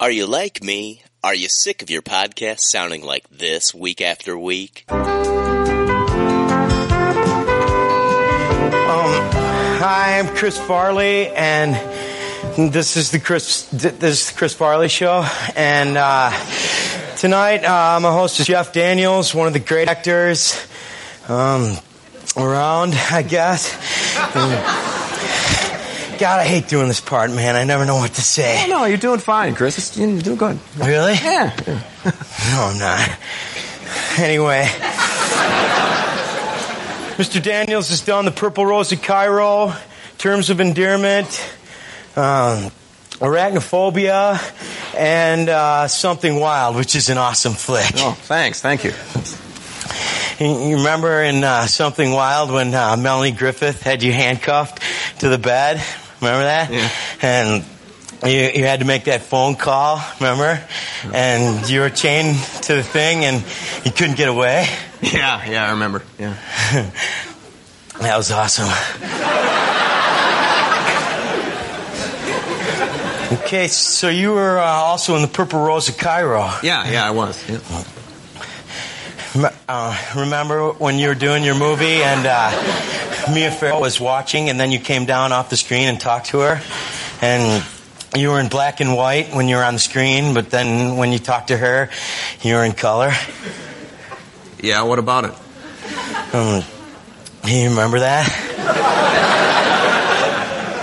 Are you like me? Are you sick of your podcast sounding like this week after week? Hi, I'm Chris Farley, and this is the Chris this is the Chris Farley Show. And uh, tonight, uh, my host is Jeff Daniels, one of the great actors um, around, I guess. And- God, I hate doing this part, man. I never know what to Oh, say. no, you're doing fine, Chris. It's, you're doing good. Really? Yeah. No, Oh, I'm not. Anyway. Mr. Daniels has done The Purple Rose of Cairo, Terms of Endearment, um, Arachnophobia, and uh, Something Wild, which is an awesome flick. Oh, thanks. Thank you. You you remember in uh, Something Wild when uh, Melanie Griffith had you handcuffed to the bed? Remember that? Yeah. And you, you had to make that phone call, remember? And you were chained to the thing and you couldn't get away. Yeah, yeah, I remember. Yeah. That was awesome. okay, so you were uh, also in the Purple Rose of Cairo. Yeah, yeah, I was. Yeah. Rem- Uh, remember when you were doing your movie and uh, Mia Farrow was watching, and then you came down off the screen and talked to her, and you were in black and white when you were on the screen, but then when you talked to her, you were in color. Yeah, what about it? Um, you remember that?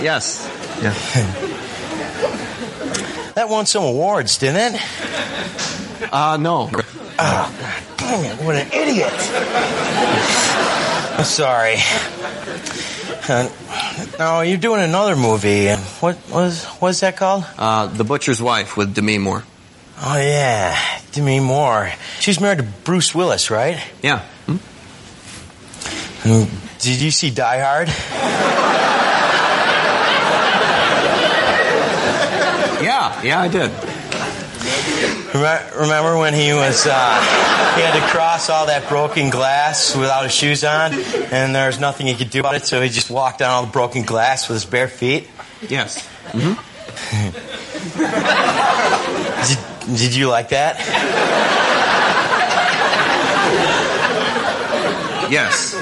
Yes. Yeah. That won some awards, didn't it? Uh, no. Dang it, what an idiot. I'm sorry. Uh, no, you're doing another movie. and What was what's that called? Uh, the Butcher's Wife with Demi Moore. Oh yeah, Demi Moore. She's married to Bruce Willis, right? Yeah. Hmm? Did you see Die Hard? Yeah, yeah, I did. Rem- remember when he was uh, he had to cross all that broken glass without his shoes on, and there was nothing he could do about it, so he just walked on all the broken glass with his bare feet. Yes. Did, did you like that? Yes.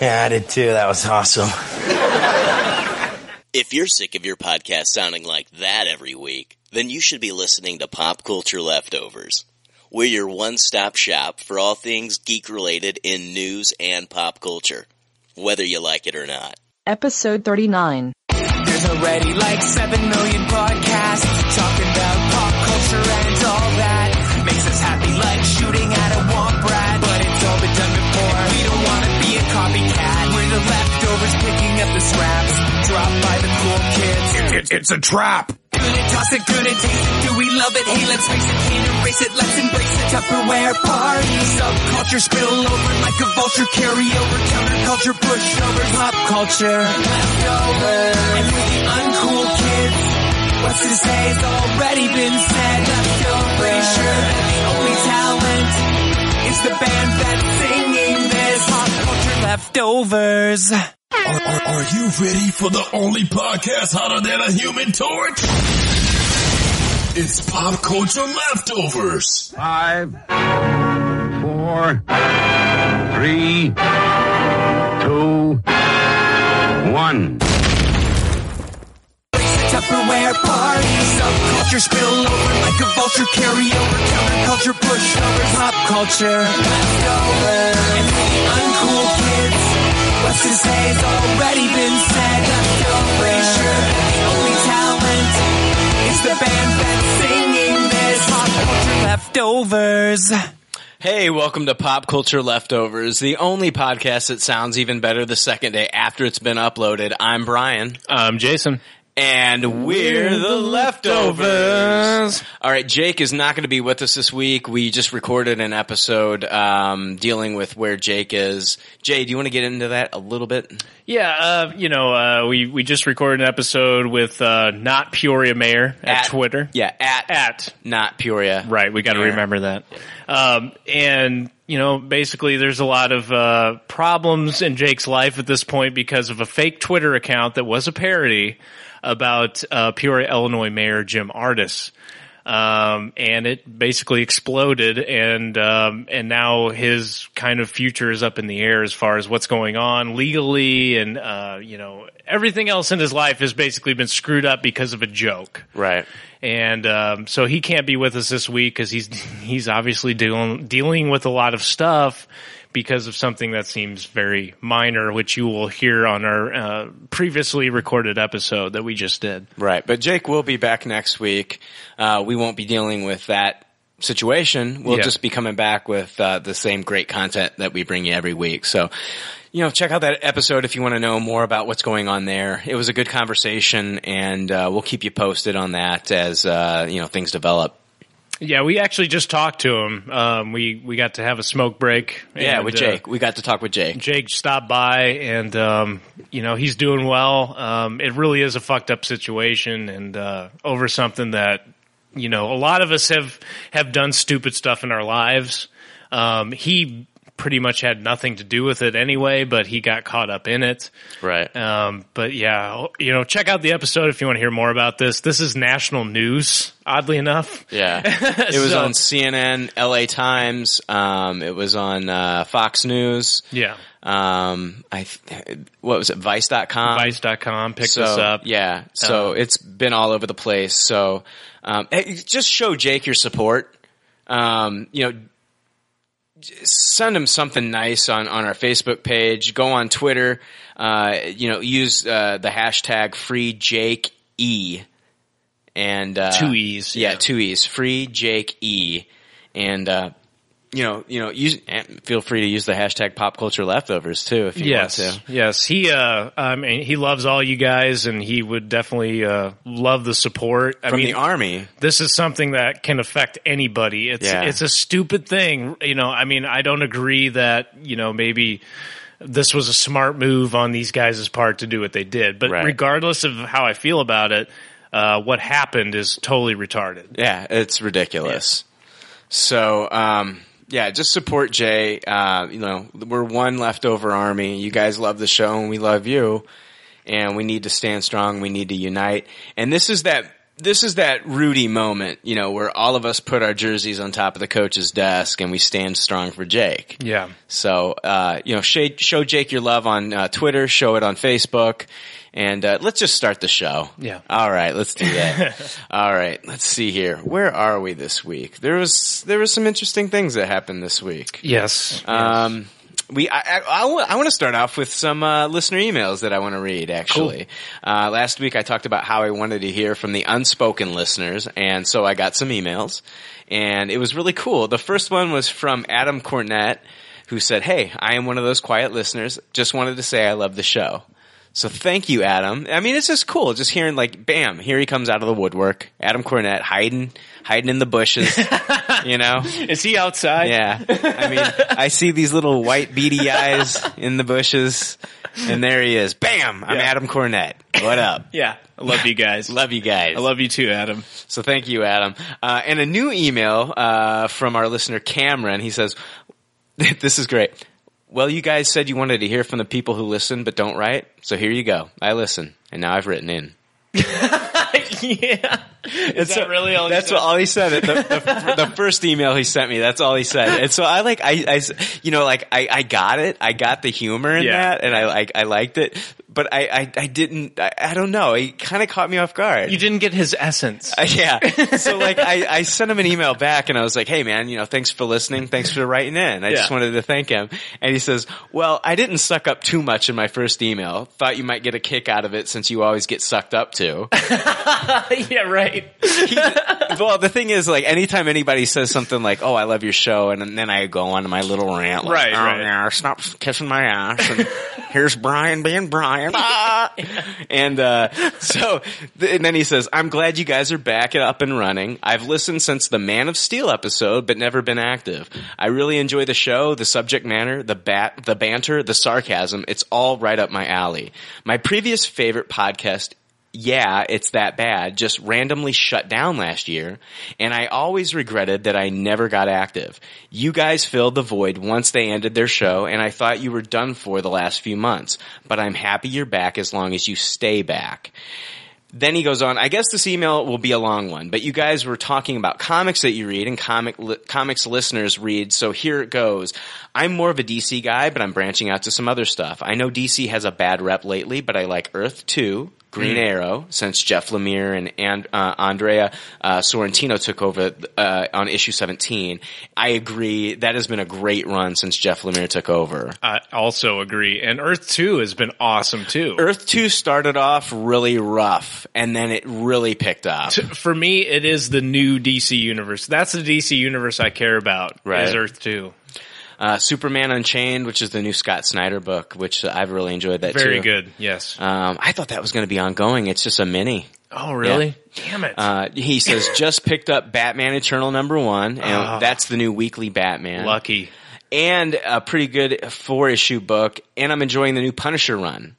Yeah, I did too. That was awesome. If you're sick of your podcast sounding like that every week, then you should be listening to Pop Culture Leftovers. We're your one stop shop for all things geek related in news and pop culture, whether you like it or not. Episode 39. There's already like 7 million broadcasts talking about pop culture and all that. Makes us happy like shooting at a womp rat, but it's all been done before. And we don't wanna be a copycat. We're the leftovers picking up the scraps dropped by the cool kids. it's a trap. Good and toss it, good and taste it. Do we love it? Hey, let's face it, can't erase it. Let's embrace it. Tupperware party. Subculture spill over like a vulture. Carry over counterculture, pushovers, pop culture. Leftovers. And we're the uncool kids. What's to say has already been said. Leftovers. Pretty sure that the only talent is the band that's singing this. Pop culture leftovers. Are, are, are you ready for the only podcast hotter than a human torch? It's pop culture leftovers. Five, four, three, two, one. Tupperware party, subculture spill over like a vulture, carry over counterculture, pushovers, pop culture, leftovers, and the uncool kids. What's to say has already been said. Leftovers, pretty sure that the only talent is the band that's singing this pop culture leftovers. Hey, welcome to Pop Culture Leftovers, the only podcast that sounds even better the second day after it's been uploaded. I'm Brian. I'm Jason. And we're the leftovers. All right, Jake is not going to be with us this week. We just recorded an episode um, dealing with where Jake is. Jay, do you want to get into that a little bit? Yeah, uh, you know, uh, we we just recorded an episode with uh, not Peoria Mayor at, Twitter. Yeah, at at not Peoria. right. We got to Mayor. remember that. Um, and you know, basically, there's a lot of uh, problems in Jake's life at this point because of a fake Twitter account that was a parody about uh, Peoria, Illinois Mayor Jim Artis. um, and it basically exploded, and um, and now his kind of future is up in the air as far as what's going on legally, and uh, you know everything else in his life has basically been screwed up because of a joke Right. and um, so he can't be with us this week because he's he's obviously dealing dealing with a lot of stuff because of something that seems very minor, which you will hear on our uh, previously recorded episode that we just did. Right. But Jake will be back next week. Uh, we won't be dealing with that situation. We'll Yeah. just be coming back with uh, the same great content that we bring you every week. So, you know, check out that episode if you want to know more about what's going on there. It was a good conversation, and uh, we'll keep you posted on that as uh, you know things develop. Yeah, we actually just talked to him. Um, we we got to have a smoke break. Yeah, and, with uh, Jake, we got to talk with Jake. Jake stopped by, and um, you know he's doing well. Um, it really is a fucked up situation, and uh, over something that you know a lot of us have have done stupid stuff in our lives. Um, he pretty much had nothing to do with it anyway, but he got caught up in it. Right. Um, but yeah, you know, check out the episode if you want to hear more about this. This is national news, oddly enough. Yeah, it was So- on CNN, LA Times. Um, it was on uh, Fox News. Yeah. Um, I th- what was it? Vice.com. Vice.com picked so, this up. Um, Yeah. So it's been all over the place. So um, hey, just show Jake your support. Um, you know, j- send him something nice on, on our Facebook page. Go on Twitter. Uh, you know, use uh, the hashtag free Jake E. And uh, Two E's, Yeah, yeah. two E's. Free Jake E. And uh, you know, you know, use and feel free to use the hashtag pop culture leftovers too if you yes, want to. Yes, he. Uh, I mean, he loves all you guys, and he would definitely uh, love the support. I From mean, the army. this is something that can affect anybody. It's Yeah. it's a stupid thing, you know. I mean, I don't agree that you know maybe this was a smart move on these guys' part to do what they did, but Right. regardless of how I feel about it, uh, what happened is totally retarded. Yeah, it's ridiculous. So, um, yeah, just support Jay. Uh, you know, we're one leftover army. You guys love the show and we love you. And we need to stand strong. We need to unite. And this is that, this is that Rudy moment, you know, where all of us put our jerseys on top of the coach's desk and we stand strong for Jake. Yeah. So, uh, you know, show, show Jake your love on uh, Twitter, show it on Facebook, and uh, let's just start the show. Yeah. All right, let's do that. All right, let's see here. Where are we this week? There was there was some interesting things that happened this week. Yes. Um, we I, I, want to start off with some uh, listener emails that I want to read. Actually, uh, last week I talked about how I wanted to hear from the unspoken listeners, and so I got some emails, and it was really cool. The first one was from Adam Cornett, who said, "Hey, I am one of those quiet listeners. Just wanted to say I love the show." So thank you, Adam. I mean, it's just cool, just hearing like, bam, here he comes out of the woodwork, Adam Cornett hiding, hiding in the bushes, you know. is he outside? Yeah. I mean, I see these little white beady eyes in the bushes, and there he is. Bam! I'm Yeah. Adam Cornett. What up? Yeah. I love you guys. Love you guys. I love you too, Adam. so thank you, Adam. Uh, and a new email uh, from our listener Cameron. He says, "This is great. Well, you guys said you wanted to hear from the people who listen but don't write, so here you go. I listen, and now I've written in." yeah. Is So that really all? you that's said? what all he said at the, the, the first email he sent me that's all he said and so i like i, I s- you know like I, I got it i got the humor in Yeah. that and i like i liked it but i i, I didn't I, I don't know it kind of caught me off guard You didn't get his essence. Uh, yeah. So like I, I sent him an email back and I was like, Hey man, you know, thanks for listening. Thanks for writing in. I just Yeah. wanted to thank him. And he says, Well, I didn't suck up too much in my first email. Thought you might get a kick out of it since you always get sucked up to. yeah, right. He- well, the thing is, like, anytime anybody says something like, "Oh, I love your show," and then I go on to my little rant, like, Right, "Oh, right. yeah, stop kissing my ass," and here's Brian being Brian, Ah! and uh, so, th- and then he says, "I'm glad you guys are back and up and running. I've listened since the Man of Steel episode, but never been active. I really enjoy the show, the subject matter, the bat, the banter, the sarcasm. It's all right up my alley. My previous favorite podcast yeah, it's that bad, just randomly shut down last year, and I always regretted that I never got active. You guys filled the void once they ended their show, and I thought you were done for the last few months, but I'm happy you're back as long as you stay back. Then he goes on. I guess this email will be a long one, but you guys were talking about comics that you read and comic li- comics listeners read. So here it goes. I'm more of a DC guy, but I'm branching out to some other stuff. I know DC has a bad rep lately, but I like Earth Two, Green Mm. Arrow, since Jeff Lemire and, and uh, Andrea uh, Sorrentino took over uh, on issue 17. I agree. That has been a great run since Jeff Lemire took over. I also agree. And Earth 2 has been awesome too. Earth 2 started off really rough and then it really picked up. For me, it is the new DC universe. That's the DC universe I care about. Right. Is Earth 2. Uh, Superman Unchained, which is the new Scott Snyder book, which I've really enjoyed that Very too. good. Yes. Um, I thought that was going to be ongoing. It's just a mini. Oh, really? Damn it. Uh, he says just picked up Batman Eternal number one, and Ah. that's the new weekly Batman. Lucky. And a pretty good four issue book, and I'm enjoying the new Punisher run.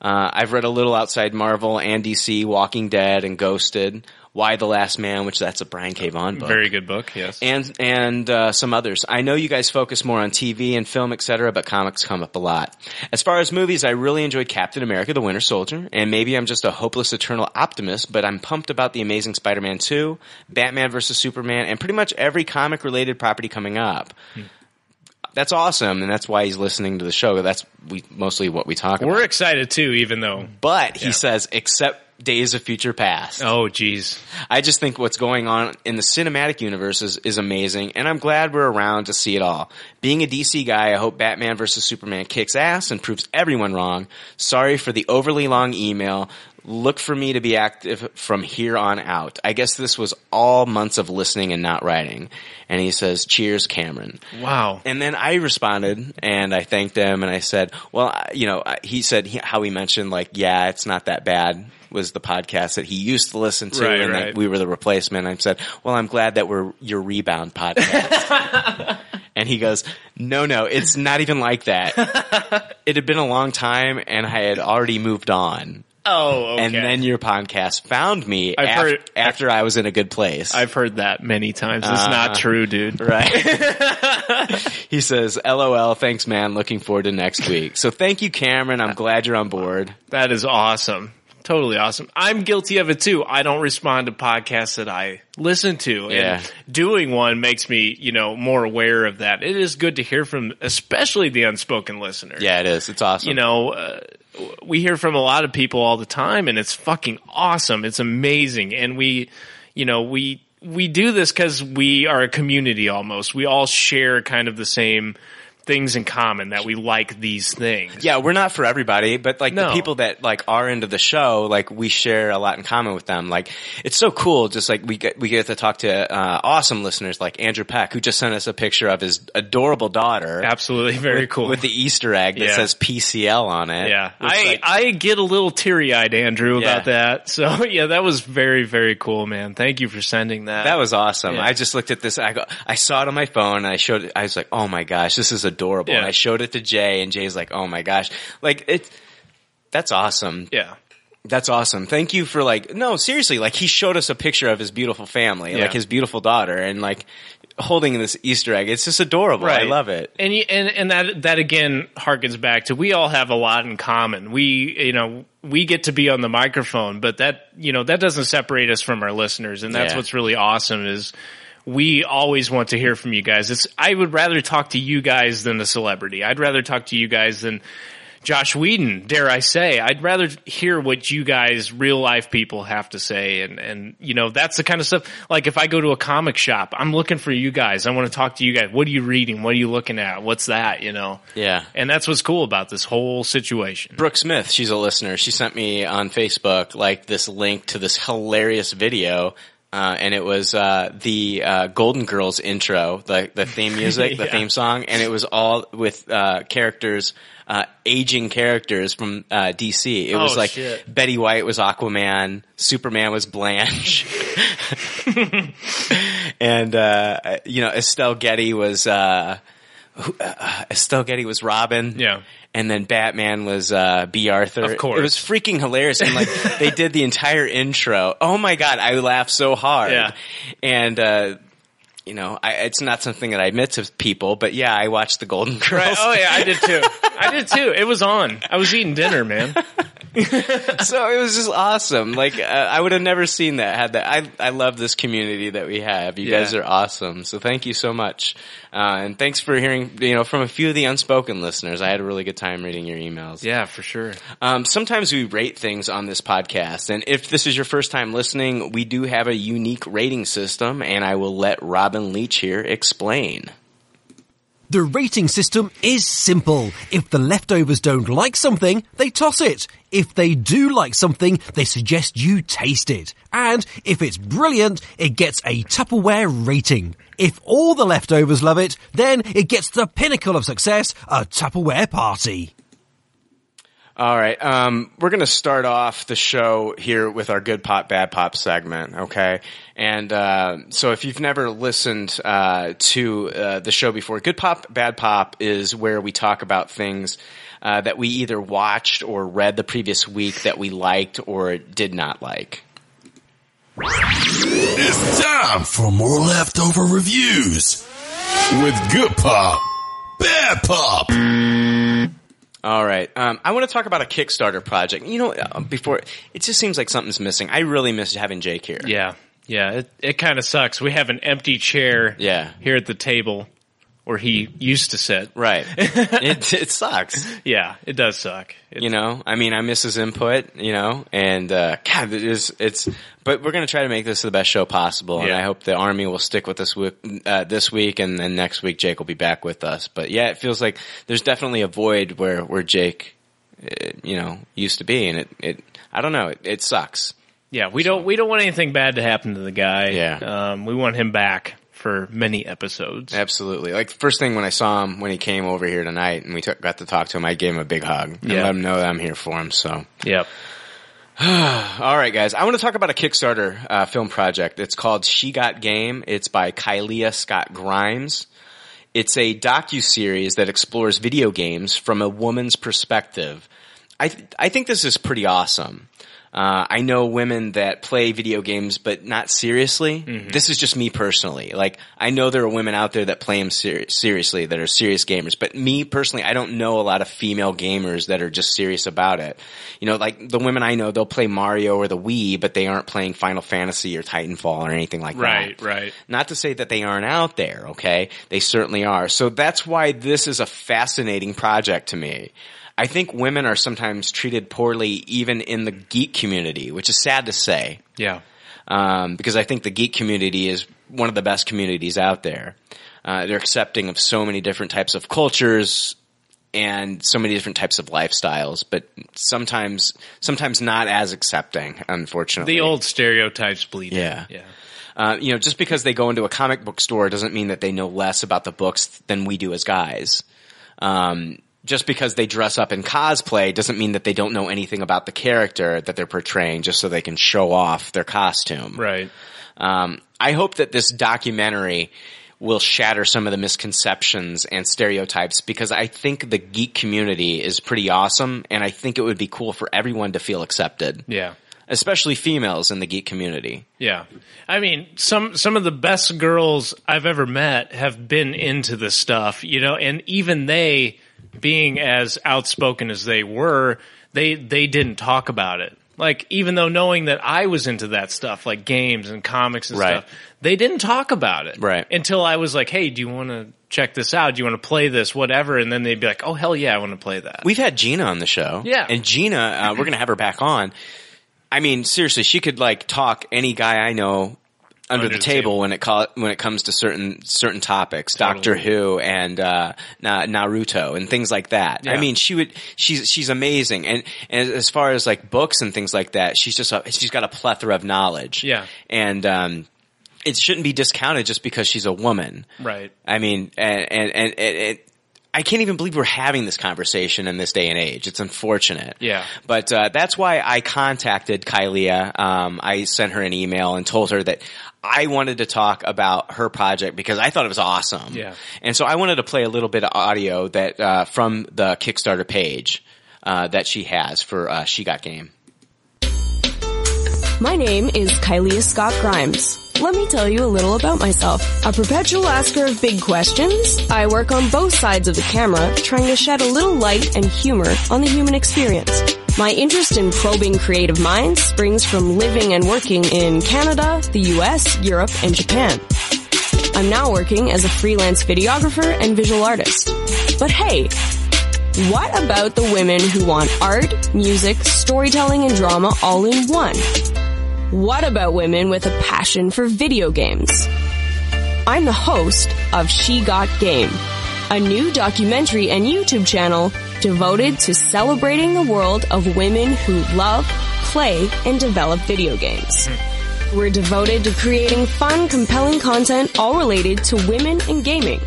Uh, I've read a little outside Marvel and DC, Walking Dead and Ghosted, Why the Last Man, which that's a Brian K. Vaughan book. Very good book. Yes. And and uh, some others. I know you guys focus more on TV and film, etc., but comics come up a lot. As far as movies, I really enjoyed Captain America: The Winter Soldier, and maybe I'm just a hopeless eternal optimist, but I'm pumped about the Amazing Spider-Man 2, Batman vs Superman, and pretty much every comic-related property coming up. Hmm. That's awesome, and that's why he's listening to the show. That's we mostly what we talk about. We're excited too, even though. But he says, except Days of Future Past. Oh, jeez. I just think what's going on in the cinematic universe is, is amazing, and I'm glad we're around to see it all. Being a DC guy, I hope Batman vs. Superman kicks ass and proves everyone wrong. Sorry for the overly long email. Look for me to be active from here on out. I guess this was all months of listening and not writing. And he says, cheers, Cameron. Wow. And then I responded and I thanked him and I said, well, I- you know, I- he said he, how he mentioned like, yeah, it's not that bad was the podcast that he used to listen to Right, and that right. we were the replacement. I said, well, I'm glad that we're your rebound podcast. and he goes, no, no, it's not even like that. it had been a long time and I had already moved on. Oh, okay. And then your podcast found me I've af- heard- after I was in a good place. I've heard that many times. It's Uh, not true, dude. Right. he says, LOL, thanks, man. Looking forward to next week. So thank you, Cameron. I'm glad you're on board. That is awesome. Totally awesome. I'm guilty of it too. I don't respond to podcasts that I listen to. Yeah. And doing one makes me, you know, more aware of that. It is good to hear from, especially the unspoken listener. Yeah, it is. It's awesome. You know, uh, w- we hear from a lot of people all the time and it's fucking awesome. It's amazing. And we, you know, we, we do this because we are a community almost. We all share kind of the same things in common that we like these things. yeah, we're not for everybody, but like the No. people that like are into the show, like we share a lot in common with them. Like it's so cool. Just like we get, we get to talk to, uh, awesome listeners like Andrew Peck, who just sent us a picture of his adorable daughter. Absolutely. Very cool. With the Easter egg that Yeah. says PCL on it. Yeah, Which, I like, I get a little teary eyed, Andrew, Yeah. about that. So yeah, that was very very cool, man. Thank you for sending that. That was awesome. Yeah. I just looked at this. I go, I saw it on my phone. And I showed it. I was like, oh my gosh, this is adorable. And Yeah. I showed it to Jay, and Jay's like, oh my gosh, like it. That's awesome. yeah. That's awesome. Thank you for like. No, seriously, like he showed us a picture of his beautiful family, Yeah. like his beautiful daughter, and like holding this Easter egg. It's just adorable. I Right. love it. And you, and and that that again harkens back to we all have a lot in common. We you know we get to be on the microphone, but that you know that doesn't separate us from our listeners, and that's Yeah. what's really awesome is. We always want to hear from you guys. It's I would rather talk to you guys than a celebrity. I'd rather talk to you guys than Josh Whedon, dare I say, I'd rather hear what you guys, real life people, have to say, and and you know that's the kind of stuff. Like if I go to a comic shop, I'm looking for you guys. I want to talk to you guys. What are you reading? What are you looking at? What's that? You know, Yeah. and that's what's cool about this whole situation. Brooke Smith, she's a listener. She sent me on Facebook like this link to this hilarious video. Uh, and it was uh, the uh, Golden Girls intro, the the theme music, the Yeah. theme song, and it was all with uh, characters, uh, aging characters from uh, DC. It Oh, was like shit. Betty White was Aquaman, Superman was Blanche, and uh, you know Estelle Getty was uh, who- uh, Estelle Getty was Mm-hmm. Robin. Yeah. And then Batman was uh, B. Arthur. Of course. it was freaking hilarious. And like they did the entire intro. Oh my god, I laughed so hard. Yeah. And uh, you know, I, it's not something that I admit to people, but yeah, I watched the Golden Girls. Right. Oh yeah, I did too. I did too. It was on. I was eating dinner, man. so it was just awesome. Like uh, I would have never seen that had that. I I love this community that we have. You Yeah. guys are awesome. So thank you so much, uh, and thanks for hearing. You know, from a few of the unspoken listeners, I had a really good time reading your emails. Yeah, for sure. Um, sometimes we rate things on this podcast, and if this is your first time listening, we do have a unique rating system, and I will let Robin Leach here explain. The rating system is simple. If the leftovers don't like something, they toss it. If they do like something, they suggest you taste it. And if it's brilliant, it gets a Tupperware rating. If all the leftovers love it, then it gets the pinnacle of success, a Tupperware party. All right. Um, we're going to start off the show here with our good pop, bad pop segment. Okay. And, uh, so if you've never listened, uh, to, uh, the show before, good pop, bad pop is where we talk about things, uh, that we either watched or read the previous week that we liked or did not like. It's time for more leftover reviews with Good Pop, Bad Pop. All right. Um, I want to talk about a Kickstarter project. You know, uh, before it just seems like something's missing. I really missed having Jake here. Yeah, yeah. It it kind of sucks. We have an empty chair. Yeah. here at the table where he used to sit. Right. it, it sucks. Yeah, it does suck. It- you know i mean i miss his input you know and uh god it is it's but we're gonna try to make this the best show possible and Yeah. i hope the army will stick with us wi- uh, this week and then next week jake will be back with us but yeah it feels like there's definitely a void where where jake uh, you know used to be and it it i don't know it, it sucks yeah, we don't we don't want anything bad to happen to the guy. Yeah. um, we want him back for many episodes. Absolutely. Like first thing when I saw him when he came over here tonight and we took got to talk to him, I gave him a big hug and Yeah. let him know that I'm here for him. So Yep. All right, guys. I want to talk about a Kickstarter uh, film project. It's called She Got Game. It's by Kylia Scott Grimes. It's a docu series that explores video games from a woman's perspective. I th- I think this is pretty awesome. Uh, I know women that play video games, but not seriously. This is just me personally. Like I know there are women out there that play them ser- seriously, that are serious gamers. But me personally, I don't know a lot of female gamers that are just serious about it. You know, like the women I know, they'll play Mario or the Wii, but they aren't playing Final Fantasy or Titanfall or anything like that. Right, right. Not to say that they aren't out there, okay? They certainly are. So that's why this is a fascinating project to me. I think women are sometimes treated poorly even in the geek community, which is sad to say, Yeah. um, because I think the geek community is one of the best communities out there. Uh, they're accepting of so many different types of cultures and so many different types of lifestyles, but sometimes, sometimes not as accepting, unfortunately. The old stereotypes bleed. in. Yeah. Yeah. Uh, you know, just because they go into a comic book store doesn't mean that they know less about the books than we do as guys. Um, just because they dress up in cosplay doesn't mean that they don't know anything about the character that they're portraying just so they can show off their costume. Right. Um, I hope that this documentary will shatter some of the misconceptions and stereotypes because I think the geek community is pretty awesome and I think it would be cool for everyone to feel accepted, Yeah. especially females in the geek community. Yeah. I mean, some some of the best girls I've ever met have been into this stuff, you know, and even they being as outspoken as they were, they they didn't talk about it. Like even though knowing that I was into that stuff, like games and comics and Right. stuff, they didn't talk about it. Right. Until I was like, "Hey, do you want to check this out? Do you want to play this whatever?" And then they'd be like, "Oh, hell yeah, I want to play that." We've had Gina on the show. Yeah. And Gina, uh, we're going to have her back on. I mean, seriously, she could like talk any guy I know under, the, the table, table. when it co- when it comes to certain certain topics, Doctor Who and uh, Na- Naruto and things like that. I Yeah. mean, she would she's she's amazing, and, and as far as like books and things like that, she's just a, she's got a plethora of knowledge. Yeah. and um, it shouldn't be discounted just because she's a woman. Right. I mean, and and and, and and I can't even believe we're having this conversation in this day and age. It's unfortunate. Yeah. But uh, that's why I contacted Kylia. Um, I sent her an email and told her that I wanted to talk about her project because I thought it was awesome. Yeah. And so I wanted to play a little bit of audio that uh, from the Kickstarter page uh, that she has for uh, She Got Game. My name is Kylie Scott Grimes. Let me tell you a little about myself. A perpetual asker of big questions, I work on both sides of the camera, trying to shed a little light and humor on the human experience. My interest in probing creative minds springs from living and working in Canada, the US, Europe, and Japan. I'm now working as a freelance videographer and visual artist. But hey, what about the women who want art, music, storytelling, and drama all in one? What about women with a passion for video games? I'm the host of She Got Game, a new documentary and YouTube channel devoted to celebrating the world of women who love, play, and develop video games. We're devoted to creating fun, compelling content all related to women and gaming.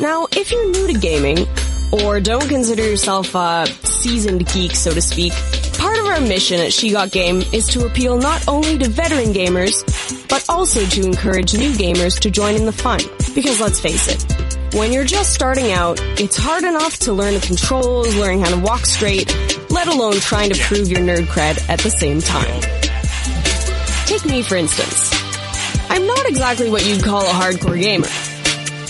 Now, if you're new to gaming, or don't consider yourself a seasoned geek, so to speak, part of our mission at She Got Game is to appeal not only to veteran gamers, but also to encourage new gamers to join in the fun. Because let's face it, when you're just starting out, it's hard enough to learn the controls, learning how to walk straight, let alone trying to prove your nerd cred at the same time. Take me for instance. I'm not exactly what you'd call a hardcore gamer.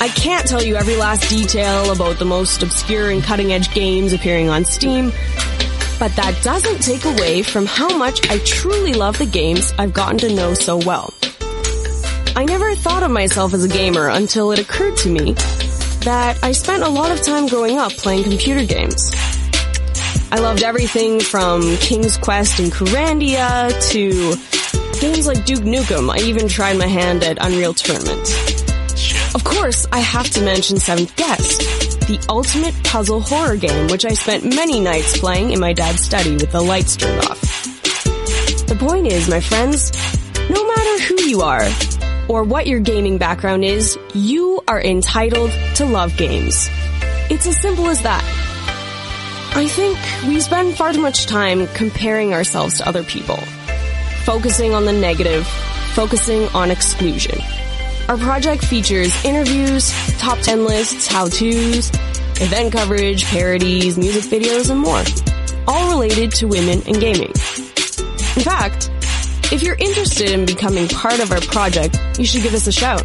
I can't tell you every last detail about the most obscure and cutting edge games appearing on Steam, but that doesn't take away from how much I truly love the games I've gotten to know so well. I never thought of myself as a gamer until it occurred to me that I spent a lot of time growing up playing computer games. I loved everything from King's Quest and Kurandia to games like Duke Nukem. I even tried my hand at Unreal Tournament. Of course, I have to mention Seventh Guest, the ultimate puzzle horror game which I spent many nights playing in my dad's study with the lights turned off. The point is, my friends, no matter who you are or what your gaming background is, you are entitled to love games. It's as simple as that. I think we spend far too much time comparing ourselves to other people, focusing on the negative, focusing on exclusion. Our project features interviews, top 10 lists, how to's, event coverage, parodies, music videos, and more, all related to women and gaming. In fact, if you're interested in becoming part of our project, you should give us a shout.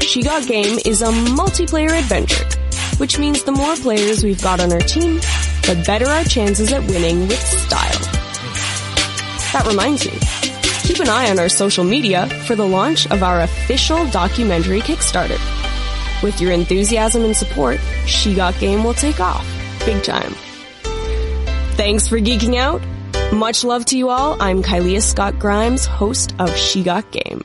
She Got Game is a multiplayer adventure, which means the more players we've got on our team, the better our chances at winning with style. That reminds me, keep an eye on our social media for the launch of our official documentary Kickstarter. With your enthusiasm and support, She Got Game will take off, big time. Thanks for geeking out. Much love to you all. I'm Kylea Scott Grimes, host of She Got Game.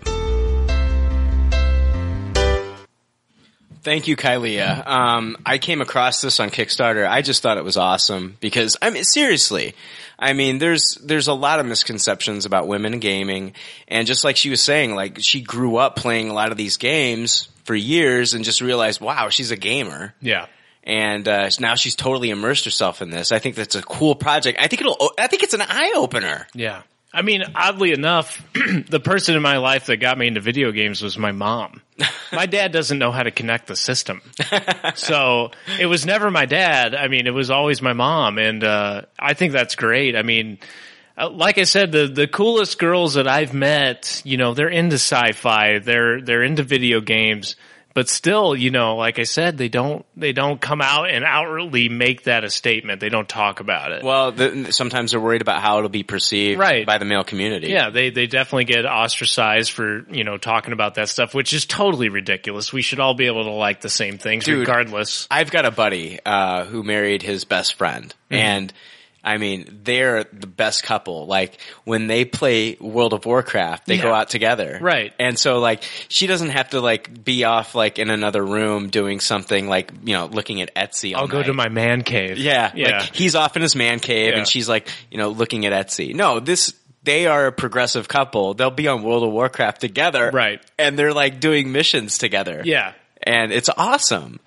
Thank you, Kylea. Um, I came across this on Kickstarter. I just thought it was awesome because I mean, seriously, I mean, there's there's a lot of misconceptions about women in gaming, and just like she was saying, like she grew up playing a lot of these games for years, and just realized, wow, she's a gamer. Yeah. And uh, now she's totally immersed herself in this. I think that's a cool project. I think it'll. I think it's an eye opener. Yeah. I mean, oddly enough, the person in my life that got me into video games was my mom. my dad doesn't know how to connect the system. so it was never my dad. I mean, it was always my mom. And, uh, I think that's great. I mean, uh, like I said, the, the coolest girls that I've met, you know, they're into sci-fi, they're, they're into video games, but still, you know, like I said, they don't, they don't come out and outwardly make that a statement. They don't talk about it. Well, the, sometimes they're worried about how it'll be perceived Right. by the male community. Yeah, they they definitely get ostracized for you know talking about that stuff, which is totally ridiculous. We should all be able to like the same things, Dude, regardless. I've got a buddy uh, who married his best friend, Mhm. and I mean, they're the best couple. Like when they play World of Warcraft, they go Yeah. out together, Right. And so, like, she doesn't have to like be off like in another room doing something like you know looking at Etsy. All I'll go to my man cave. yeah, yeah, Like he's off in his man cave, Yeah. and she's like you know looking at Etsy. No, this. They are a progressive couple. They'll be on World of Warcraft together. Right. And they're like doing missions together yeah. and it's awesome.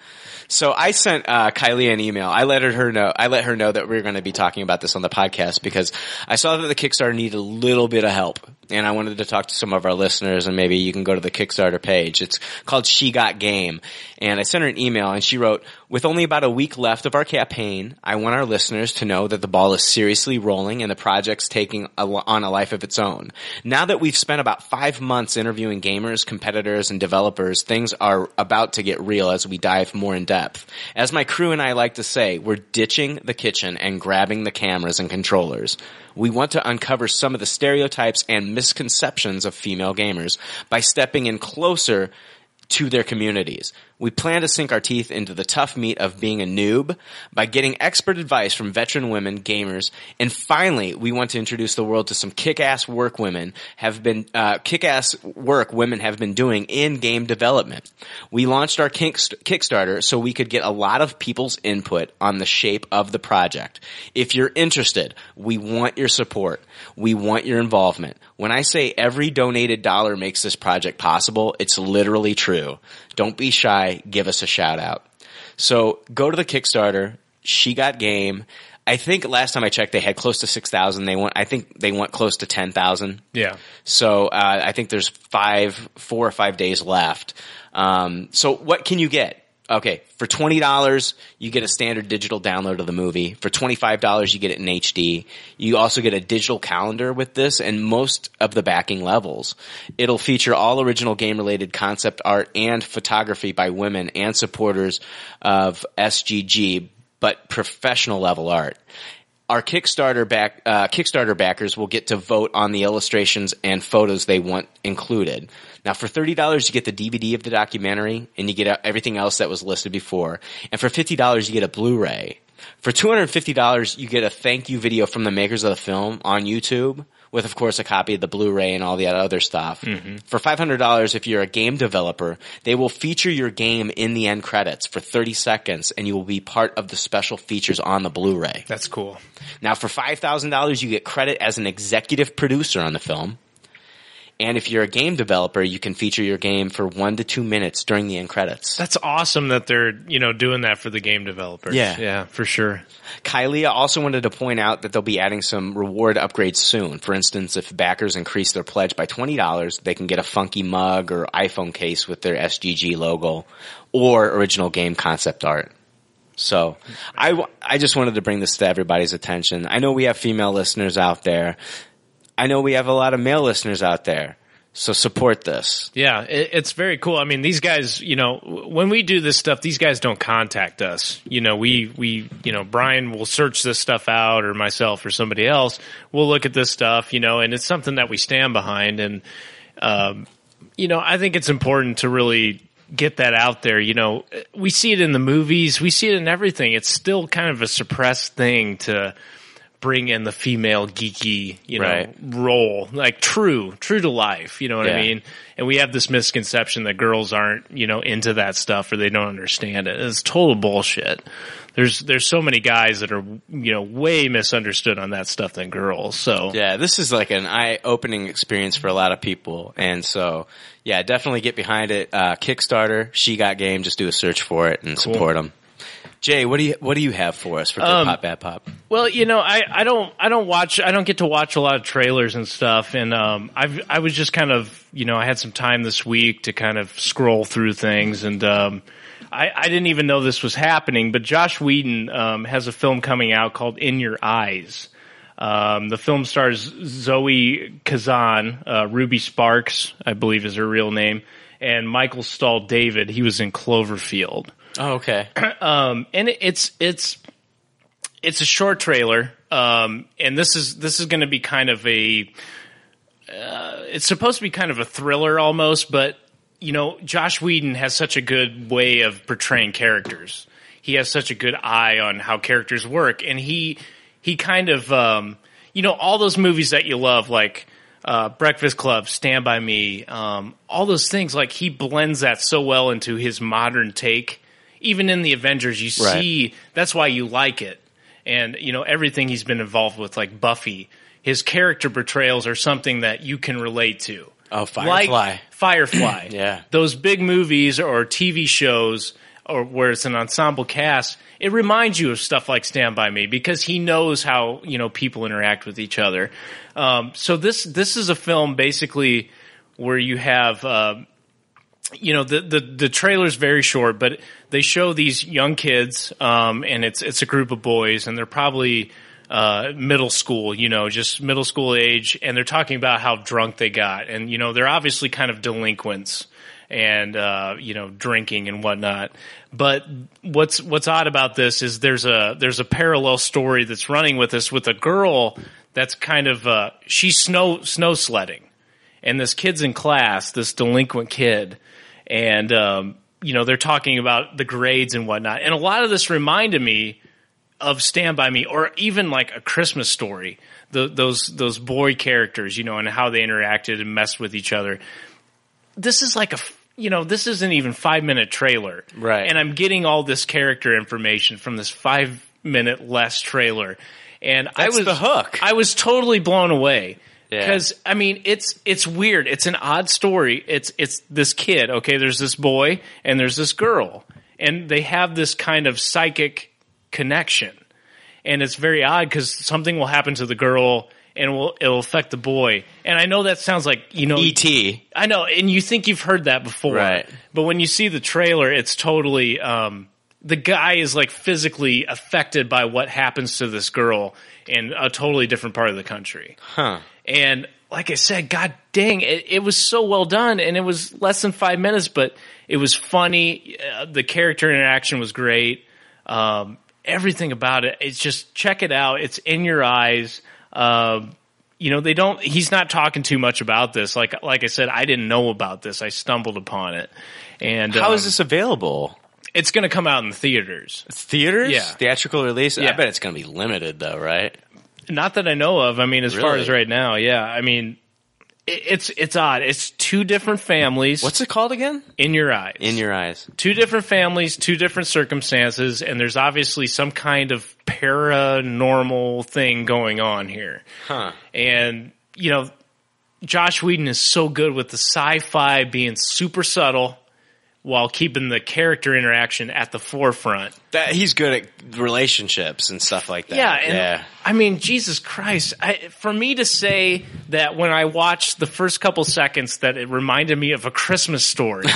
So I sent uh, Kylie an email. I let her know. I let her know that we were going to be talking about this on the podcast because I saw that the Kickstarter needed a little bit of help, and I wanted to talk to some of our listeners. And maybe you can go to the Kickstarter page. It's called She Got Game, and I sent her an email, and she wrote, "With only about a week left of our campaign, I want our listeners to know that the ball is seriously rolling and the project's taking a, on a life of its own. Now that we've spent about five months interviewing gamers, competitors, and developers, things are about to get real as we dive more in depth." depth. As my crew and I like to say, we're ditching the kitchen and grabbing the cameras and controllers. We want to uncover some of the stereotypes and misconceptions of female gamers by stepping in closer to their communities. We plan to sink our teeth into the tough meat of being a noob by getting expert advice from veteran women gamers. And finally, we want to introduce the world to some kick-ass work women have been, uh, kick-ass work women have been doing in game development. We launched our Kinkst- Kickstarter so we could get a lot of people's input on the shape of the project. If you're interested, we want your support. We want your involvement. When I say every donated dollar makes this project possible, it's literally true. Don't be shy. Give us a shout out. So go to the Kickstarter. She got game. I think last time I checked, they had close to 6,000. They want, I think they want close to 10,000. Yeah. So uh, I think there's five, four or five days left. Um, so what can you get? Okay, for twenty dollars, you get a standard digital download of the movie. For twenty five dollars, you get it in HD. You also get a digital calendar with this and most of the backing levels. It'll feature all original game related concept art and photography by women and supporters of SGG, but professional level art our Kickstarter back uh, Kickstarter backers will get to vote on the illustrations and photos they want included. Now, for thirty dollars, you get the DVD of the documentary, and you get uh, everything else that was listed before. And for fifty dollars, you get a Blu-ray. For two hundred and fifty dollars, you get a thank you video from the makers of the film on YouTube, with of course a copy of the Blu-ray and all the other stuff. For $500, if you're a game developer, they will feature your game in the end credits for 30 seconds and you will be part of the special features on the Blu-ray. That's cool. Now for $5,000, you get credit as an executive producer on the film. And if you're a game developer, you can feature your game for one to two minutes during the end credits. That's awesome that they're you know doing that for the game developers. Yeah. yeah, for sure. Kylia also wanted to point out that they'll be adding some reward upgrades soon. For instance, if backers increase their pledge by $20, they can get a funky mug or iPhone case with their SGG logo or original game concept art. So I, w- I just wanted to bring this to everybody's attention. I know we have female listeners out there. I know we have a lot of male listeners out there. So support this. Yeah, it, it's very cool. I mean, these guys, you know, w- when we do this stuff, these guys don't contact us. You know, we we you know, Brian will search this stuff out, or myself, or somebody else. We'll look at this stuff, you know, and it's something that we stand behind. And um, you know, I think it's important to really get that out there. You know, we see it in the movies, we see it in everything. It's still kind of a suppressed thing to bring in the female geeky, you know, Right. role, like true, true to life. You know what I Yeah. mean? And we have this misconception that girls aren't, you know, into that stuff or they don't understand it. It's total bullshit. There's there's so many guys that are you know way misunderstood on that stuff than girls. So Yeah, this is like an eye-opening experience for a lot of people, and so yeah, definitely get behind it. Uh, Kickstarter, she got game. Just do a search for it and Cool. support them. Jay, what do you what do you have for us for Good Um, Pop Bad Pop? Well, you know, I, I don't I don't watch I don't get to watch a lot of trailers and stuff, and um, I've I was just kind of you know I had some time this week to kind of scroll through things, and um, I I didn't even know this was happening, but Josh Whedon um, has a film coming out called In Your Eyes. Um, the film stars Zoe Kazan, uh, Ruby Sparks, I believe is her real name, and Michael Stahl David. He was in Cloverfield Oh, okay. um, and it- it's it's it's a short trailer, um, and this is this is going to be kind of a uh, it's supposed to be kind of a thriller almost, but you know, Josh Whedon has such a good way of portraying characters. He has such a good eye on how characters work, and he he kind of um, you know all those movies that you love, like uh, Breakfast Club, Stand by Me, um, all those things. Like he blends that so well into his modern take. Even in the Avengers, you Right. see that's why you like it and you know everything he's been involved with, like Buffy. His character portrayals are something that you can relate to. Oh, Firefly. Like Firefly. Yeah. Those big movies or TV shows or where it's an ensemble cast, it reminds you of stuff like Stand by Me because he knows how, you know, people interact with each other. Um, so this this is a film basically where you have um, you know the, the the trailer's very short, but they show these young kids, um, and it's it's a group of boys, and they're probably uh, middle school, you know, just middle school age, and they're talking about how drunk they got, and you know they're obviously kind of delinquents, and uh, you know drinking and whatnot. But what's what's odd about this is there's a there's a parallel story that's running with this with a girl that's kind of uh, she's snow snow sledding, and this kid's in class, this delinquent kid, and um, you know they're talking about the grades and whatnot. And a lot of this reminded me of Stand by Me, or even like a Christmas story. tho- those those boy characters, you know, and how they interacted and messed with each other. This is like a f- you know this isn't even five minute trailer, right? And I'm getting all this character information from this five minute less trailer, and I That's was the hook. I was totally blown away. Yeah. Because I mean, it's it's weird. It's an odd story. It's it's this kid. Okay, there's this boy and there's this girl, and they have this kind of psychic connection, and it's very odd because something will happen to the girl and will it'll affect the boy. And I know that sounds like you know E E.T. I know, and you think you've heard that before, Right. But when you see the trailer, it's totally um, the guy is like physically affected by what happens to this girl in a totally different part of the country. Huh. And like I said, God dang, it, it was so well done, and it was less than five minutes, but it was funny. Uh, the character interaction was great. Um, everything about it, it's just check it out. It's in your eyes. Um, you know, they don't. He's not talking too much about this. Like like I said, I didn't know about this. I stumbled upon it. And How um, is this available? It's going to come out in the theaters. Theaters? Yeah. Theatrical release? I Yeah. bet it's going to be limited, though, right? Not that I know of. I mean, as far Really? as right now, yeah. I mean, it, it's it's odd. It's two different families. What's it called again? In your eyes. In your eyes. Two different families, two different circumstances, and there's obviously some kind of paranormal thing going on here. Huh. And you know, Josh Whedon is so good with the sci-fi being super subtle while keeping the character interaction at the forefront. That he's good at relationships and stuff like that. Yeah, and yeah. I mean, Jesus Christ! I, for me to say that when I watched the first couple seconds, that it reminded me of a Christmas story.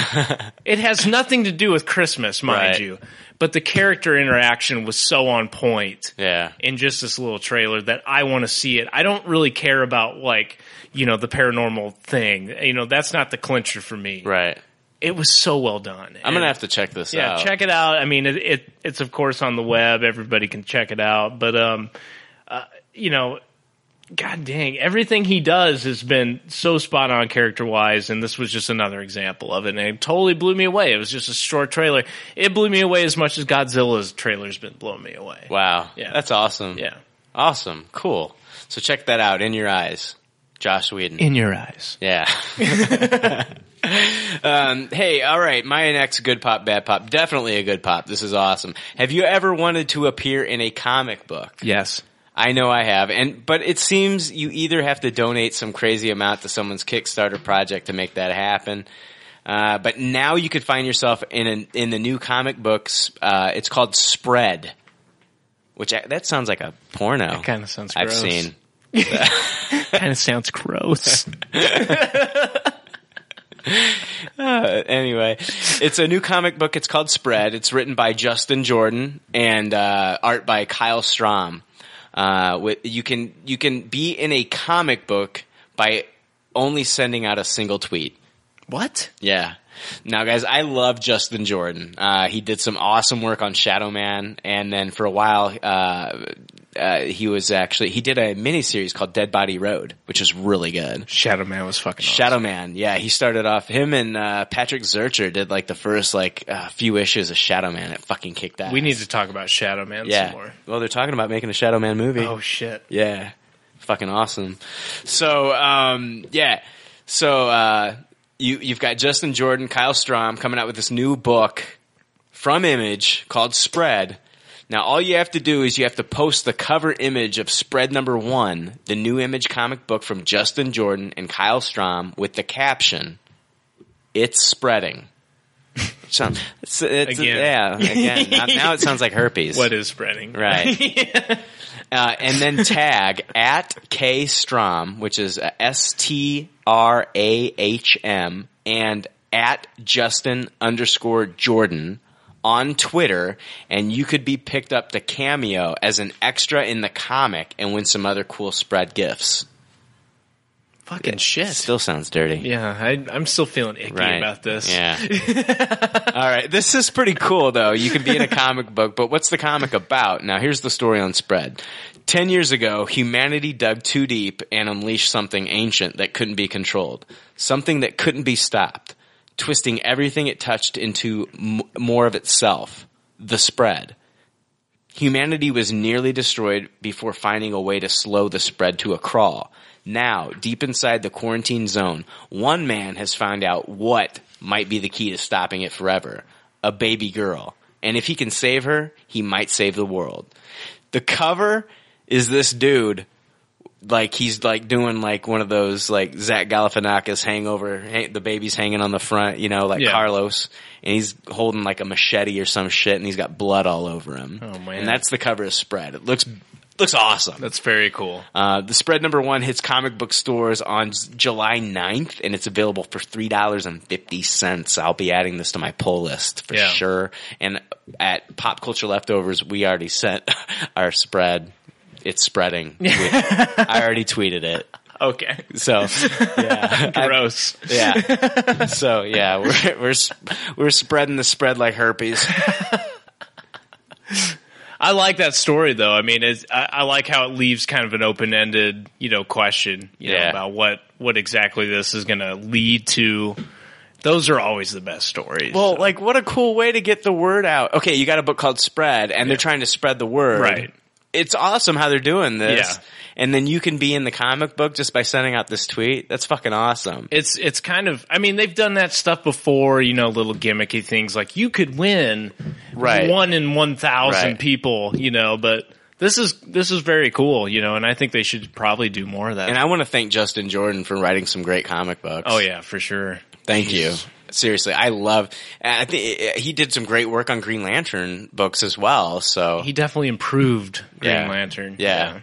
it has nothing to do with Christmas, mind Right. you, but the character interaction was so on point Yeah. in just this little trailer that I want to see it. I don't really care about like you know the paranormal thing. You know that's not the clincher for me. Right. It was so well done. I'm going And- to have to check this yeah, out. check it out. I mean, it, it it's of course on the web. Everybody can check it out. But um, uh, you know, god dang, everything he does has been so spot on character wise, and this was just another example of it. And it totally blew me away. It was just a short trailer. It blew me away as much as Godzilla's trailer's been blowing me away. Wow. Yeah. That's awesome. Yeah. Awesome. Cool. So check that out. In your eyes. Josh Whedon. In your eyes. Yeah. um, hey, all right. My next good pop, bad pop. Definitely a good pop. This is awesome. Have you ever wanted to appear in a comic book? Yes. I know I have, and but it seems you either have to donate some crazy amount to someone's Kickstarter project to make that happen. Uh, but now you could find yourself in an, in the new comic books. Uh, it's called Spread, which I, that sounds like a porno. That kind of sounds. I've gross. seen. kind of sounds gross. Uh, anyway, it's a new comic book. It's called Spread. It's written by Justin Jordan and uh, art by Kyle Strom. Uh, with, you can you can be in a comic book by only sending out a single tweet. What? Yeah. Now, guys, I love Justin Jordan. Uh, he did some awesome work on Shadow Man, and then for a while, uh, uh, he was actually he did a miniseries called Dead Body Road, which is really good. Shadow Man was fucking. Shadow Man, yeah, he started off. Him and uh, Patrick Zercher did like the first like uh, few issues of Shadow Man. It fucking kicked ass. We need to talk about Shadow Man yeah. some more. Well, they're talking about making a Shadow Man movie. Oh shit. Yeah. Fucking awesome. So, um, yeah. So, uh, you, you've got Justin Jordan, Kyle Strom coming out with this new book from Image called Spread. Now, all you have to do is you have to post the cover image of Spread number one, the new Image comic book from Justin Jordan and Kyle Strom with the caption, It's Spreading. Sounds, it's, it's, Again. Yeah, again. now, now it sounds like herpes. What is spreading? Right. Uh, and then tag at K Strom, which is uh, S T R A H M, and at Justin underscore Jordan on Twitter, and you could be picked up to cameo as an extra in the comic and win some other cool spread gifts. Fucking shit. Still sounds dirty. Yeah, I, I'm still feeling icky Right. about this. Yeah. All right. This is pretty cool, though. You can be in a comic book, but what's the comic about? Now, here's the story on spread. Ten years ago, humanity dug too deep and unleashed something ancient that couldn't be controlled, something that couldn't be stopped, twisting everything it touched into m- more of itself the spread. Humanity was nearly destroyed before finding a way to slow the spread to a crawl. Now, deep inside the quarantine zone, one man has found out what might be the key to stopping it forever a baby girl. And if he can save her, he might save the world. The cover is this dude. Like he's like doing like one of those like Zach Galifianakis hangover, hang, the baby's hanging on the front, you know, like Yeah. Carlos, and he's holding like a machete or some shit, and he's got blood all over him. Oh, man. And that's the cover of spread. It looks looks awesome. That's very cool. Uh, the spread number one hits comic book stores on s- July 9th, and it's available for three dollars and fifty cents. I'll be adding this to my pull list for Yeah. sure. And at Pop Culture Leftovers, we already sent our spread. It's spreading. We- I already tweeted it. Okay. So yeah, gross. yeah. So yeah, we're we're s- we're spreading the spread like herpes. I like that story though. I mean, it's, I, I like how it leaves kind of an open ended, you know, question you know, Yeah. about what what exactly this is going to lead to. Those are always the best stories. Well, like what a cool way to get the word out. Okay, you got a book called Spread, and they're trying to spread the word. Right. It's awesome how they're doing this. Yeah. And then you can be in the comic book just by sending out this tweet. That's fucking awesome. it's it's kind of I mean they've done that stuff before, you know, little gimmicky things like you could win Right. one in one thousand Right. people, you know, but this is this is very cool, you know, and I think they should probably do more of that. And I want to thank Justin Jordan for writing some great comic books. oh yeah, for sure. Thank you. Seriously, I love. I think he did some great work on Green Lantern books as well. So He definitely improved Green Yeah. Lantern. yeah.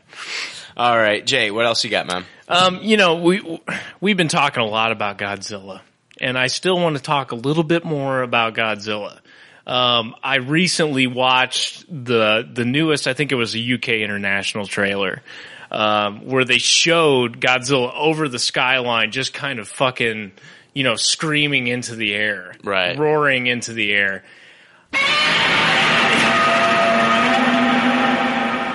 All right, Jay. What else you got, man? Um, you know, we we've been talking a lot about Godzilla, and I still want to talk a little bit more about Godzilla. Um, I recently watched the the newest. I think it was a UK international trailer um, where they showed Godzilla over the skyline, just kind of fucking, you know, screaming into the air, Right. roaring into the air.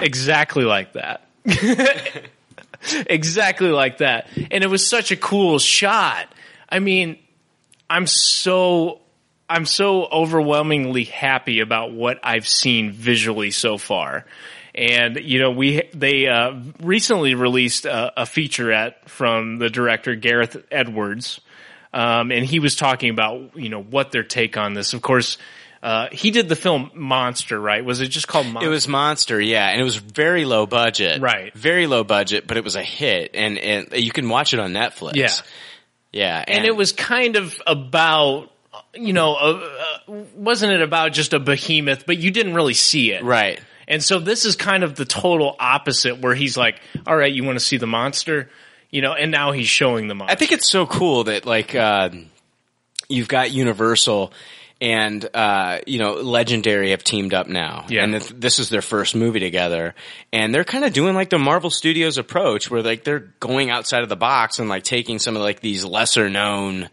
Exactly like that exactly like that. And it was such a cool shot. I mean, I'm so I'm so overwhelmingly happy about what I've seen visually so far. And you know, we they uh, recently released a, a featurette from the director Gareth Edwards, um, and he was talking about you know what their take on this. Of course, uh, he did the film Monster, right? Was it just called Monster? It was Monster, yeah, and it was very low budget, Right. Very low budget, but it was a hit, and and you can watch it on Netflix. Yeah. yeah, and, it was kind of about you know uh, uh, wasn't it about just a behemoth but you didn't really see it right. and so this is kind of the total opposite where he's like all right you want to see the monster you know and now he's showing the monster I think it's so cool that like uh, you've got Universal and uh, you know Legendary have teamed up now, Yeah. and th- this is their first movie together, and they're kind of doing like the Marvel Studios approach, where like they're going outside of the box and like taking some of like these lesser known.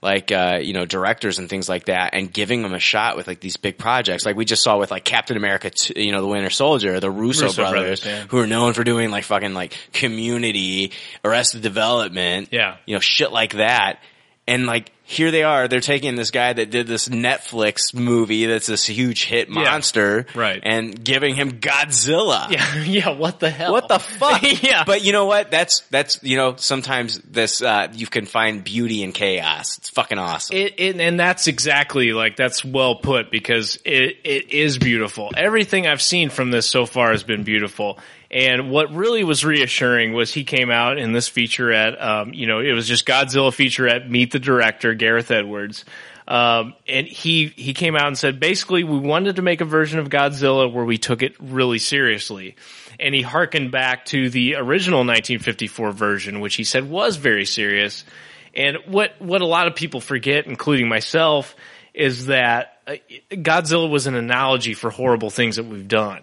Like uh, you know, directors and things like that, and giving them a shot with like these big projects, like we just saw with like Captain America, t- you know, the Winter Soldier, the Russo, Russo brothers, brothers, yeah. who are known for doing like fucking like Community, Arrested Development, Yeah. you know, shit like that. And like, here they are, they're taking this guy that did this Netflix movie that's this huge hit monster. Right. And giving him Godzilla. yeah yeah what the hell What the fuck? yeah But you know what? That's, that's, you know, sometimes this, uh, you can find beauty in chaos. It's fucking awesome. It, it, and that's exactly like that's well put because it, it is beautiful. Everything I've seen from this so far has been beautiful. And what really was reassuring was he came out in this featurette. Um, you know, it was just Godzilla featurette. Meet the director, Gareth Edwards. Um, and he he came out and said basically we wanted to make a version of Godzilla where we took it really seriously, and he harkened back to the original 1954 version, which he said was very serious. And what what a lot of people forget, including myself, is that uh, Godzilla was an analogy for horrible things that we've done.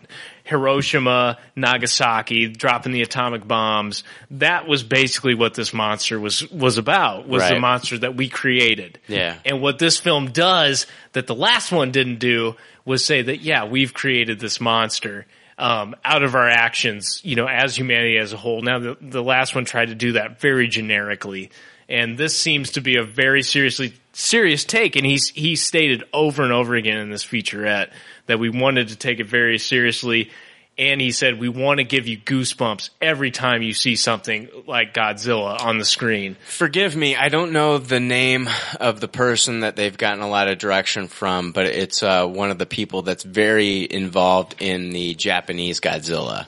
Hiroshima, Nagasaki, dropping the atomic bombs. That was basically what this monster was was about. Was the Right. monster that we created. Yeah. And what this film does that the last one didn't do was say that yeah, we've created this monster um, out of our actions, you know, as humanity as a whole. Now the the last one tried to do that very generically, and this seems to be a very seriously serious take. And he's he stated over and over again in this featurette that we wanted to take it very seriously. And he said, "We want to give you goosebumps every time you see something like Godzilla on the screen." Forgive me, I don't know the name of the person that they've gotten a lot of direction from, but it's uh, one of the people that's very involved in the Japanese Godzilla.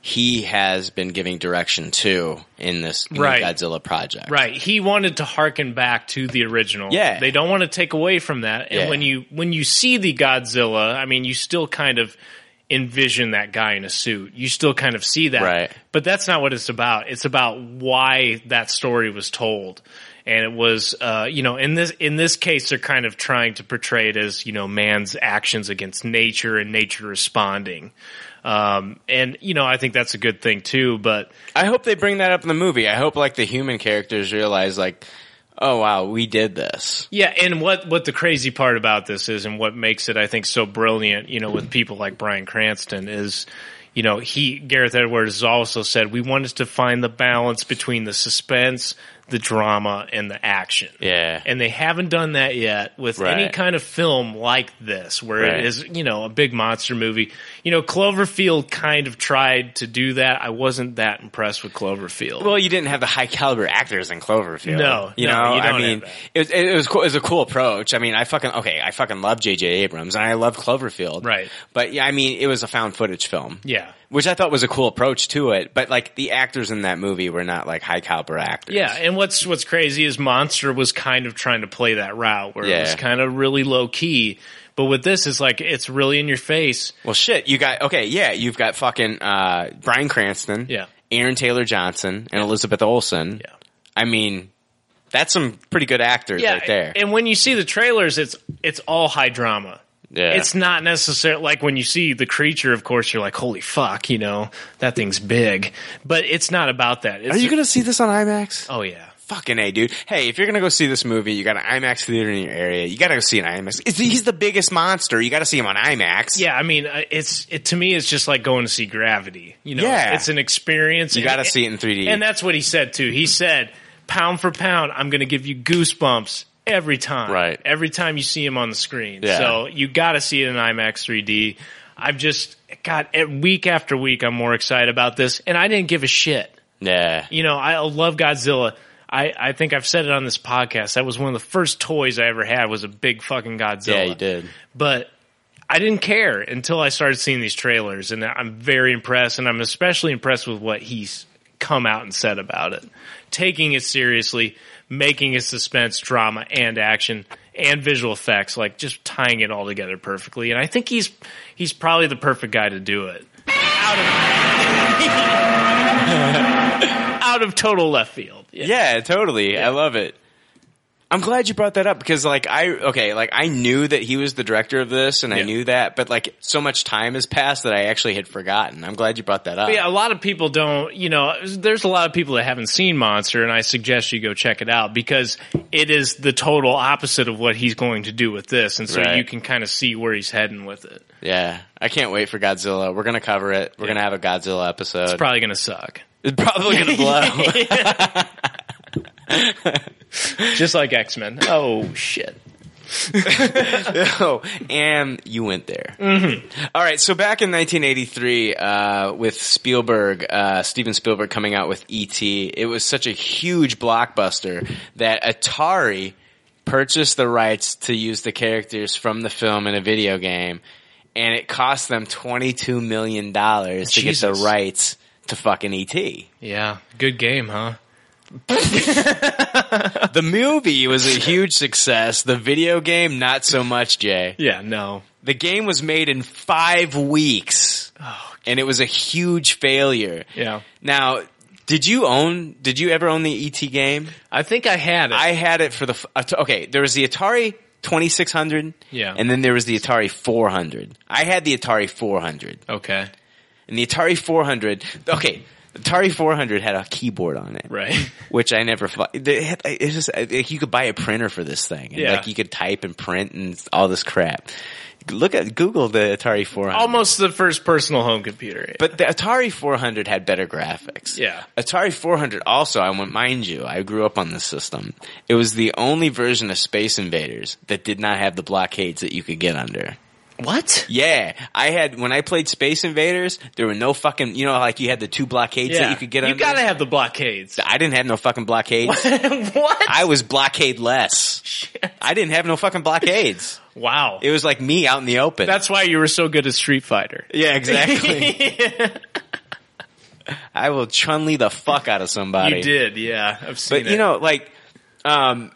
He has been giving direction too in this new Right. Godzilla project. Right. He wanted to harken back to the original. Yeah. They don't want to take away from that. And Yeah. when you when you see the Godzilla, I mean, you still kind of envision that guy in a suit. You still kind of see that. Right. But that's not what it's about. It's about why that story was told. And it was, uh, you know, in this in this case, they're kind of trying to portray it as you know man's actions against nature and nature responding. Um, and you know, I think that's a good thing too. But I hope they bring that up in the movie. I hope like the human characters realize like, oh wow, we did this. Yeah, and what what the crazy part about this is, and what makes it, I think, so brilliant, you know, with people like Brian Cranston is, you know, he Gareth Edwards has also said we wanted to find the balance between the suspense, the drama, and the action. Yeah. And they haven't done that yet with any Right. kind of film like this, where Right. it is, you know, a big monster movie. You know, Cloverfield kind of tried to do that. I wasn't that impressed with Cloverfield. Well, you didn't have the high caliber actors in Cloverfield. No, you no, know, you don't I mean, have it was, it was cool. It was a cool approach. I mean, I fucking okay. I fucking love J.J. Abrams and I love Cloverfield. Right. But yeah, I mean, it was a found footage film. Yeah. Which I thought was a cool approach to it, but like the actors in that movie were not like high caliber actors. Yeah, and what's what's crazy is Monster was kind of trying to play that route where it was Yeah. kind of really low key, but with this, it's like it's really in your face. Well, shit, you got okay. Yeah, you've got fucking uh, Brian Cranston, Yeah. Aaron Taylor Johnson, and Elizabeth Olsen. Yeah, I mean, that's some pretty good actors yeah, right there. and when you see the trailers, it's it's all high drama. yeah, It's not necessarily like when you see the creature, of course, you're like, holy fuck, you know, that thing's big. But it's not about that. It's Are you gonna see this on IMAX? Oh yeah. Fucking a dude. Hey, if you're gonna go see this movie, you got an IMAX theater in your area. You gotta go see an IMAX. It's, he's the biggest monster. You gotta see him on IMAX. Yeah, I mean, uh, it's it to me, it's just like going to see Gravity. You know, Yeah. it's an experience. You and- gotta see it in 3D. and that's what he said too. He said, "Pound for pound, I'm going to give you goosebumps every time. Right, every time you see him on the screen. Yeah. So you got to see it in IMAX 3D. I'm just, God, eh, week after week, I'm more excited about this, and I didn't give a shit. yeah. You know, I love Godzilla. I, I think I've said it on this podcast. That was one of the first toys I ever had was a big fucking Godzilla. Yeah, you did. But I didn't care until I started seeing these trailers, and I'm very impressed, and I'm especially impressed with what he's come out and said about it, taking it seriously, making it suspense, drama, and action, and visual effects, like just tying it all together perfectly. And I think he's he's probably the perfect guy to do it. Out of total left field. Yeah, totally. I love it. I'm glad you brought that up because like I okay, like I knew that he was the director of this and I Yeah. knew that, but like so much time has passed that I actually had forgotten. I'm glad you brought that up. But yeah, a lot of people don't, you know, there's a lot of people that haven't seen Monster, and I suggest you go check it out because it is the total opposite of what he's going to do with this. And so Right. you can kind of see where he's heading with it. Yeah. I can't wait for Godzilla. We're going to cover it. We're going to have a Godzilla episode. It's probably going to suck. It's probably going to blow. Just like X Men. Oh, shit. oh, and you went there. All right, so back in 1983, uh, with Spielberg, uh, Steven Spielberg coming out with E.T., it was such a huge blockbuster that Atari purchased the rights to use the characters from the film in a video game, and it cost them $22 million to get Jesus. the rights to fucking E E.T. Yeah. Good game, huh? the movie was a huge success. The video game, not so much, Jay. Yeah, no. The game was made in five weeks. and it was a huge failure. Oh, Yeah. Now, did you own, did you ever own the ET game? I think I had it. I had it for the, f- At- okay, there was the Atari 2600. Yeah. And then there was the Atari 400. I had the Atari 400. Okay. And the Atari 400, okay, the Atari 400 had a keyboard on it. Right. Which I never fu- they had- It's just, like, you could buy a printer for this thing. And, Yeah. Like you could type and print and all this crap. Look at, Google the Atari 400. Almost the first personal home computer. But the Atari 400 had better graphics. Yeah. Atari 400 also, I want, mind you, I grew up on this system. It was the only version of Space Invaders that did not have the blockades that you could get under. What? Yeah. I had, when I played Space Invaders, there were no fucking, you know, like you had the two blockades that you could get under. gotta have the blockades. I didn't have no fucking blockades. what? I was blockade less. I didn't have no fucking blockades. Wow. It was like me out in the open. That's why you were so good at Street Fighter. Yeah, exactly. I will Chun Li the fuck out of somebody. You did, yeah. I've seen But it. you know, like, um,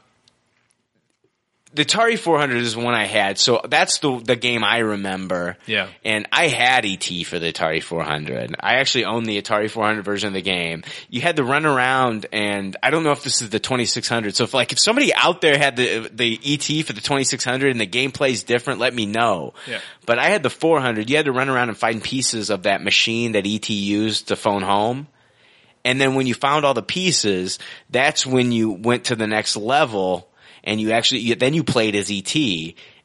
the Atari 400 is the one I had, so that's the the game I remember. Yeah. And I had ET for the Atari 400. I actually owned the Atari 400 version of the game. You had to run around, and I don't know if this is the 2600. So if like if somebody out there had the the ET for the 2600 and the gameplay's different, let me know. Yeah. But I had the 400. You had to run around and find pieces of that machine that ET used to phone home. And then when you found all the pieces, that's when you went to the next level and you actually, you, then you played as ET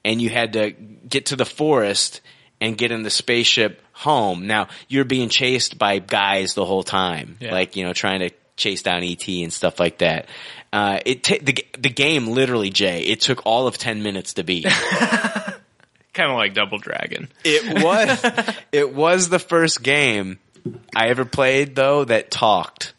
and you had to get to the forest and get in the spaceship home. Now you're being chased by guys the whole time, Yeah. like, you know, trying to chase down ET and stuff like that. Uh, it, ta the, g- the game literally, Jay, it took all of 10 minutes to beat. kind of like Double Dragon. It was it was the first game I ever played though that talked.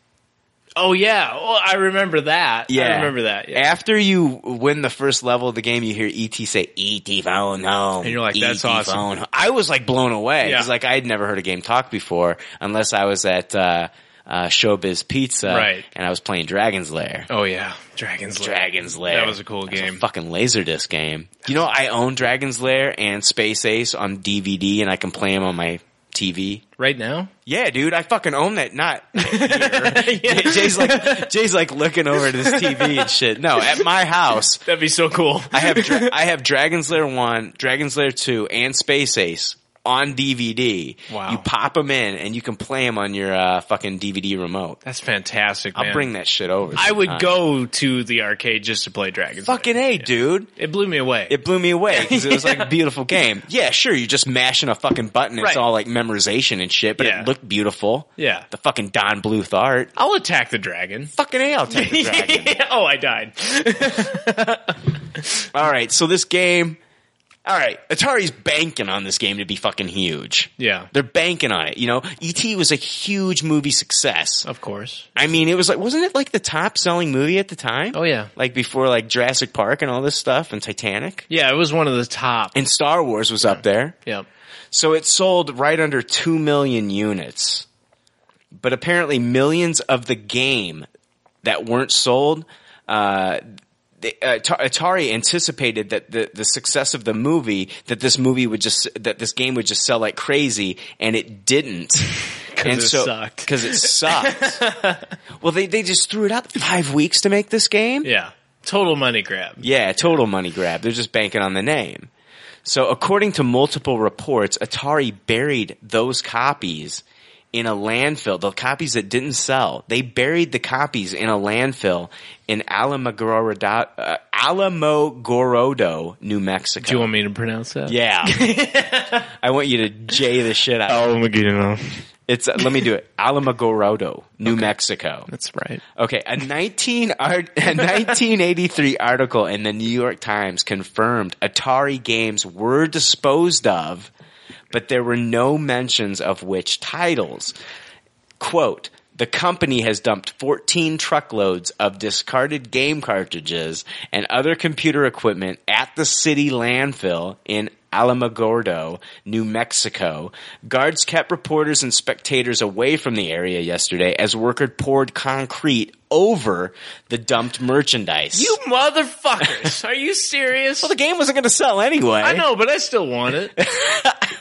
Oh yeah, well I remember that. Yeah, I remember that. Yeah. After you win the first level of the game, you hear ET say "ET phone home," And you're like, "That's "ET awesome." phone home." I was like blown away Yeah. because like I had never heard a game talk before, unless I was at uh, uh, Showbiz Pizza, Right. And I was playing Dragon's Lair. Oh yeah, Dragon's Lair. Dragon's Lair. That was a cool That's game. fucking laserdisc game. You know, I own Dragon's Lair and Space Ace on DVD, and I can play them on my TV. right now? Yeah, dude, I fucking own that. Not Jay- Jay's like Jay's like looking over at his TV and shit. No, at my house, that'd be so cool. I have Dra- I have Dragon's Lair one, Dragon's Lair two, and Space Ace on DVD. Wow. You pop them in and you can play them on your uh, fucking DVD remote. That's fantastic. I'll man. bring that shit over. I would sometime. go to the arcade just to play Dragon's. Fucking a, dude. It blew me away. It blew me away because it was like a beautiful game. Yeah, sure, you're just mashing a fucking button. It's Right. all like memorization and shit, but Yeah. it looked beautiful. Yeah. The fucking Don Bluth art. I'll attack the dragon. Fucking A, I'll take the dragon. oh, I died. All right, so this game. All right, Atari's banking on this game to be fucking huge. Yeah. They're banking on it, you know. ET was a huge movie success. Of course. I mean, it was like wasn't it like the top selling movie at the time? Oh yeah. Like before like Jurassic Park and all this stuff and Titanic. Yeah, it was one of the top. And Star Wars was up there. Yep. So it sold right under 2 million units. But apparently, millions of the game that weren't sold, uh, the, uh, Ta- Atari anticipated that the, the success of the movie, that this movie would just, that this game would just sell like crazy, and it didn't. 'Cause it sucked. Because it sucked. well, they, they just threw it out five weeks to make this game? Yeah. Total money grab. Yeah, total money grab. They're just banking on the name. So, according to multiple reports, Atari buried those copies in a landfill. The copies that didn't sell, they buried the copies in a landfill in Alamogordo, uh, Alamogordo New Mexico. Do you want me to pronounce that? yeah, I want you to J the shit out. Oh my goodness. It's uh, let me do it. Alamogordo, New Mexico. That's right. Okay, a 19 art, a 1983 article in the New York Times confirmed Atari games were disposed of, but there were no mentions of which titles. Quote, the company has dumped 14 truckloads of discarded game cartridges and other computer equipment at the city landfill in Alamogordo, New Mexico. Guards kept reporters and spectators away from the area yesterday as workers poured concrete over the dumped merchandise. You motherfuckers. Are you serious? well, the game wasn't going to sell anyway. I know, but I still want it.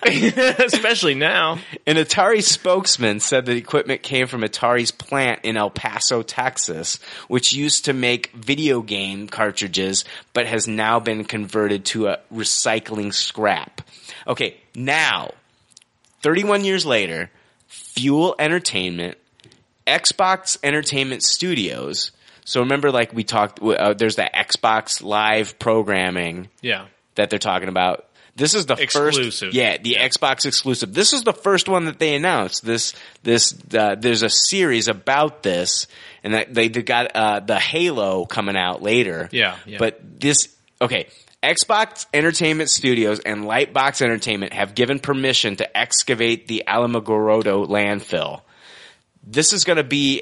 Especially now. An Atari spokesman said the equipment came from Atari's plant in El Paso, Texas, which used to make video game cartridges but has now been converted to a recycling scrap. Okay, now, 31 years later, Fuel Entertainment, Xbox Entertainment Studios. So remember, like we talked, uh, there's that Xbox Live programming Yeah. that they're talking about. This is the Exclusive. first, yeah, the Xbox exclusive. This is the first one that they announced. This, this, uh, there's a series about this, and that they they got uh, the Halo coming out later. Yeah, yeah. But this, okay, Xbox Entertainment Studios and Lightbox Entertainment have given permission to excavate the Alamogordo landfill. This is going to be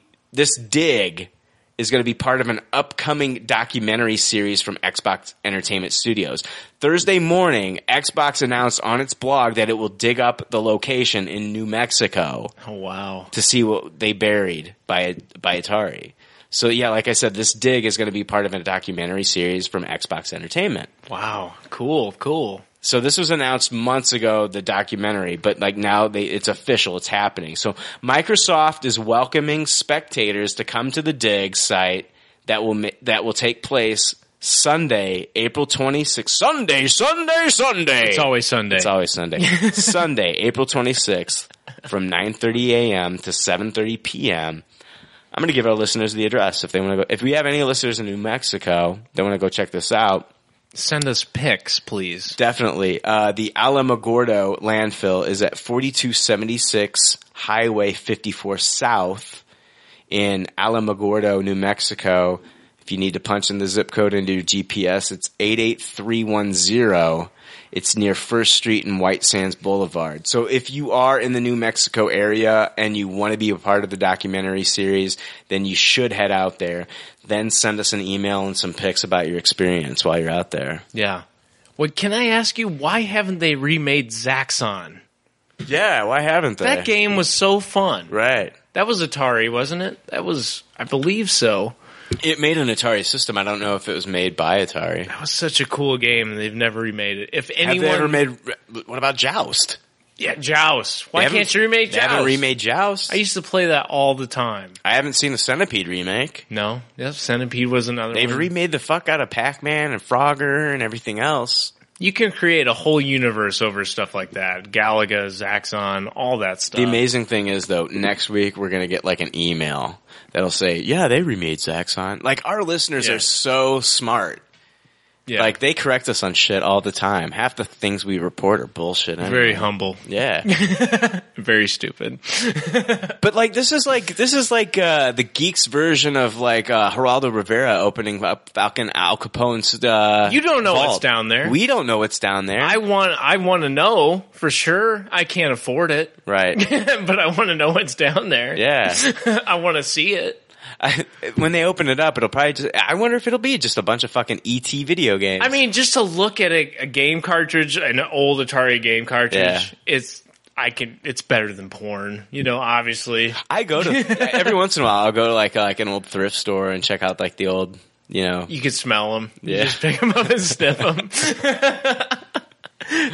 a this dig is going to be part of an upcoming documentary series from Xbox Entertainment Studios. Thursday morning, Xbox announced on its blog that it will dig up the location in New Mexico Oh, wow. to see what they buried by by Atari. So yeah, like I said, this dig is going to be part of a documentary series from Xbox Entertainment. Wow. Cool, cool. So this was announced months ago, the documentary, but like now they, it's official, it's happening. So Microsoft is welcoming spectators to come to the dig site that will, ma- that will take place Sunday, April 26th. Sunday, Sunday, Sunday. It's always Sunday. It's always Sunday. Sunday, April 26th from 9.30 a.m. to 7.30 p.m. I'm going to give our listeners the address if they want to go. If we have any listeners in New Mexico that want to go check this out, Send us pics, please. Definitely. Uh, the Alamogordo landfill is at 4276 Highway 54 South in Alamogordo, New Mexico. If you need to punch in the zip code into your GPS, it's 88310. It's near First Street and White Sands Boulevard. So if you are in the New Mexico area and you want to be a part of the documentary series, then you should head out there. Then send us an email and some pics about your experience while you're out there. Yeah. Well, can I ask you, why haven't they remade Zaxxon? Yeah, why haven't they? That game was so fun. Right. That was Atari, wasn't it? That was, I believe so. It made an Atari system. I don't know if it was made by Atari. That was such a cool game, and they've never remade it. If anyone Have they ever made? What about Joust? yeah, Joust. They Why haven't- can't you remake They Joust? haven't remade Joust. I used to play that all the time. I haven't seen the Centipede remake. No, yep, Centipede was another. They've one. remade the fuck out of Pac-Man and Frogger and everything else. you can create a whole universe over stuff like that. Galaga, Zaxxon, all that stuff. The amazing thing is though, next week we're gonna get like an email that'll say, "Yeah, they remade Zaxxon." Like our listeners Yeah. are so smart. Yeah. Like they correct us on shit all the time. Half the things we report are bullshit. anyway. Very humble. Yeah. Very stupid. But like this is like this is like uh, the geeks version of like uh, Geraldo Rivera opening up Falcon Al Capone's. Uh, You don't know vault. what's down there. We don't know what's down there, I want. I want to know for sure. I can't afford it, right? but I want to know what's down there. Yeah. I want to see it. I, when they open it up, it'll probably. Just, I wonder if it'll be just a bunch of fucking ET video games. I mean, just to look at a, a game cartridge, an old Atari game cartridge, Yeah. it's I can. It's better than porn, you know. Obviously, I go to every once in a while. I'll go to like like an old thrift store and check out like the old, you know. you can smell them. Yeah. You just pick them up and sniff them.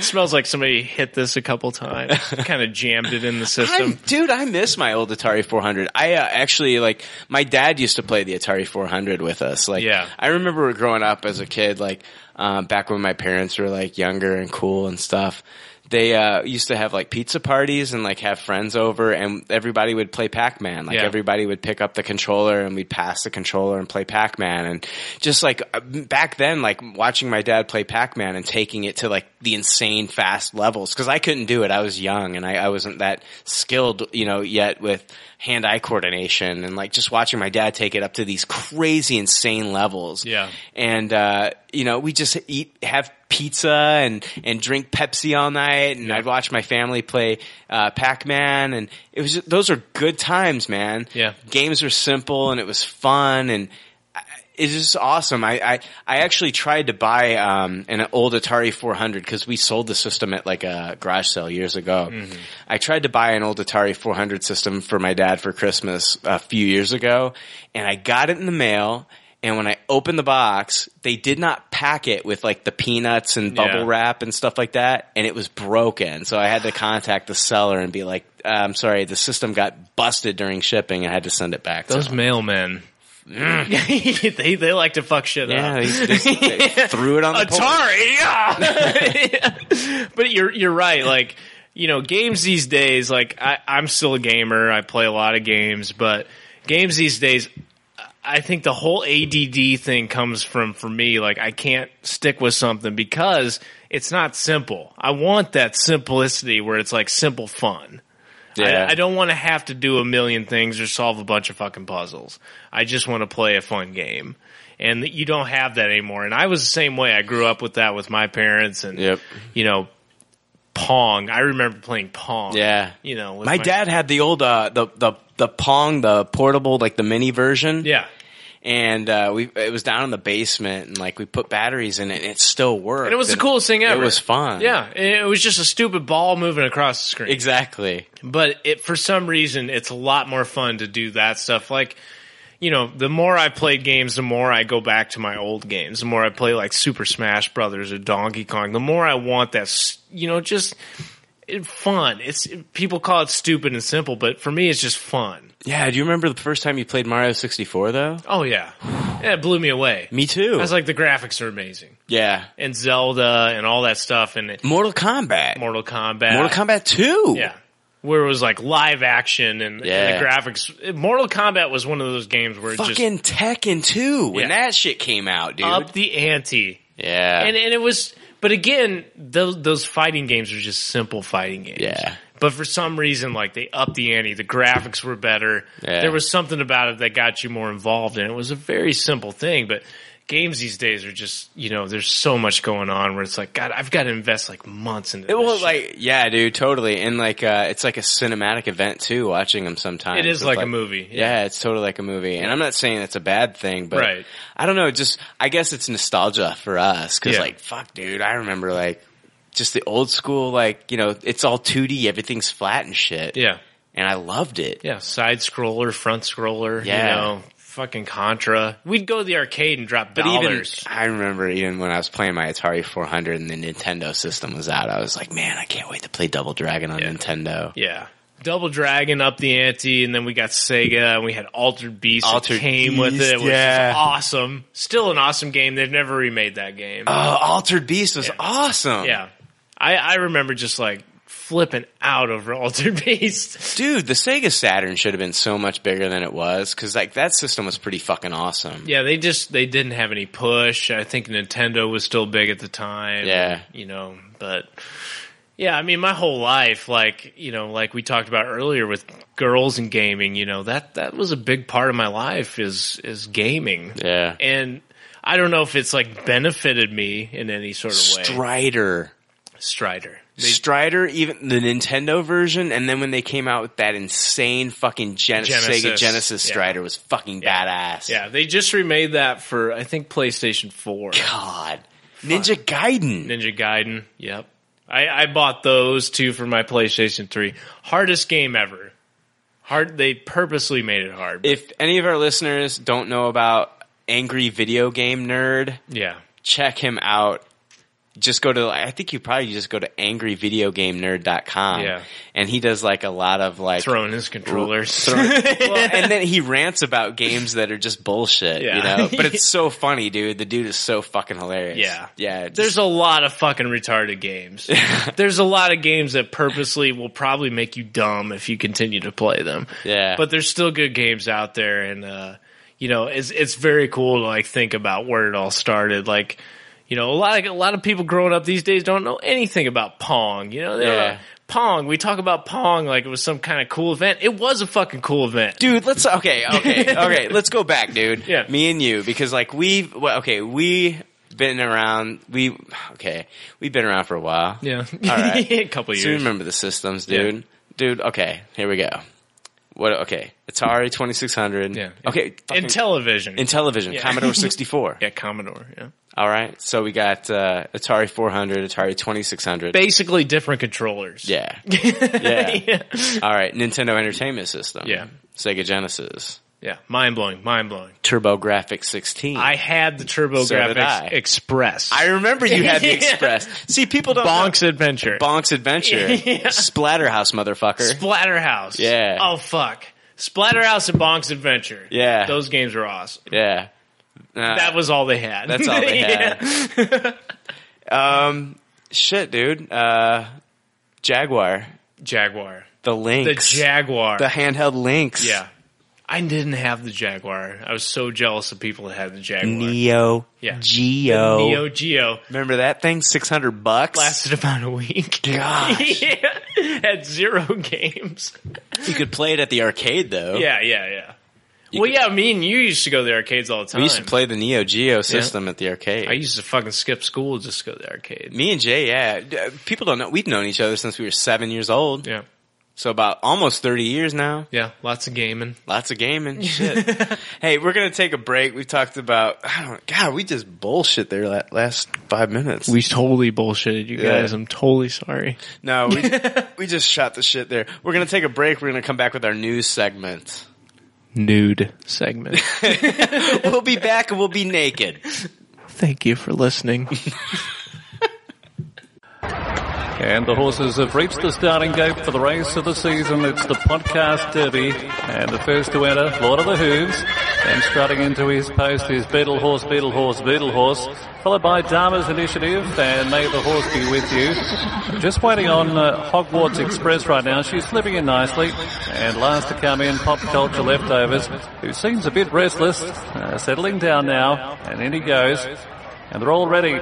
smells like somebody hit this a couple times, kind of jammed it in the I, system. dude, I miss my old Atari 400. I uh, actually like my dad used to play the Atari 400 with us. Like, Yeah. I remember growing up as a kid, like um, back when my parents were like younger and cool and stuff. They uh, used to have like pizza parties and like have friends over, and everybody would play Pac Man. Like Yeah. everybody would pick up the controller and we'd pass the controller and play Pac Man. And just like uh, back then, like watching my dad play Pac Man and taking it to like the insane fast levels because I couldn't do it. I was young and I, I wasn't that skilled, you know, yet with hand eye coordination and like just watching my dad take it up to these crazy insane levels. Yeah. And, uh, you know, we just eat, have pizza and, and drink Pepsi all night. And I'd watch my family play, uh, Pac-Man. And it was, just, those are good times, man. Yeah. Games were simple and it was fun and, I- it's just awesome. I, I, I actually tried to buy um, an old Atari 400 because we sold the system at like a garage sale years ago. Mm-hmm. I tried to buy an old Atari 400 system for my dad for Christmas a few years ago, and I got it in the mail. And when I opened the box, they did not pack it with like the peanuts and bubble Yeah. wrap and stuff like that, and it was broken. So I had to contact the seller and be like, uh, "I'm sorry, the system got busted during shipping. I had to send it back." Those So- mailmen. they they like to fuck shit Yeah, up. they just- they threw it on the pole. Atari. yeah. but you're you're right. Like you know, games these days. Like I, I'm still a gamer. I play a lot of games, but games these days. I think the whole ADD thing comes from for me. Like I can't stick with something because it's not simple. I want that simplicity where it's like simple fun. Yeah. I, I don't want to have to do a million things or solve a bunch of fucking puzzles. I just want to play a fun game. And you don't have that anymore. And I was the same way. I grew up with that with my parents and, you know, Pong. I remember playing Pong. Yeah. You know, with my, dad had the old uh, the the the Pong, the portable, like the mini version. Yeah. And uh, we it was down in the basement, and like we put batteries in it, and it still worked. And it was the coolest thing ever. It was fun. Yeah. It was just a stupid ball moving across the screen. exactly. but it for some reason it's a lot more fun to do that stuff like you know the more i play games the more i go back to my old games the more i play like super smash brothers or donkey kong the more i want that s- you know just it, fun it's people call it stupid and simple but for me it's just fun Yeah. Do you remember the first time you played Mario sixty four though? oh yeah yeah it blew me away Me too. i was like the graphics are amazing yeah. and zelda and all that stuff and it- Mortal Kombat. mortal kombat Mortal Kombat two. Yeah. Where it was like live action and, and Yeah. the graphics. Mortal Kombat was one of those games where it Fucking Tekken two when Yeah. Uh, that shit came out, just dude. up the ante. yeah. And and it was but again, those those fighting games were just simple fighting games. yeah. But for some reason, like they upped the ante, the graphics were better. Yeah. There was something about it that got you more involved, and it was a very simple thing. But games these days are just, you know, there's so much going on where it's like, God, I've got to invest like months into. It this was shit. like yeah, dude, totally, and like uh, it's like a cinematic event too. Watching them sometimes, It is It's like a movie, Yeah. yeah. it's totally like a movie, and I'm not saying it's a bad thing, but Right. I don't know. Just I guess it's nostalgia for us because Yeah. like fuck, dude, I remember like just the old school, like you know, it's all 2D, everything's flat and shit. yeah. and I loved it. Yeah, side scroller, front scroller, Yeah. you know, fucking Contra. We'd go to the arcade and drop But dollars. even I remember even when I was playing my Atari 400 and the Nintendo system was out, I was like, man, I can't wait to play Double Dragon on Nintendo. yeah. Double Dragon up the ante, and then we got Sega, and we had Altered Beast. that Altered came with Beast, it, which yeah. is awesome. Still an awesome game. They've never remade that game. Oh, Altered Beast was awesome. yeah, I, I remember just like flipping out over Altered Beast. Dude, the Sega Saturn should have been so much bigger than it was because like that system was pretty fucking awesome. Yeah, they just they didn't have any push. I think Nintendo was still big at the time. Yeah. you know, but yeah, I mean, my whole life, like you know, like we talked about earlier with girls and gaming, you know that that was a big part of my life is is gaming, Yeah. and I don't know if it's like benefited me in any sort of way. Strider. Strider, Strider, even the Nintendo version, and then when they came out with that insane fucking Gen- Genesis. Sega Genesis Yeah. Strider was fucking badass. yeah, they just remade that for I think PlayStation Four. God. Ninja Gaiden. Ninja Gaiden. Yep. I, I bought those two for my PlayStation 3. Hardest game ever. Hard. They purposely made it hard. If any of our listeners don't know about Angry Video Game Nerd, yeah. check him out. Just go to, I think you probably just go to angryvideogamenerd.com. Yeah. And he does like a lot of like Throwing his controllers. well, and then he rants about games that are just bullshit, you Yeah. know. But it's so funny, dude. The dude is so fucking hilarious. Yeah. yeah. There's a lot of fucking retarded games. There's a lot of games that purposely will probably make you dumb if you continue to play them. Yeah. But there's still good games out there and uh you know, it's it's very cool to like think about where it all started. Like, you know, a lot of a lot of people growing up these days don't know anything about Pong, you know. They don't Yeah. know- Pong, we talk about Pong like it was some kind of cool event. It was a fucking cool event. dude. Let's okay, okay, okay. let's go back, dude. Yeah. me and you because like we've well, okay, we've been around. We okay, we've been around for a while. Yeah. All right. a couple So years. you remember the systems, dude. Dude, okay, here we go. What? Okay, Atari twenty six hundred. Yeah. Okay, fucking- in television. in television, Yeah. Commodore sixty four. yeah, Commodore, yeah. All right. So we got uh, Atari 400, Atari 2600. Basically different controllers. yeah. yeah. All right. Nintendo Entertainment System. Yeah. Sega Genesis. Yeah, mind blowing, mind blowing. TurboGrafx 16. I had the TurboGrafx I. Express. I remember you had the Yeah. Express. See, people don't Bonk's Adventure. Bonk's Adventure. Yeah. Splatterhouse, motherfucker. Splatterhouse. Yeah. Oh fuck. Splatterhouse and Bonk's Adventure. Yeah. Those games were awesome. yeah. Uh, that was all they had. That's all they had. Yeah. um, shit, dude. Uh, Jaguar. Jaguar. The The Lynx. Jaguar. The handheld Lynx. yeah. I didn't have the Jaguar. I was so jealous of people that had the Jaguar. Neo. Yeah. Geo. The Neo Geo. Remember that thing? 600 bucks? Lasted about a week. God. yeah. Had zero games. You could play it at the arcade, though. Yeah, yeah, yeah. well, yeah, me and you used to go to the arcades all the time. We used to play the Neo Geo system at the arcade. I used to fucking skip school just to go to the arcade. Me and Jay, yeah. D- uh, People don't know. We've known each other since we were seven years old. Yeah. So about almost 30 years now. Yeah, lots of gaming. Lots of gaming. Shit. hey, we're going to take a break. We talked about, I don't God, we just bullshit there la- last five minutes. We totally bullshitted you Yeah. guys. I'm totally sorry. no, we, we just shot the shit there. We're going to take a break. We're going to come back with our news segment. Nude segment. we'll be back and we'll be naked. Thank you for listening. And the horses have reached the starting gate for the race of the season. It's the podcast derby. And the first to enter, Lord of the Hooves. And strutting into his post is Beetle Horse, Beetle Horse, Beetle Horse. Followed by Dharma's Initiative and May the Horse Be With You. Just waiting on uh, Hogwarts Express right now. She's slipping in nicely. And last to come in, Pop Culture Leftovers, who seems a bit restless. Uh, settling down now. And in he goes. And they're all ready.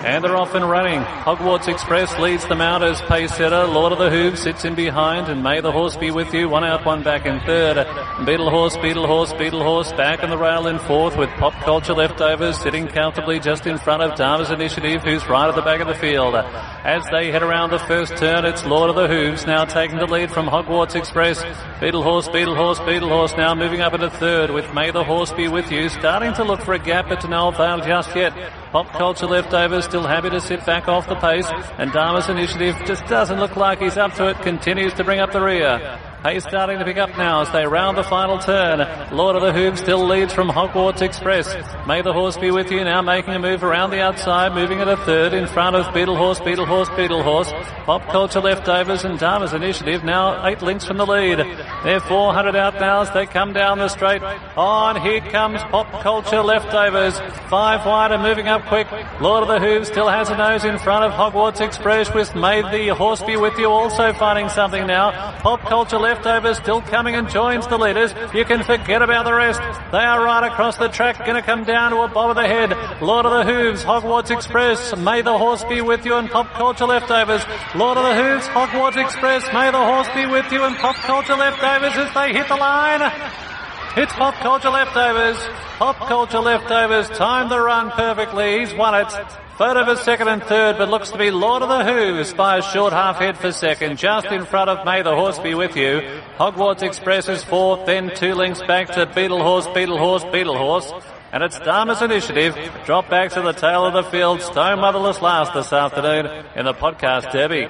And they're off and running. Hogwarts Express leads them out as pace setter. Lord of the Hooves sits in behind and may the horse be with you. One out, one back in third. Beetle horse, beetle horse, beetle horse back on the rail in fourth with pop culture leftovers sitting comfortably just in front of Dharma's initiative who's right at the back of the field. As they head around the first turn, it's Lord of the Hooves now taking the lead from Hogwarts Express. Beetle horse, beetle horse, beetle horse now moving up into third with may the horse be with you. Starting to look for a gap but to no avail just yet. Pop culture leftovers still happy to sit back off the pace, and Dharma's initiative just doesn't look like he's up to it, continues to bring up the rear. Hayes starting to pick up now as they round the final turn. Lord of the Hooves still leads from Hogwarts Express. May the horse be with you now making a move around the outside, moving at a third in front of Beetle Horse, Beetle Horse, Beetle Horse. Pop Culture Leftovers and Dharma's Initiative now eight links from the lead. They're 400 out now as they come down the straight. On here comes Pop Culture Leftovers. Five wide and moving up quick. Lord of the Hooves still has a nose in front of Hogwarts Express with May the Horse Be With You also finding something now. Pop Culture Leftovers still coming and joins the leaders. You can forget about the rest. They are right across the track, gonna come down to a bob of the head. Lord of the Hooves, Hogwarts Express, May the Horse Be With You and Pop Culture Leftovers. Lord of the Hooves, Hogwarts Express, May the Horse Be With You and Pop Culture Leftovers as they hit the line. It's Pop Culture Leftovers. Pop Culture Leftovers timed the run perfectly. He's won it. Third of a second and third, but looks to be Lord of the Hooves by a short half head for second, just in front of May the Horse Be With You. Hogwarts Express is fourth, then two links back to Beetle Horse, Beetle Horse, Beetle Horse. And it's Dharma's initiative. Drop back to the tail of the field. Stone motherless last this afternoon in the podcast derby.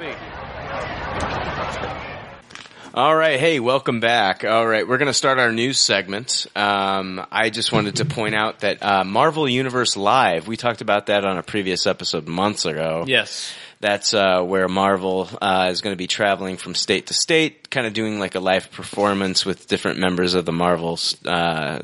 All right, hey, welcome back. All right, we're going to start our news segment. Um, I just wanted to point out that uh, Marvel Universe Live, we talked about that on a previous episode months ago. Yes. That's uh, where Marvel uh, is going to be traveling from state to state, kind of doing like a live performance with different members of the Marvels, uh,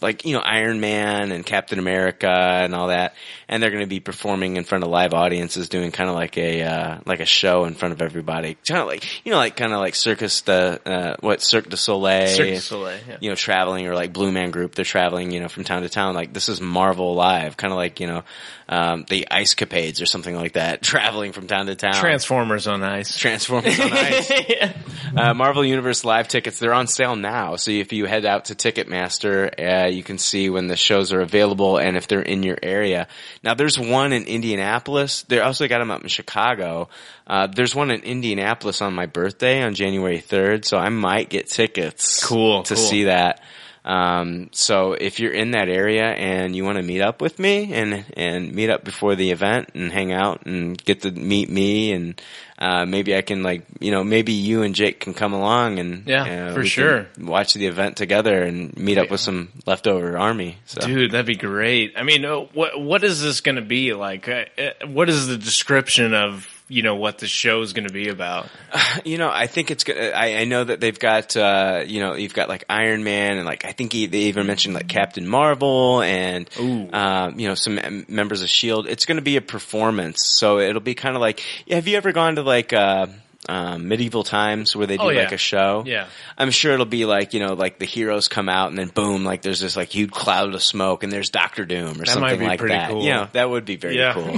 like, you know, Iron Man and Captain America and all that. And they're going to be performing in front of live audiences, doing kind of like a, uh, like a show in front of everybody. Kind of like, you know, like kind of like Circus the, uh, what, Cirque du Soleil. Cirque du Soleil, yeah. You know, traveling or like Blue Man Group, they're traveling, you know, from town to town. Like this is Marvel Live, kind of like, you know, um, the Ice Capades or something like that, traveling from town to town. Transformers on ice. Transformers on ice. uh, Marvel Universe Live tickets, they're on sale now. So if you head out to Ticketmaster, uh, you can see when the shows are available and if they're in your area. Now there's one in Indianapolis. They also got them up in Chicago. Uh, there's one in Indianapolis on my birthday on January 3rd. So I might get tickets. Cool, To cool. see that. Um, so if you're in that area and you want to meet up with me and and meet up before the event and hang out and get to meet me and uh, maybe I can like you know maybe you and Jake can come along and Yeah, uh, for we can sure. watch the event together and meet up with some leftover army. So. Dude, that'd be great. I mean, uh, what what is this going to be like? Uh, uh, What is the description of you know what the show is going to be about? you know, I think it's. go- I, I know that they've got. Uh, you know, you've got like Iron Man, and like I think he, they even mentioned like Captain Marvel, and um, you know some m- members of Shield. E It's going to be a performance, so it'll be kind of like. Have you ever gone to like uh, um, medieval times where they do Oh, yeah. like a show? Yeah. I'm sure it'll be like you know, like the heroes come out, and then boom, like there's this like huge cloud of smoke, and there's Doctor Doom or That something might be like pretty that. cool. You know, that would be very Yeah. cool.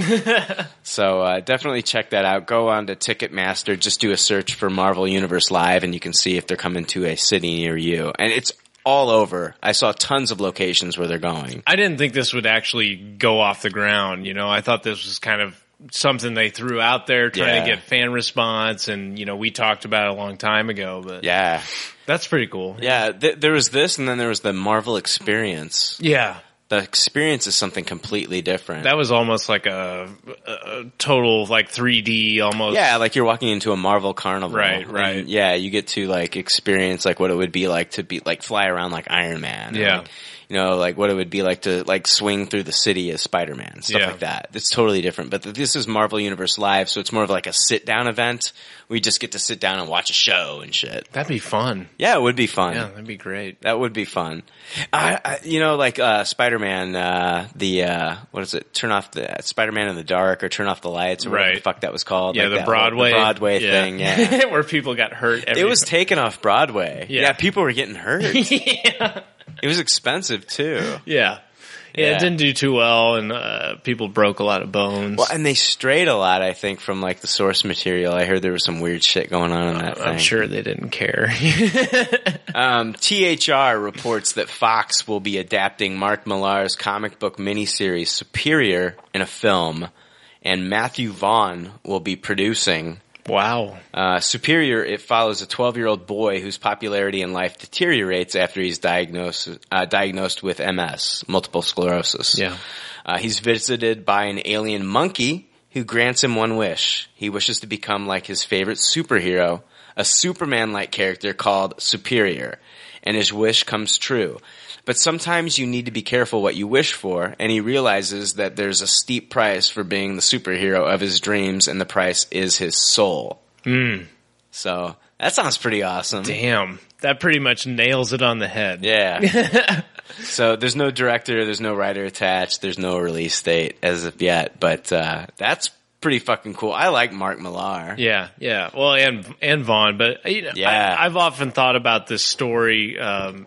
So uh, definitely check that out. Go on to Ticketmaster, just do a search for Marvel Universe Live, and you can see if they're coming to a city near you. And it's all over. I saw tons of locations where they're going. I didn't think this would actually go off the ground. You know, I thought this was kind of something they threw out there trying to Yeah. get fan response, and you know, we talked about it a long time ago, but Yeah, that's pretty cool. yeah. Th- there was this, and then there was the Marvel Experience. Yeah. The experience is something completely different. That was almost like a, a- a total like 3D almost. yeah, like you're walking into a Marvel carnival, Right, right. yeah, you get to like experience like what it would be like to be like fly around like Iron Man. and, Yeah. like, you know, like what it would be like to like swing through the city as Spider Man, stuff Yeah. like that. It's totally different. But th- this is Marvel Universe Live, so it's more of like a sit down event. We just get to sit down and watch a show and shit. That'd be fun. Yeah, it would be fun. Yeah, that'd be great. That would be fun. I, I you know, like uh, Spider Man, uh, the uh, what is it? Turn off the Spider Man in the dark or turn off the lights or whatever the Right. fuck that was called. yeah, like the that whole- Broadway, Broadway yeah. thing. Yeah, where people got hurt. Every it was taken off Broadway. Yeah. Yeah, people were getting hurt. It was expensive too. Yeah. Yeah, Yeah. it didn't do too well, and uh, people broke a lot of bones. Well, and they strayed a lot, I think, from like the source material. I heard there was some weird shit going on in that I'm thing. sure they didn't care. um, THR reports that Fox will be adapting Mark Millar's comic book miniseries Superior in a film, and Matthew Vaughn will be producing. Wow. Uh, Superior, it follows a 12 year old boy whose popularity in life deteriorates after he's diagnosed, uh, diagnosed with MS, multiple sclerosis. Yeah. Uh, he's visited by an alien monkey who grants him one wish. He wishes to become like his favorite superhero, a Superman like character called Superior. And his wish comes true. But sometimes you need to be careful what you wish for, and he realizes that there's a steep price for being the superhero of his dreams, and the price is his soul. Mm. So that sounds pretty awesome. Damn, that pretty much nails it on the head. Yeah. so there's no director, there's no writer attached, there's no release date as of yet, but uh, that's pretty fucking cool. I like Mark Millar. Yeah, yeah. Well, and and Vaughn, but you know, Yeah. I, I've often thought about this story, um,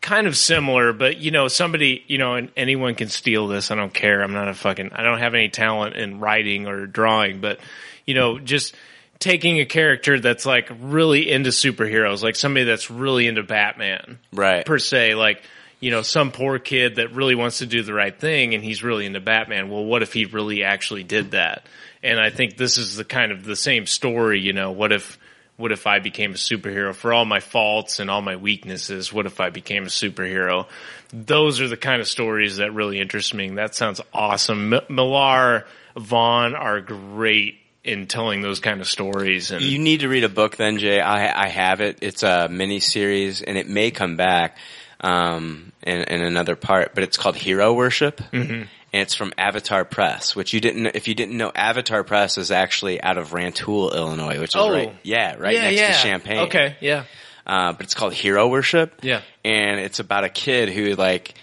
kind of similar, but you know, somebody, you know, and anyone can steal this. I don't care. I'm not a fucking. I don't have any talent in writing or drawing, but you know, just taking a character that's like really into superheroes, like somebody that's really into Batman, right? Per se, like. You know, some poor kid that really wants to do the right thing and he's really into Batman. Well, what if he really actually did that? and I think this is the kind of the same story. You know, what if what if I became a superhero for all my faults and all my weaknesses? What if I became a superhero? Those are the kind of stories that really interest me. and That sounds awesome. M- Millar Vaughn are great in telling those kind of stories. And You need to read a book then, Jay. I, I have it. It's a mini series and it may come back um, in, in another part, but it's called Hero Worship. Mhm. And it's from Avatar Press, which you didn't. If you didn't know, Avatar Press is actually out of Rantoul, Illinois, which is Oh. right, yeah, right Yeah, next yeah. to Champaign. Okay, yeah. uh, but it's called Hero Worship. Yeah. and it's about a kid who like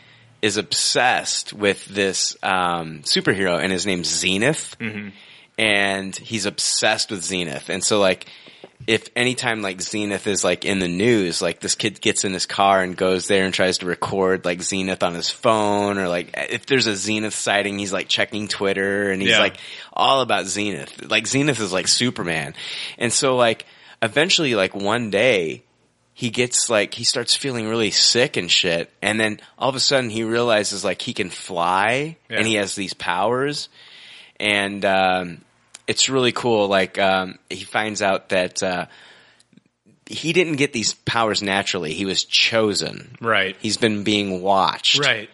is obsessed with this um, superhero, and his name's Zenith, Mhm. and he's obsessed with Zenith, and so like. If anytime like Zenith is like in the news, like this kid gets in his car and goes there and tries to record like Zenith on his phone or like if there's a Zenith sighting, he's like checking Twitter and he's Yeah. like all about Zenith. Like Zenith is like Superman. And so like eventually like one day he gets like he starts feeling really sick and shit and then all of a sudden he realizes like he can fly and he has these powers and um it's really cool like um he finds out that uh he didn't get these powers naturally. He was chosen. Right. He's been being watched. Right.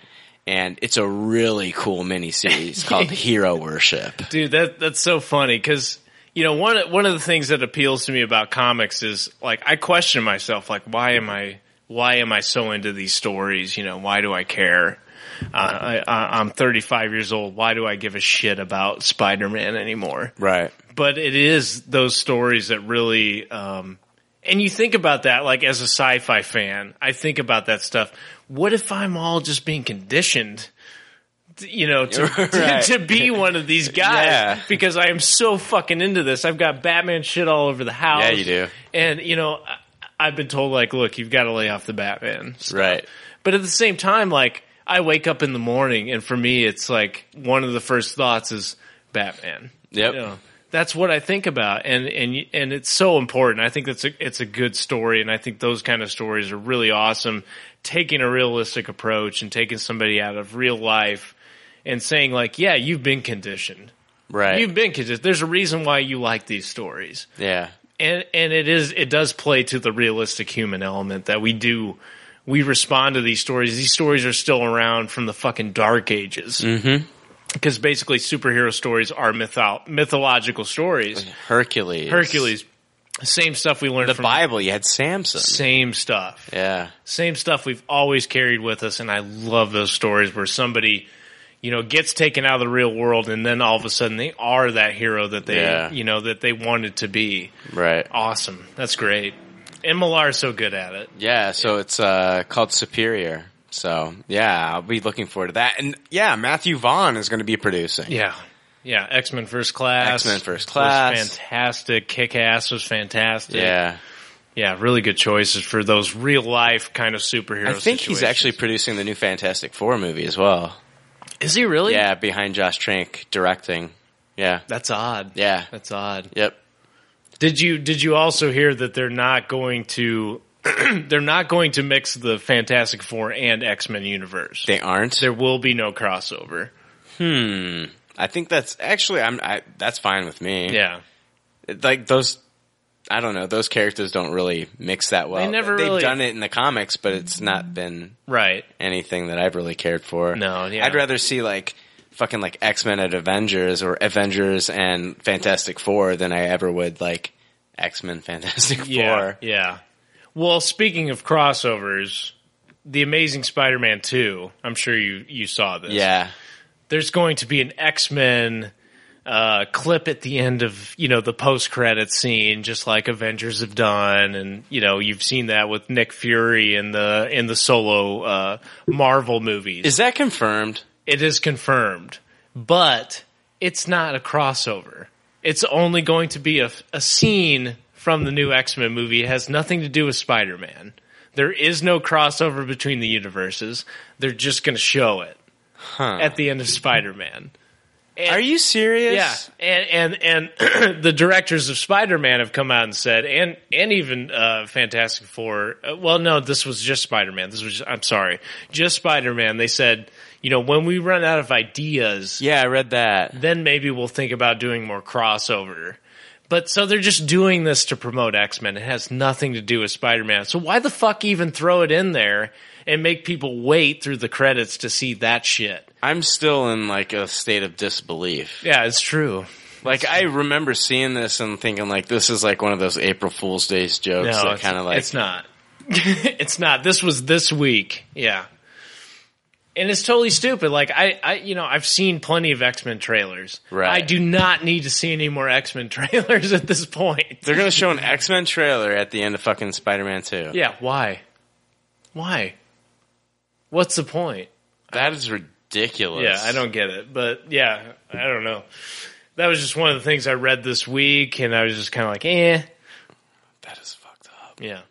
And it's a really cool miniseries called Hero Worship. Dude, that that's so funny because you know one of- one of the things that appeals to me about comics is like I question myself like why am I why am I so into these stories? You know, why do I care? Uh, I, I, I'm 35 years old. Why do I give a shit about Spider-Man anymore? Right. But it is those stories that really, um, and you think about that like as a sci-fi fan. I think about that stuff. What if I'm all just being conditioned? you know, to, Right. to, be one of these guys Yeah. because I am so fucking into this. I've got Batman shit all over the house. Yeah, you do. And, you know, I, I've been told, like, look, you've got to lay off the Batman. stuff. Right. But at the same time, like, I wake up in the morning and for me, it's like one of the first thoughts is Batman. Yep. You know, that's what I think about, and and y- and it's so important. I think that's a it's a good story, and I think those kind of stories are really awesome. Taking a realistic approach and taking somebody out of real life and saying like, yeah, you've been conditioned, Right. You've been conditioned. There's a reason why you like these stories, Yeah. and and it is it does play to the realistic human element that we do. We respond to these stories. These stories are still around from the fucking dark ages Mm-hmm. because basically superhero stories are mytho- mythological stories. Hercules. Hercules, same stuff we learned The from Bible. You had Samson. Same stuff. Yeah. Same stuff we've always carried with us, and I love those stories where somebody, you know, gets taken out of the real world, and then all of a sudden they are that hero that they, Yeah. you know, that they wanted to be. Right. Awesome. That's great. And Millar is so good at it. Yeah, so it's uh, called Superior. So yeah, I'll be looking forward to that. And yeah, Matthew Vaughn is going to be producing. Yeah. Yeah, X Men First Class. X-Men First was Class. fantastic. Kick Ass was fantastic. Yeah. Yeah, really good choices for those real life kind of superhero. I think he's situations. actually producing the new Fantastic Four movie as well. Is he really? Yeah, behind Josh Trank directing. Yeah, that's odd. Yeah, that's odd. Yep. Did you did you also hear that they're not going to they're not going to mix the Fantastic Four and X Men universe? They aren't. There will be no crossover. Hmm. I think that's actually I'm. I, that's fine with me. Yeah. It- Like those. I don't know. Those characters don't really mix that well. They never They've really- done it in the comics, but it's not been right anything that I've really cared for. No, yeah. I'd rather see like fucking like X Men at Avengers or Avengers and Fantastic Four than I ever would like X Men Fantastic Four. Yeah, yeah. Well, speaking of crossovers, the Amazing Spider-Man two. I'm sure you you saw this. Yeah. there's going to be an X Men uh, clip at the end of you know the post credit scene, just like Avengers have done, and you know you've seen that with Nick Fury in the in the solo uh, Marvel movies. Is that confirmed? It is confirmed, but it's not a crossover. It's only going to be a, a scene from the new X Men movie. It has nothing to do with Spider Man. There is no crossover between the universes. They're just going to show it Huh. at the end of Spider Man. Are you serious? Yeah, and and and the directors of Spider Man have come out and said, and and even uh, Fantastic Four. Uh, well, no, this was just Spider Man. This was just, I'm sorry, just Spider Man. They said, you know, when we run out of ideas, yeah, I read that. Then maybe we'll think about doing more crossover. But so they're just doing this to promote X Men. It has nothing to do with Spider Man. So why the fuck even throw it in there and make people wait through the credits to see that shit? I'm still in like a state of disbelief. Yeah, it's true. Like I remember seeing this and thinking like this is like one of those April Fool's Day jokes that it's- kind of like it's not. it's not. This was this week. Yeah. And it's totally stupid. Like I, I, you know, I've seen plenty of X Men trailers. Right. I do not need to see any more X Men trailers at this point. They're gonna show an X Men trailer at the end of fucking Spider Man Two. Yeah. Why? Why? What's the point? That is ridiculous. Yeah, I don't get it. But yeah, I don't know. That was just one of the things I read this week, and I was just kind of like, eh. That is fucked up. Yeah.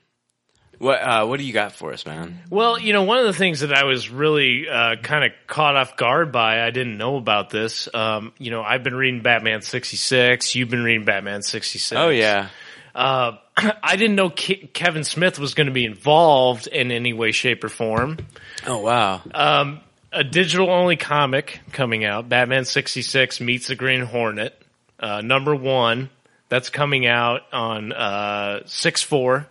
What uh, What do you got for us, man? Well, you know, one of the things that I was really uh, kind of caught off guard by, I didn't know about this. Um, you know, I've been reading Batman 66. You've been reading Batman 66. Oh, yeah. Uh, I didn't know Ke- Kevin Smith was going to be involved in any way, shape, or form. Oh wow. Um, a digital only comic coming out. Batman 66 meets the Green Hornet. Uh, number one. That's coming out on uh, 6 4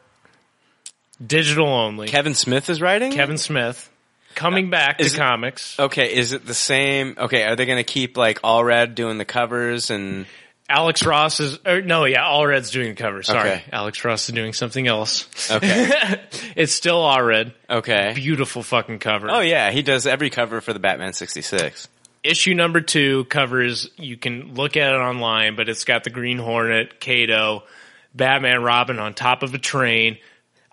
Digital only. Kevin Smith is writing. Kevin Smith coming back to is it- comics. Okay, is it the same? Okay, are they going to keep like All Red doing the covers and Alex Ross is or no, yeah, All Red's doing the cover. Sorry, Okay. Alex Ross is doing something else. Okay. it's still All Red. Okay, beautiful fucking cover. Oh yeah, he does every cover for the Batman sixty six. Issue number two covers. You can look at it online, but it's got the Green Hornet, Kato, Batman, Robin on top of a train.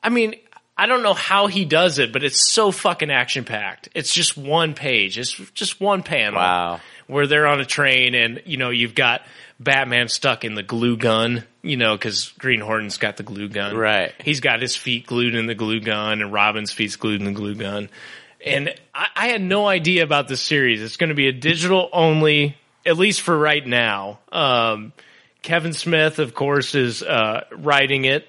I mean, I don't know how he does it, but it's so fucking action packed. It's just one page. It's just one panel. Wow. Where they're on a train and, you know, you've got Batman stuck in the glue gun, you know, cause Green Horton's got the glue gun. Right. He's got his feet glued in the glue gun and Robin's feet's glued in the glue gun. And I, I had no idea about this series. It's going to be a digital only, at least for right now. Um, Kevin Smith, of course, is uh, writing it,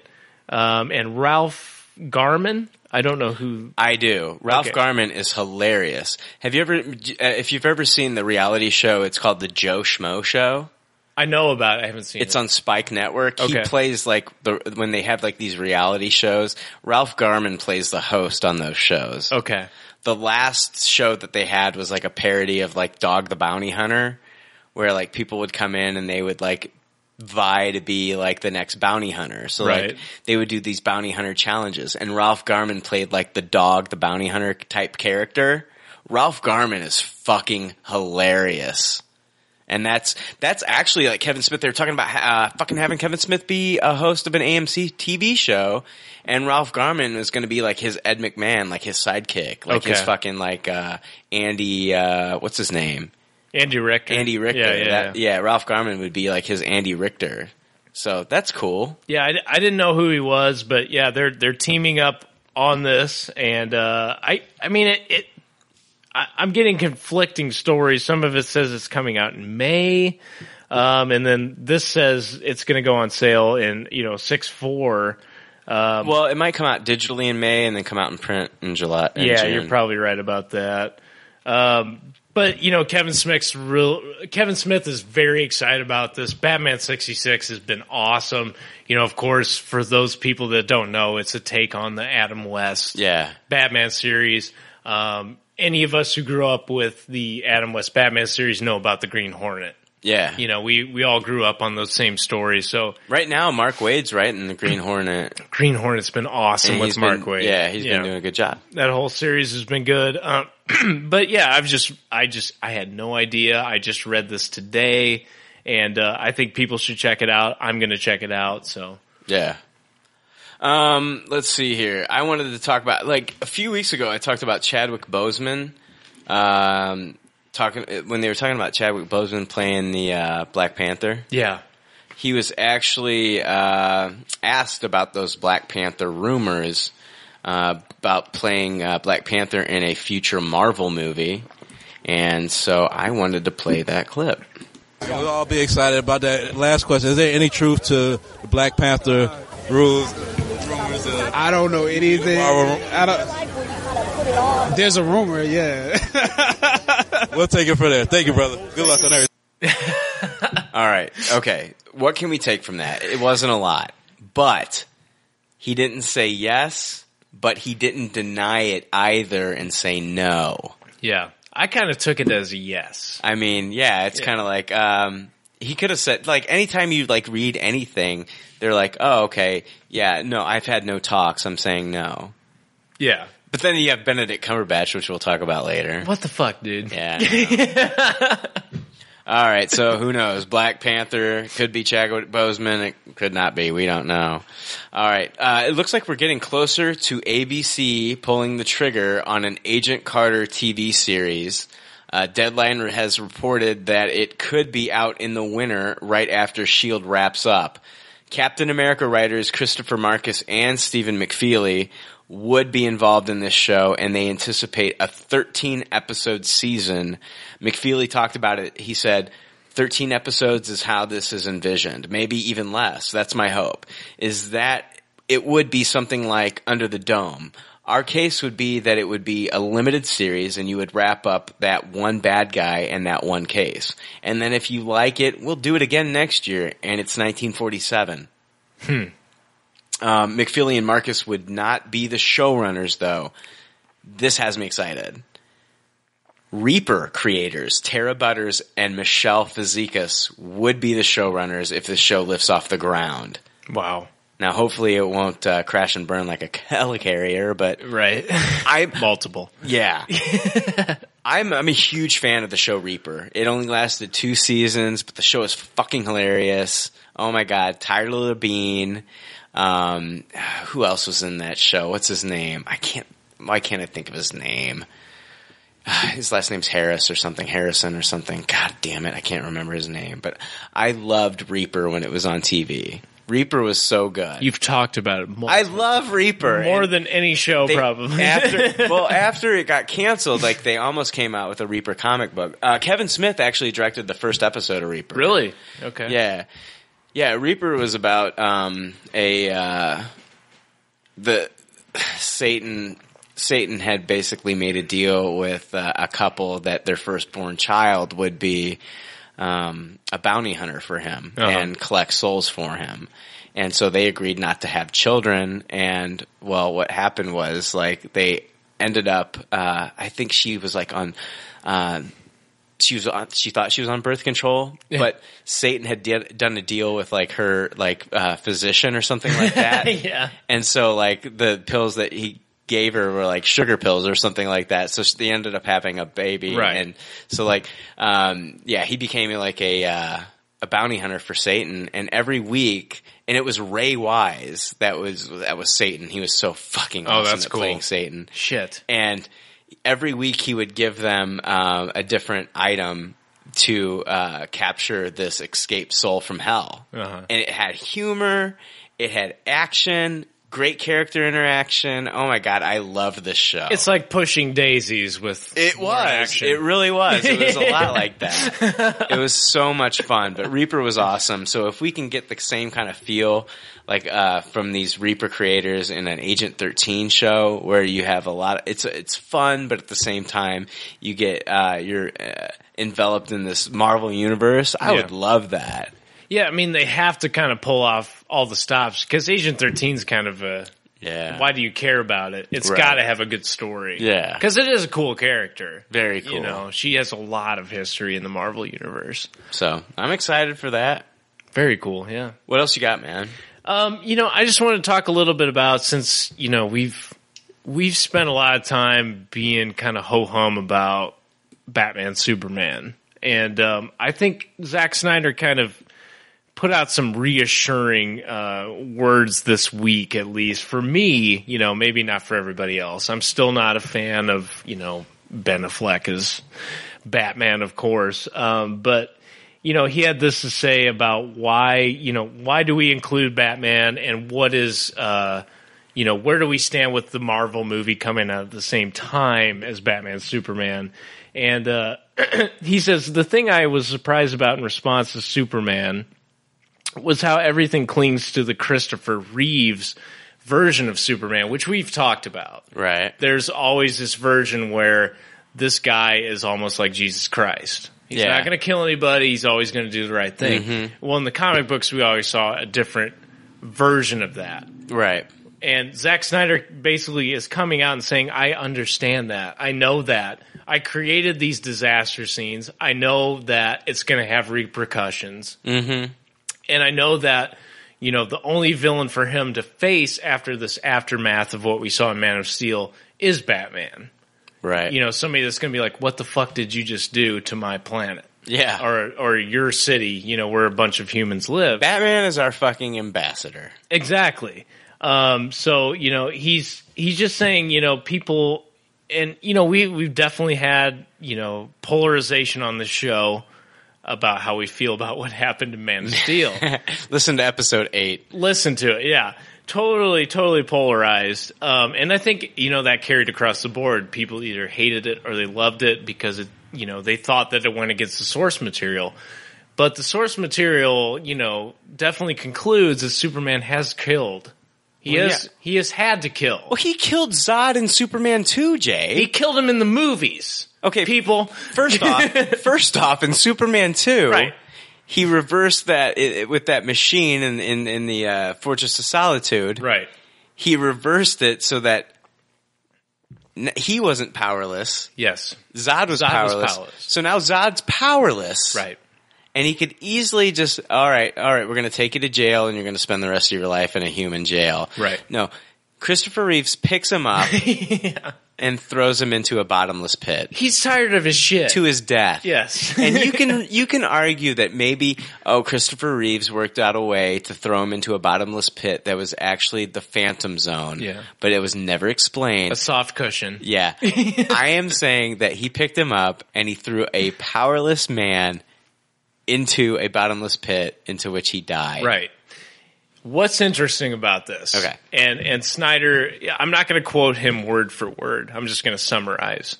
um, and Ralph Garman. I don't know who. I do. Ralph Okay. Garman is hilarious. Have you ever, uh, if you've ever seen the reality show, it's called the Joe Schmo Show. I know about. it. I haven't seen. It's it. on Spike Network. He Okay. plays like the when they have like these reality shows. Ralph Garman plays the host on those shows. Okay. The last show that they had was like a parody of like Dog the Bounty Hunter, where like people would come in and they would like vie to be like the next bounty hunter. So Right. like they would do these bounty hunter challenges and Ralph Garman played like the dog, the bounty hunter type character. Ralph Garman is fucking hilarious. And that's that's actually like Kevin Smith. They were talking about uh, fucking having Kevin Smith be a host of an AMC TV show, and Ralph Garman is going to be like his Ed McMahon, like his sidekick, like his Okay. fucking like uh, Andy. Uh, what's his name? Andy Richter. Andy Richter. Yeah, yeah, That- Ralph Garman would be like his Andy Richter. So that's cool. Yeah, I, I didn't know who he was, but yeah, they're they're teaming up on this, and uh, I I mean it. it I, I'm getting conflicting stories. Some of it says it's coming out in May, um, and then this says it's going to go on sale in you know six four. Um, well, it might come out digitally in May and then come out in print in July. in yeah, June. you're probably right about that. Um, but you know, Kevin Smith's real. Kevin Smith is very excited about this. Batman sixty six has been awesome. You know, of course, for those people that don't know, it's a take on the Adam West yeah. Batman series. Um, any of us who grew up with the Adam West Batman series know about the Green Hornet. Yeah. You know, we we all grew up on those same stories. So right now, Mark Wade's writing the Green Hornet. Green Hornet's been awesome And with he's Mark been- Wade. Yeah, he's You been know. doing a good job. that whole series has been good. Um, but yeah, I've just, I just, I had no idea. I just read this today, and uh, I think people should check it out. I'm going to check it out. So Yeah. Um, let's see here. I wanted to talk about like a few weeks ago. I talked about Chadwick Boseman. Um, talking when they were talking about Chadwick Boseman playing the uh, Black Panther. yeah, he was actually uh, asked about those Black Panther rumors uh, about playing uh, Black Panther in a future Marvel movie, and so I wanted to play that clip. We'll all be excited about that. Last question: Is there any truth to the Black Panther rules? I don't know anything. I don't. There's a rumor, yeah. We'll take it for there. Thank you, brother. Good luck on everything. All right. Okay. What can we take from that? It wasn't a lot, but he didn't say yes, but he didn't deny it either and say no. yeah, I kind of took it as a yes. I mean, yeah, it's Yeah. kind of like, um, he could have said, like, anytime you like read anything, they're like, oh, okay. Yeah. No, I've had no talks. I'm saying no. Yeah. But then you have Benedict Cumberbatch, which we'll talk about later. What the fuck, dude? Yeah. All right, so who knows? Black Panther could be Chadwick Boseman. It could not be. We don't know. All right, uh, it looks like we're getting closer to ABC pulling the trigger on an Agent Carter TV series. Uh, Deadline has reported that it could be out in the winter, right after Shield E wraps up. Captain America writers Christopher Marcus and Stephen McFeely would be involved in this show, and they anticipate a 13 episode season. McFeely talked about it. He said, 13 episodes is how this is envisioned. Maybe even less. That's my hope. Is that it would be something like Under the Dome. Our case would be that it would be a limited series and you would wrap up that one bad guy and that one case. And then if you like it, we'll do it again next year and it's 1947. Hmm. Um, McFeely and Marcus would not be the showrunners, though. This has me excited. Reaper creators Tara Butters and Michelle Fizikas would be the showrunners if the show lifts off the ground. Wow. Now, hopefully, it won't uh, crash and burn like a helicarrier, but right, I multiple. Yeah, I'm I'm a huge fan of the show Reaper. It only lasted two seasons, but the show is fucking hilarious. Oh my god, Tyler Labine. Um, who else was in that show? What's his name? I can't. Why can't I think of his name? His last name's Harris or something, Harrison or something. God damn it, I can't remember his name. But I loved Reaper when it was on TV. Reaper was so good. You've talked about it more. I love Reaper More and than any show, they- probably. after, well, after it got canceled, like they almost came out with a Reaper comic book. Uh, Kevin Smith actually directed the first episode of Reaper. Really? Okay. Yeah, yeah. Reaper was about um, a uh, the Satan. Satan had basically made a deal with uh, a couple that their firstborn child would be um, a bounty hunter for him Uh-huh. and collect souls for him. And so they agreed not to have children. And well, what happened was like they ended up, uh, I think she was like on, uh, she was on, she thought she was on birth control, Yeah. but Satan had de- done a deal with like her, like, uh, physician or something like that. yeah. And so like the pills that he gave her were like sugar pills or something like that. So she, they ended up having a baby. Right. And so like, um, yeah, he became like a, uh, a bounty hunter for Satan and every week, and it was Ray Wise that was, that was Satan. He was so fucking Oh, awesome that's at cool. playing Satan. Shit. And every week he would give them, um, a different item to, uh, capture this escaped soul from hell Uh-huh. and it had humor, it had action, great character interaction. Oh my god, I love this show. It's like pushing daisies with it was. It really was. It was a lot like that. It was so much fun. But Reaper was awesome. So if we can get the same kind of feel like uh, from these Reaper creators in an Agent Thirteen show, where you have a lot, of, it's it's fun, but at the same time you get uh, you're uh, enveloped in this Marvel universe. I Yeah. would love that. Yeah, I mean they have to kind of pull off all the stops because Agent 13's kind of a yeah. Why do you care about it? It's Right. got to have a good story. Yeah. because it is a cool character. Very You cool. know, she has a lot of history in the Marvel universe. So I'm excited for that. Very cool. Yeah. What else you got, man? Um, you know, I just want to talk a little bit about since you know we've we've spent a lot of time being kind of ho hum about Batman Superman, and um, I think Zack Snyder kind of put out some reassuring uh, words this week, at least for me. You know, maybe not for everybody else. I'm still not a fan of you know Ben Affleck as Batman, of course, um, but you know, he had this to say about why, you know, why do we include Batman and what is, uh, you know, where do we stand with the Marvel movie coming out at the same time as Batman Superman? And uh, he says, the thing I was surprised about in response to Superman was how everything clings to the Christopher Reeves version of Superman, which we've talked about. Right. There's always this version where this guy is almost like Jesus Christ. He's Yeah. not going to kill anybody. He's always going to do the right thing. Mhm. Well, in the comic books, we always saw a different version of that. Right. And Zack Snyder basically is coming out and saying, I understand that. I know that. I created these disaster scenes. I know that it's going to have repercussions. Mm-hmm. And I know that, you know, the only villain for him to face after this aftermath of what we saw in Man of Steel is Batman. Right. You know, somebody that's going to be like, what the fuck did you just do to my planet? Yeah. Or, or your city, you know, where a bunch of humans live. Batman is our fucking ambassador. Exactly. Um, so you know he's he's just saying you know people and you know we we've definitely had you know polarization on the show about how we feel about what happened to Man of Steel. Listen to episode eight. Listen to it, yeah. Totally, totally polarized. Um, and I think, you know, that carried across the board. People either hated it or they loved it because it, you know, they thought that it went against the source material. But the source material, you know, definitely concludes that Superman has killed. He Well, has yeah. he has had to kill. Well, he killed Zod in Superman 2, Jay. He killed him in the movies. Okay, people. First off, first off, in Superman two, he reversed that it, it- with that machine in in, in the uh, Fortress of Solitude. Right. He reversed it so that n- he wasn't powerless. Yes. Zod was, Zod was powerless. powerless. So now Zod's powerless. Right. And he could easily just all right, all right, we're going to take you to jail and you're going to spend the rest of your life in a human jail. Right. No. Christopher Reeves picks him up and throws him into a bottomless pit He's tired of his shit. to his death. yes. and you can you can argue that maybe oh Christopher Reeves worked out a way to throw him into a bottomless pit that was actually the Phantom Zone. Yeah. But it was never explained. a soft cushion. yeah. I am saying that he picked him up and he threw a powerless man into a bottomless pit into which he died. Right. What's interesting about this? Okay. And and Snyder, yeah, I'm not going to quote him word for word. I'm just going to summarize.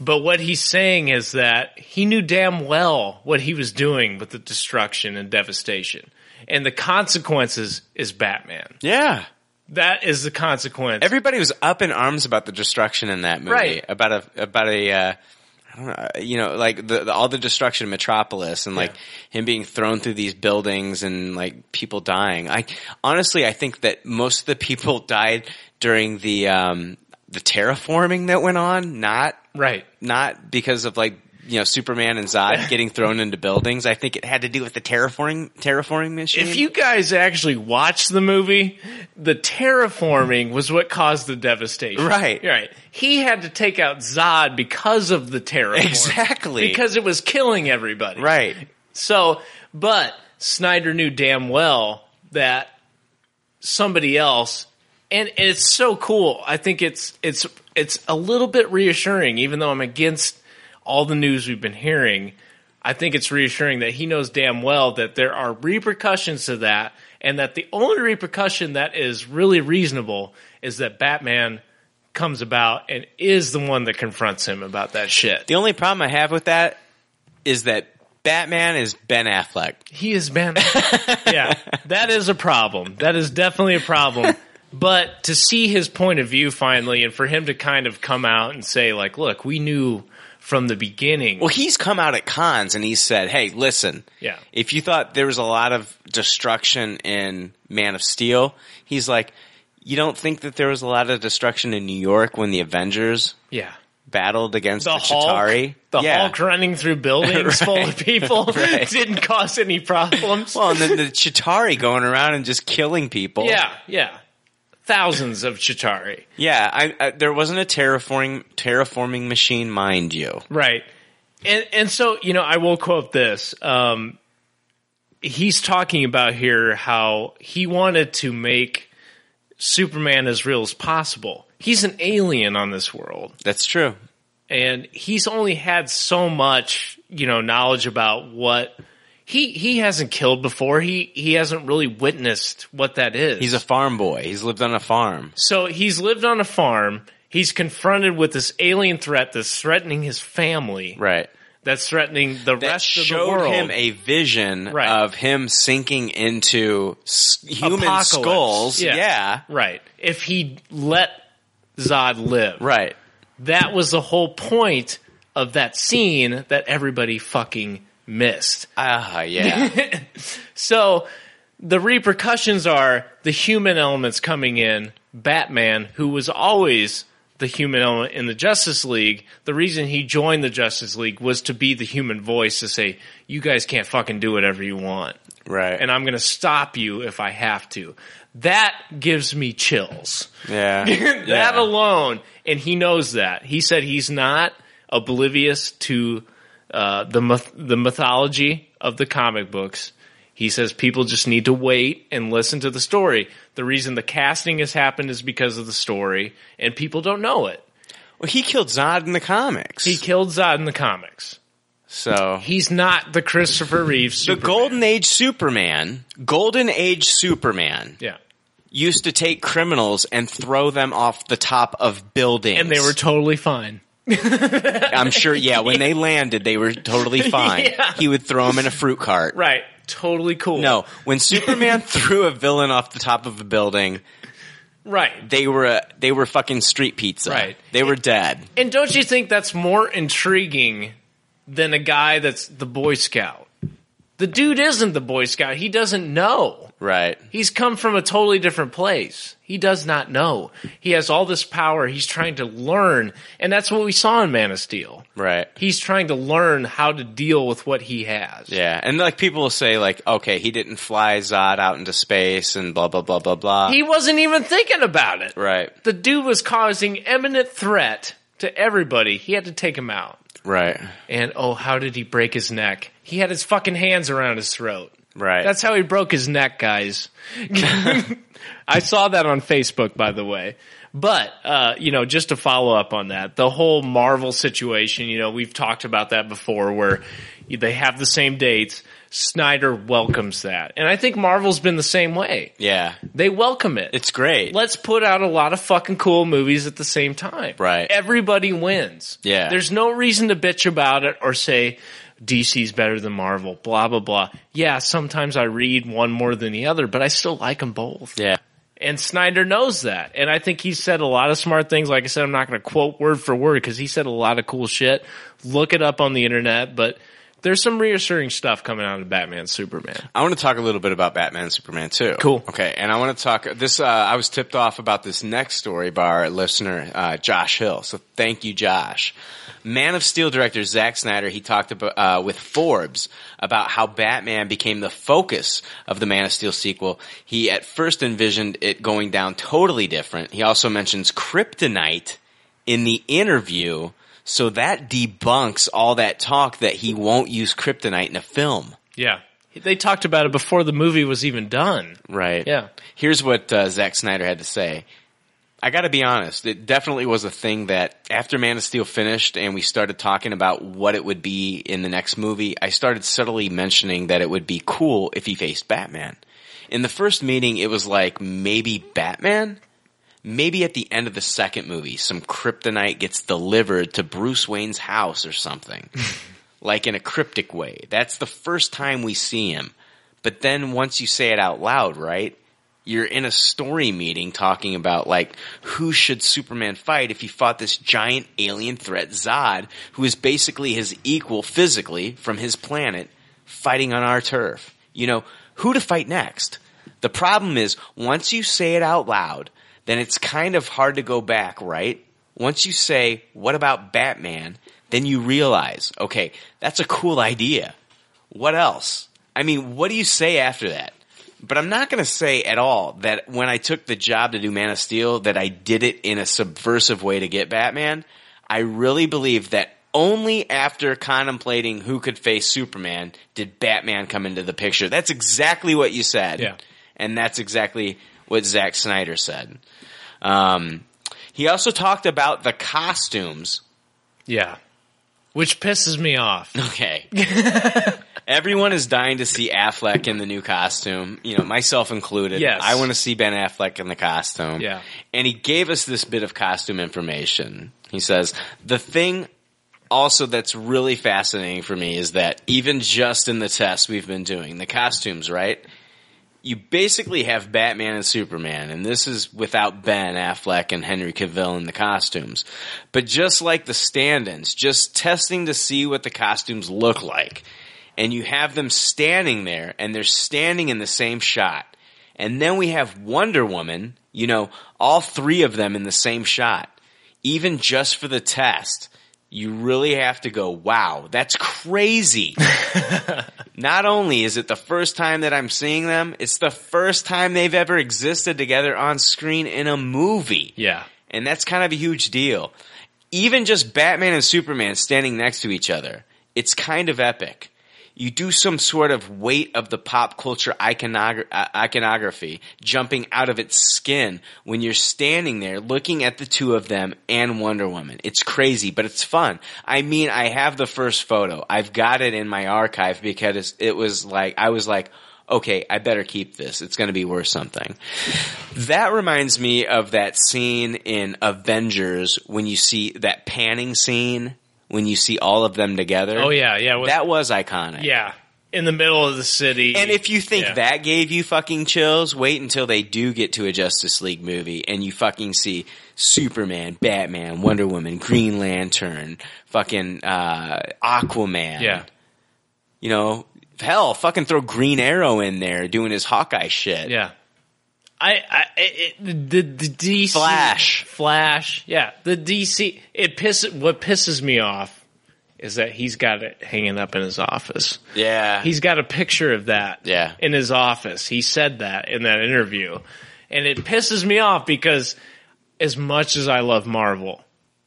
But what he's saying is that he knew damn well what he was doing with the destruction and devastation. And the consequences is Batman. Yeah. That is the consequence. Everybody was up in arms about the destruction in that movie. Right. About a about a uh, I don't know, you know, like the, the all the destruction in Metropolis and like him being thrown through these buildings and like people dying. I honestly I think that most of the people died during the um the terraforming that went on, not right, not because of like you know Superman and Zod getting thrown into buildings. I think it had to do with the terraforming terraforming machine. If you guys actually watched the movie, the terraforming was what caused the devastation. Right. Right. He had to take out Zod because of the terraforming. Exactly. Because it was killing everybody. Right. So, but Snyder knew damn well that somebody else and it's so cool. I think it's it's it's a little bit reassuring even though I'm against all the news we've been hearing. I think it's reassuring that he knows damn well that there are repercussions to that, and that the only repercussion that is really reasonable is that Batman comes about and is the one that confronts him about that shit. The only problem I have with that is that Batman is Ben Affleck. He is Ben. yeah, that is a problem. That is definitely a problem. But to see his point of view finally, and for him to kind of come out and say, like, look, we knew from the beginning. Well, he's come out at cons and he said, "Hey, listen, Yeah. if you thought there was a lot of destruction in Man of Steel, he's like, you don't think that there was a lot of destruction in New York when the Avengers Yeah. battled against the, the Hulk, Chitauri? the yeah. Hulk running through buildings full of Right. people Right. didn't cause any problems. Well, and then the Chitari going around and just killing people. yeah, yeah, thousands of Chitari, yeah. I, I, there wasn't a terraforming terraforming machine, mind you. right? And and so you know, I will quote this. Um, he's talking about here how he wanted to make Superman as real as possible. He's an alien on this world. That's true. and he's only had so much you know knowledge about what he he hasn't killed before he he hasn't really witnessed what that is He's a farm boy. He's lived on a farm. so he's lived on a farm he's confronted with this alien threat that's threatening his family Right. that's threatening the rest of the showed world him a vision Right. of him sinking into s- human Apocalypse. skulls. Yeah. right if he let zod live Right. that was the whole point of that scene that everybody fucking missed Ah, yeah. So the repercussions are the human elements coming in. Batman, who was always the human element in the Justice League, the reason he joined the Justice League was to be the human voice to say, you guys can't fucking do whatever you want. right. And I'm going to stop you if I have to. That gives me chills. yeah. that alone, and he knows that. He said he's not oblivious to uh, the myth- the mythology of the comic books. He says people just need to wait and listen to the story. The reason the casting has happened is because of the story, and people don't know it. Well, he killed Zod in the comics. He killed Zod in the comics. so He's not the Christopher Reeve. the Superman. Golden Age Superman, Golden Age Superman, yeah, used to take criminals and throw them off the top of buildings. and they were totally fine. I'm sure, yeah, when they landed, they were totally fine. Yeah. He would throw them in a fruit cart. Right, totally cool. No, when Superman threw a villain off the top of a building, right. they were uh, they were fucking street pizza. Right. They were dead. And don't you think that's more intriguing than a guy that's the Boy Scout? The dude isn't the Boy Scout. He doesn't know. Right. He's come from a totally different place. He does not know. He has all this power. He's trying to learn. And that's what we saw in Man of Steel. Right. He's trying to learn how to deal with what he has. Yeah, and like people will say, like, okay, he didn't fly Zod out into space and blah blah blah blah blah. He wasn't even thinking about it. right, The dude was causing imminent threat to everybody. He had to take him out. right, And oh, how did he break his neck? He had his fucking hands around his throat. right. That's how he broke his neck, guys. I saw that on Facebook, by the way. But, uh, you know, just to follow up on that, the whole Marvel situation, you know, we've talked about that before where they have the same dates. Snyder welcomes that. And I think Marvel's been the same way. yeah, They welcome it. it's great. Let's put out a lot of fucking cool movies at the same time. Right. Everybody wins. Yeah. There's no reason to bitch about it or say DC's better than Marvel, blah, blah, blah. Yeah, sometimes I read one more than the other, but I still like them both. Yeah. And Snyder knows that. And I think he said a lot of smart things. Like I said, I'm not going to quote word for word because he said a lot of cool shit. Look it up on the internet, but there's some reassuring stuff coming out of Batman Superman. I want to talk a little bit about Batman and Superman too. Cool. Okay, and I want to talk this. Uh, I was tipped off about this next story by our listener uh, Josh Hill. So thank you, Josh. Man of Steel director Zack Snyder he talked about, uh, with Forbes about how Batman became the focus of the Man of Steel sequel. He at first envisioned it going down totally different. He also mentions kryptonite in the interview, so that debunks all that talk that he won't use kryptonite in a film. Yeah. They talked about it before the movie was even done. Right. Yeah. Here's what uh, Zack Snyder had to say. I got to be honest. It definitely was a thing that after Man of Steel finished and we started talking about what it would be in the next movie, I started subtly mentioning that it would be cool if he faced Batman. In the first meeting, it was like maybe Batman? Maybe at the end of the second movie, some kryptonite gets delivered to Bruce Wayne's house or something. like in a cryptic way. That's the first time we see him. But then once you say it out loud, right? You're in a story meeting talking about like who should Superman fight if he fought this giant alien threat Zod, who is basically his equal physically from his planet, fighting on our turf. You know, who to fight next? The problem is once you say it out loud, then it's kind of hard to go back, right? Once you say, what about Batman? Then you realize, okay, that's a cool idea. What else? I mean, what do you say after that? But I'm not going to say at all that when I took the job to do Man of Steel that I did it in a subversive way to get Batman. I really believe that only after contemplating who could face Superman did Batman come into the picture. That's exactly what you said. Yeah. And that's exactly what Zack Snyder said. Um, he also talked about the costumes Yeah. Which pisses me off. Okay. Everyone is dying to see Affleck in the new costume, you know, myself included. Yes. I want to see Ben Affleck in the costume. Yeah. And he gave us this bit of costume information. He says, the thing also that's really fascinating for me is that even just in the tests we've been doing, the costumes, right? You basically have Batman and Superman, and this is without Ben Affleck and Henry Cavill in the costumes. But just like the stand-ins, just testing to see what the costumes look like. And you have them standing there, and they're standing in the same shot. And then we have Wonder Woman, you know, all three of them in the same shot. Even just for the test, you really have to go, wow, that's crazy. Not only is it the first time that I'm seeing them, it's the first time they've ever existed together on screen in a movie. Yeah. And that's kind of a huge deal. Even just Batman and Superman standing next to each other, it's kind of epic. You do some sort of weight of the pop culture iconogra- uh, iconography jumping out of its skin when you're standing there looking at the two of them and Wonder Woman. It's crazy, but it's fun. I mean, I have the first photo. I've got it in my archive because it was like, I was like, okay, I better keep this. It's going to be worth something. That reminds me of that scene in Avengers when you see that panning scene when you see all of them together. Oh, yeah, yeah, with- that was iconic. Yeah. In the middle of the city. And if you think Yeah. that gave you fucking chills, wait until they do get to a Justice League movie and you fucking see Superman, Batman, Wonder Woman, Green Lantern, fucking uh, Aquaman. Yeah. You know, Hell, fucking throw Green Arrow in there doing his Hawkeye shit. Yeah. I, I it, it- the the DC Flash. Flash, yeah. The DC it pisses what pisses me off is that he's got it hanging up in his office. Yeah. He's got a picture of that Yeah. in his office. He said that in that interview. And it pisses me off because as much as I love Marvel,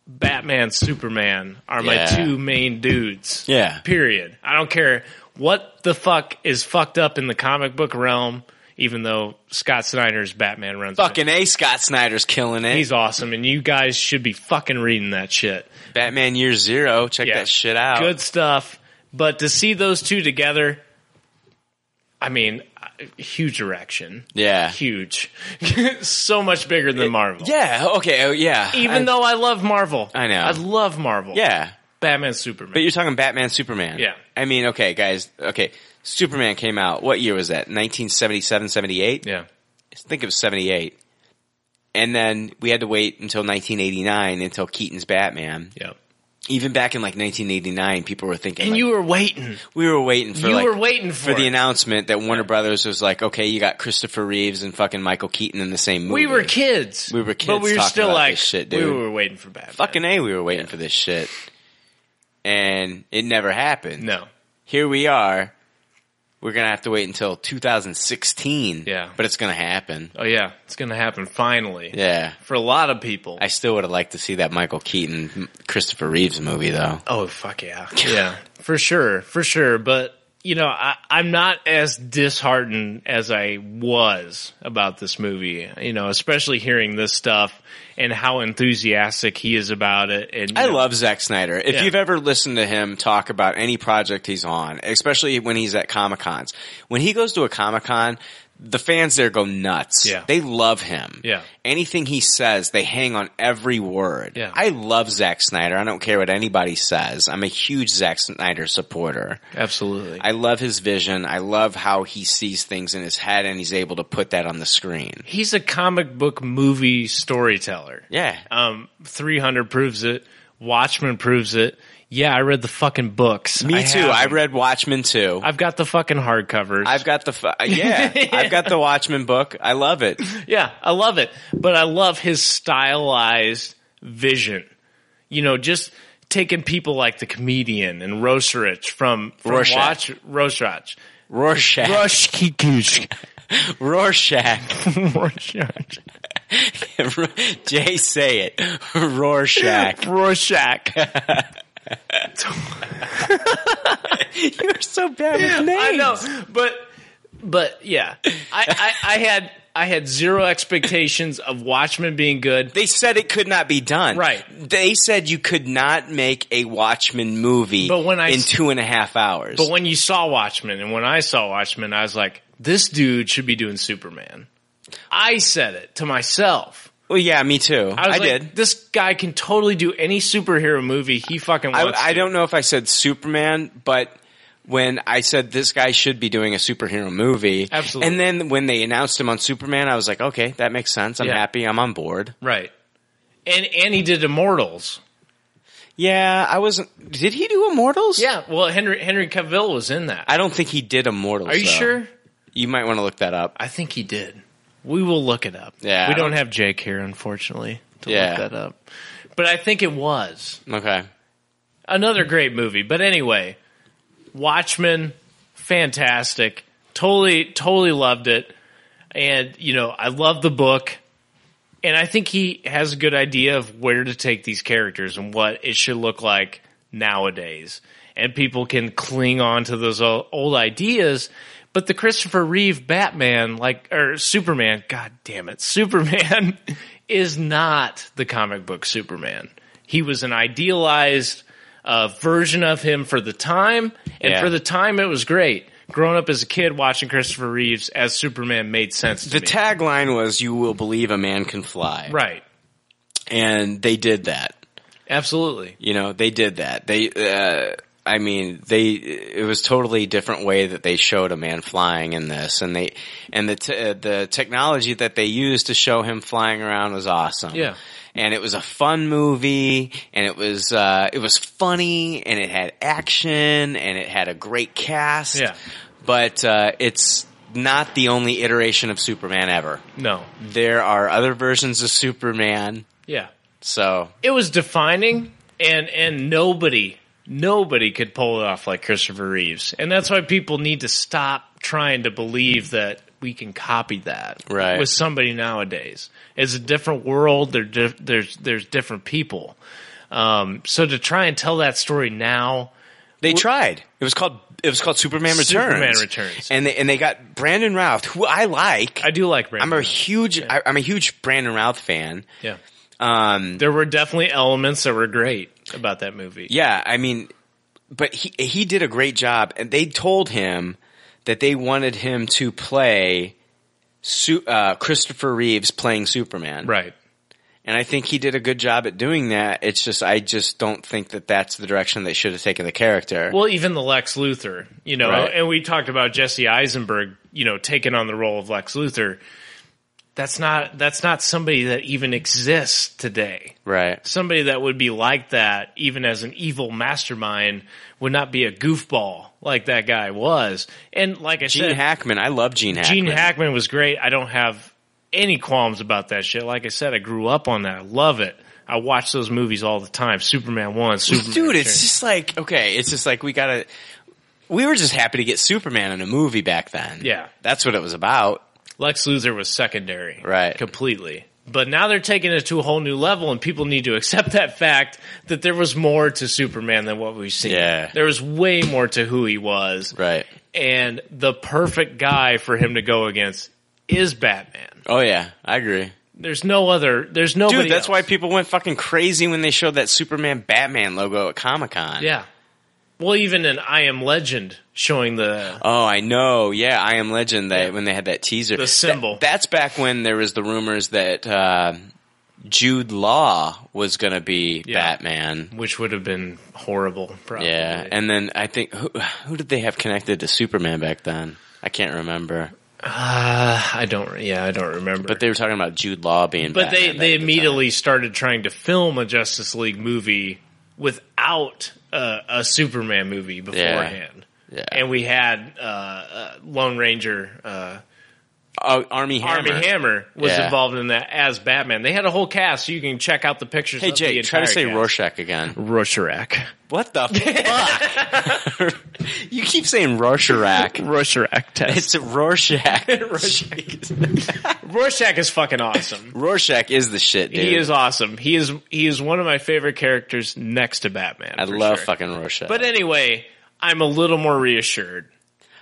Batman, Superman are my Yeah. two main dudes. Yeah. Period. I don't care what the fuck is fucked up in the comic book realm, even though Scott Snyder's Batman runs. Fucking A. Scott Snyder's killing it. He's awesome, and you guys should be fucking reading that shit. Batman Year Zero. Check that shit out. Good stuff. But to see those two together, I mean, uh, huge erection. Yeah. Huge. so much bigger than Marvel. Yeah. Okay. oh, Yeah. Even I- though I love Marvel. I know. I love Marvel. Yeah. Batman Superman. But you're talking Batman Superman. Yeah. I mean, okay, guys. Okay. Superman came out. What year was that? 1977, 78? Yeah. I think it was 78. And then we had to wait until 1989 until Keaton's Batman. Yep. Even back in like 1989, people were thinking. And like, you were waiting. we were waiting for You like- were waiting for the it. announcement that Warner Brothers was like, okay, you got Christopher Reeves and fucking Michael Keaton in the same movie. We were kids. We were kids But we were talking still about like, this shit, we dude. were waiting for Batman. Fucking A, we were waiting for this shit. And it never happened. No. Here we are. We're going to have to wait until 2016. Yeah. But it's going to happen. Oh, yeah. It's going to happen finally. Yeah. For a lot of people. I still would have liked to see that Michael Keaton, Christopher Reeves movie, though. Oh fuck yeah, yeah, for sure, for sure. But you know, I, I'm not as disheartened as I was about this movie. You know, especially hearing this stuff and how enthusiastic he is about it. And you I know, love Zack Snyder. If Yeah. you've ever listened to him talk about any project he's on, especially when he's at Comic Cons, when he goes to a Comic Con, the fans there go nuts. Yeah. They love him. Yeah. Anything he says, they hang on every word. Yeah. I love Zack Snyder. I don't care what anybody says. I'm a huge Zack Snyder supporter. absolutely. I love his vision. I love how he sees things in his head and he's able to put that on the screen. He's a comic book movie storyteller. Yeah. Um, 300 proves it. Watchmen proves it. Yeah, I read the fucking books. Me too. I have 'em. read Watchmen too. I've got the fucking hardcovers. I've got the fu- yeah. I've got the Watchmen book. I love it. Yeah, I love it. But I love his stylized vision. You know, just taking people like the comedian and Roserich from, from Rorschach. Watch Roserich. Rorschach. Rorschach. Rorschach. Rorschach. Jay, say it. Rorschach. Rorschach. You're so bad with names. I know, but but yeah, I, I, I had I had zero expectations of Watchmen being good. They said it could not be done. Right. They said you could not make a Watchmen movie But when I in s- two and a half hours. But when you saw Watchmen and when I saw Watchmen, I was like, this dude should be doing Superman. I said it to myself. well, yeah, me too. I, I, was like, did. This guy can totally do any superhero movie he fucking I, wants. I to. don't know if I said Superman, but when I said this guy should be doing a superhero movie, Absolutely. And then when they announced him on Superman, I was like, okay, that makes sense. I'm Yeah. happy. I'm on board. Right. And and he did Immortals. Yeah, I wasn't. Did he do Immortals? Yeah. Well, Henry Henry Cavill was in that. I don't think he did Immortals. Are you though. sure? You might want to look that up. I think he did. We will look it up. Yeah, We I don't don't- have Jake here, unfortunately, to Yeah. look that up. But I think it was. Okay. another great movie. But anyway, Watchmen, fantastic. Totally, totally loved it. And, you know, I love the book. And I think he has a good idea of where to take these characters and what it should look like nowadays. And people can cling on to those old, old ideas. But the Christopher Reeve Batman, like, or Superman, god damn it, Superman is not the comic book Superman. He was an idealized, uh, version of him for the time, and Yeah. for the time it was great. Growing up as a kid, watching Christopher Reeves as Superman made sense to The me. tagline was "You will believe a man can fly," right, and they did that. absolutely. You know, they did that. They, uh, I mean, they. It was totally different way that they showed a man flying in this, and they, and the t- uh, the technology that they used to show him flying around was awesome. Yeah. and it was a fun movie, and it was uh, it was funny, and it had action, and it had a great cast. Yeah. but uh, it's not the only iteration of Superman ever. No. There are other versions of Superman. Yeah. So It was defining, and and nobody nobody could pull it off like Christopher Reeves, and that's why people need to stop trying to believe that we can copy that Right. with somebody nowadays. It's a different world. There di- there's there's different people. Um, so to try and tell that story now, they tried. It was called it was called Superman Returns. Superman Returns. and they, and they got Brandon Routh, who I like. I do like Brandon. I'm a huge I, I'm a huge Brandon Routh fan. Yeah. Um, there were definitely elements that were great about that movie. Yeah, I mean, but he he did a great job, and they told him that they wanted him to play Su- uh, Christopher Reeves playing Superman, right? And I think he did a good job at doing that. It's just I just don't think that that's the direction they should have taken the character. Well, even the Lex Luthor, you know, Right. and we talked about Jesse Eisenberg, you know, taking on the role of Lex Luthor. That's not that's not somebody that even exists today. right? Somebody that would be like that, even as an evil mastermind, would not be a goofball like that guy was. And like I Gene said, Hackman, I love Gene Hackman. Gene Hackman was great. I don't have any qualms about that shit. Like I said, I grew up on that. I love it. I watch those movies all the time. Superman one, Superman. Dude, it's two. just like okay, it's just like we gotta. We were just happy to get Superman in a movie back then. Yeah. that's what it was about. Lex Luthor was secondary, right? Completely. But now they're taking it to a whole new level, and people need to accept that fact that there was more to Superman than what we've seen. Yeah. There was way more to who he was. Right. And the perfect guy for him to go against is Batman. Oh yeah, I agree. There's no other, there's nobody. Dude, that's why people went fucking crazy when they showed that Superman Batman logo at Comic Con. Yeah. Well, even in I Am Legend showing the. Oh, I know. Yeah, I Am Legend. That when they had that teaser, The symbol. That- that's back when there was the rumors that uh, Jude Law was going to be Batman, which would have been horrible. Probably. Yeah, and then I think who, who did they have connected to Superman back then? I can't remember. Uh, I don't, yeah, I don't remember. But they were talking about Jude Law being. But they, Batman they back then. immediately started trying to film a Justice League movie without uh, a Superman movie beforehand. Yeah. And we had uh, uh, Lone Ranger uh, Oh, Army Hammer. Army Hammer was Yeah. involved in that as Batman. They had a whole cast, so you can check out the pictures. Hey of Jay, the try to entire say cast. Rorschach again. Rorschach. What the fuck? you keep saying Rorschach. Rorschach test. It's Rorschach. Rorschach is fucking awesome. Rorschach is the shit, dude. He is awesome. He is he is one of my favorite characters next to Batman. I for love sure. fucking Rorschach. But anyway, I'm a little more reassured.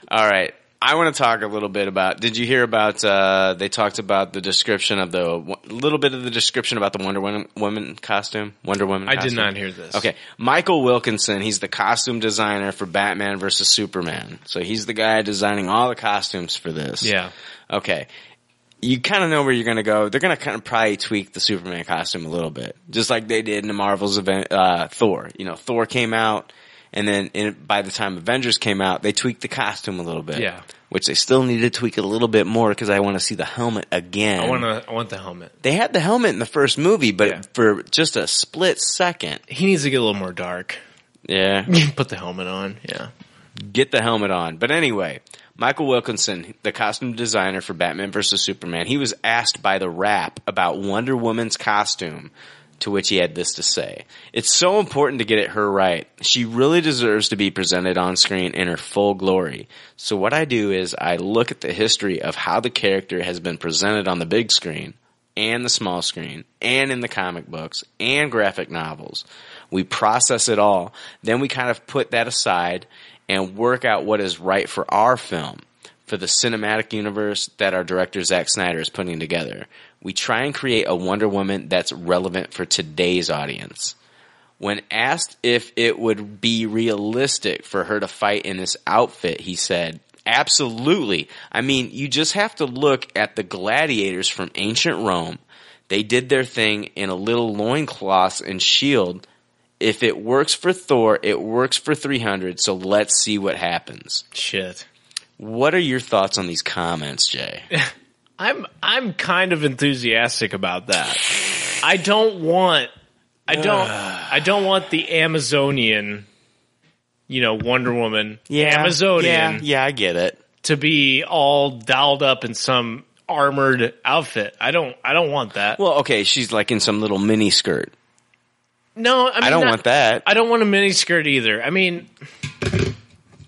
All right. I want to talk a little bit about. Did you hear about? Uh, they talked about the description of the little bit of the description about the Wonder Woman, Woman costume. Wonder Woman. I did costume? not hear this. Okay, Michael Wilkinson. He's the costume designer for Batman versus Superman. So he's the guy designing all the costumes for this. Yeah. Okay. You kind of know where you're going to go. They're going to kind of probably tweak the Superman costume a little bit, just like they did in the Marvel's event, uh, Thor. You know, Thor came out, and then in, by the time Avengers came out, they tweaked the costume a little bit. Yeah. Which they still need to tweak it a little bit more because I want to see the helmet again. I want to. I want the helmet. They had the helmet in the first movie, but for just a split second. He needs to get a little more dark. Yeah. Put the helmet on. Yeah. Get the helmet on. But anyway, Michael Wilkinson, the costume designer for Batman vs. Superman, he was asked by The Rap about Wonder Woman's costume, to which he had this to say. It's so important to get it her right. She really deserves to be presented on screen in her full glory. So what I do is I look at the history of how the character has been presented on the big screen and the small screen and in the comic books and graphic novels. We process it all. Then we kind of put that aside and work out what is right for our film, for the cinematic universe that our director Zack Snyder is putting together. We try and create a Wonder Woman that's relevant for today's audience. When asked if it would be realistic for her to fight in this outfit, he said, Absolutely. I mean, you just have to look at the gladiators from ancient Rome. They did their thing in a little loincloth and shield. If it works for Thor, it works for 300, so let's see what happens. Shit. What are your thoughts on these comments, Jay? I'm I'm kind of enthusiastic about that. I don't want I don't I don't want the Amazonian you know, Wonder Woman, Yeah, Amazonian, yeah, yeah, I get it. to be all dolled up in some armored outfit. I don't, I don't want that. Well, okay, she's like in some little mini skirt. No, I, mean, I don't not- want that. I don't want a mini skirt either. I mean,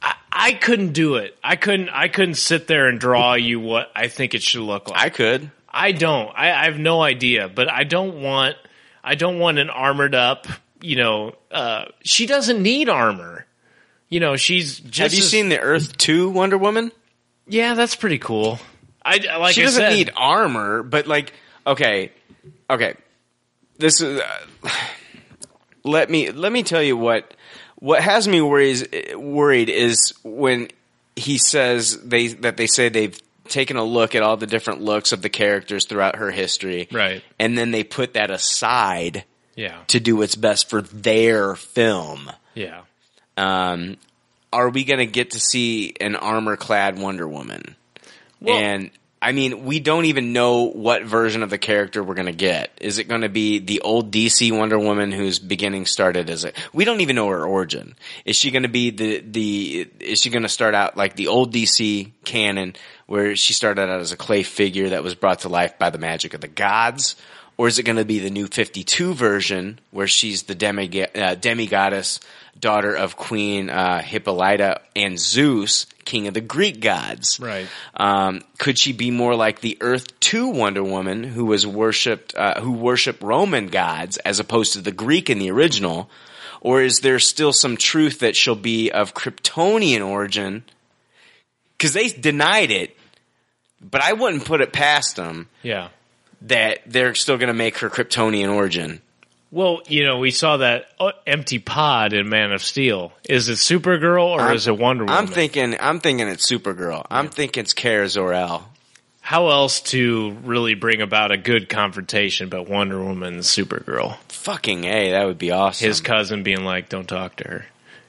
I, I couldn't do it. I couldn't. I couldn't sit there and draw you what I think it should look like. I could. I don't. I, I have no idea. But I don't want. I don't want an armored up. You know, uh, she doesn't need armor. You know, she's just. Have you as- seen the Earth Two Wonder Woman? Yeah, that's pretty cool. I like. she I doesn't said- need armor, but like, okay, okay. This is. Uh, let me let me tell you what what has me worries worried is when he says they that they say they've taken a look at all the different looks of the characters throughout her history, Right. And then they put that aside Yeah. to do what's best for their film. Yeah. Um, are we going to get to see an armor clad Wonder Woman? Well- and I mean, we don't even know what version of the character we're going to get. Is it going to be the old DC Wonder Woman whose beginning started as a? We don't even know her origin. Is she going to be the the? Is she going to start out like the old DC canon where she started out as a clay figure that was brought to life by the magic of the gods? Or is it going to be the new 52 version where she's the demi- uh, demigoddess, daughter of Queen uh, Hippolyta and Zeus, king of the Greek gods? Right. Um, could she be more like the Earth Two Wonder Woman, who was worshipped, uh, who worshipped Roman gods as opposed to the Greek in the original? Or is there still some truth that she'll be of Kryptonian origin? Because they denied it, but I wouldn't put it past them Yeah. that they're still going to make her Kryptonian origin. Well, you know, we saw that uh, empty pod in Man of Steel. Is it Supergirl or I'm- is it Wonder Woman? I'm thinking, I'm thinking it's Supergirl. I'm thinking it's Kara Zor-El. How else to really bring about a good confrontation but Wonder Woman and Supergirl? Fucking A, that would be awesome. His cousin being like, don't talk to her.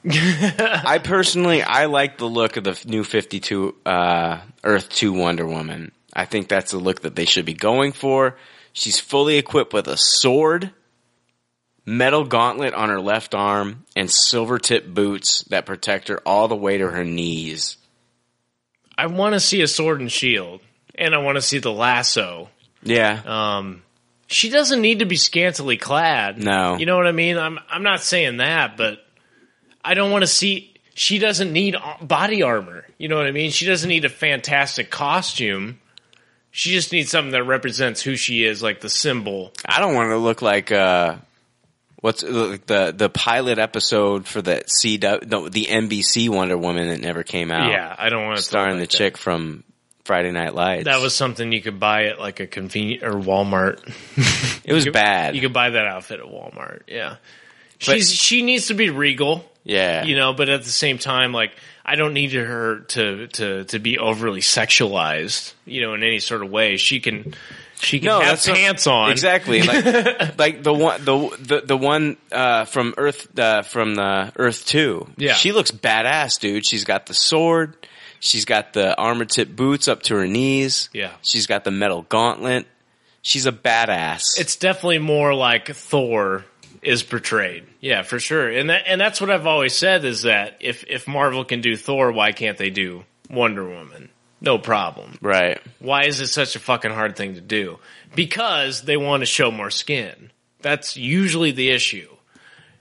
I personally, I like the look of the f- new 52 uh, Earth 2 Wonder Woman. I think that's the look that they should be going for. She's fully equipped with a sword, metal gauntlet on her left arm, and silver tip boots that protect her all the way to her knees. I want to see a sword and shield, and I want to see the lasso. Yeah. Um, she doesn't need to be scantily clad. No. you know what I mean. I'm I'm not saying that, but I don't want to see. She doesn't need a- body armor. You know what I mean. She doesn't need a fantastic costume. She just needs something that represents who she is, like the symbol. I don't want to look like uh, what's uh, like the the pilot episode for the CW, no, the NBC Wonder Woman that never came out. Yeah, I don't want to starring Oh. the chick from Friday Night Lights. That was something you could buy at like a convenient or Walmart. it was bad. You could buy that outfit at Walmart. Yeah, But- she's she needs to be regal. yeah, you know but at the same time like i don't need her to to to be overly sexualized you know in any sort of way she can she can have that's not- pants on Exactly, like, like the one, the the, the one uh, from Earth uh, from the Earth Two. Yeah. she looks badass, dude. She's got the sword. She's got the armor tip boots up to her knees. Yeah. she's got the metal gauntlet. She's a badass. it's definitely more like thor is portrayed yeah for sure and that and that's what i've always said is that if if marvel can do thor why can't they do wonder woman no problem right. why is it such a fucking hard thing to do? Because they want to show more skin. That's usually the issue.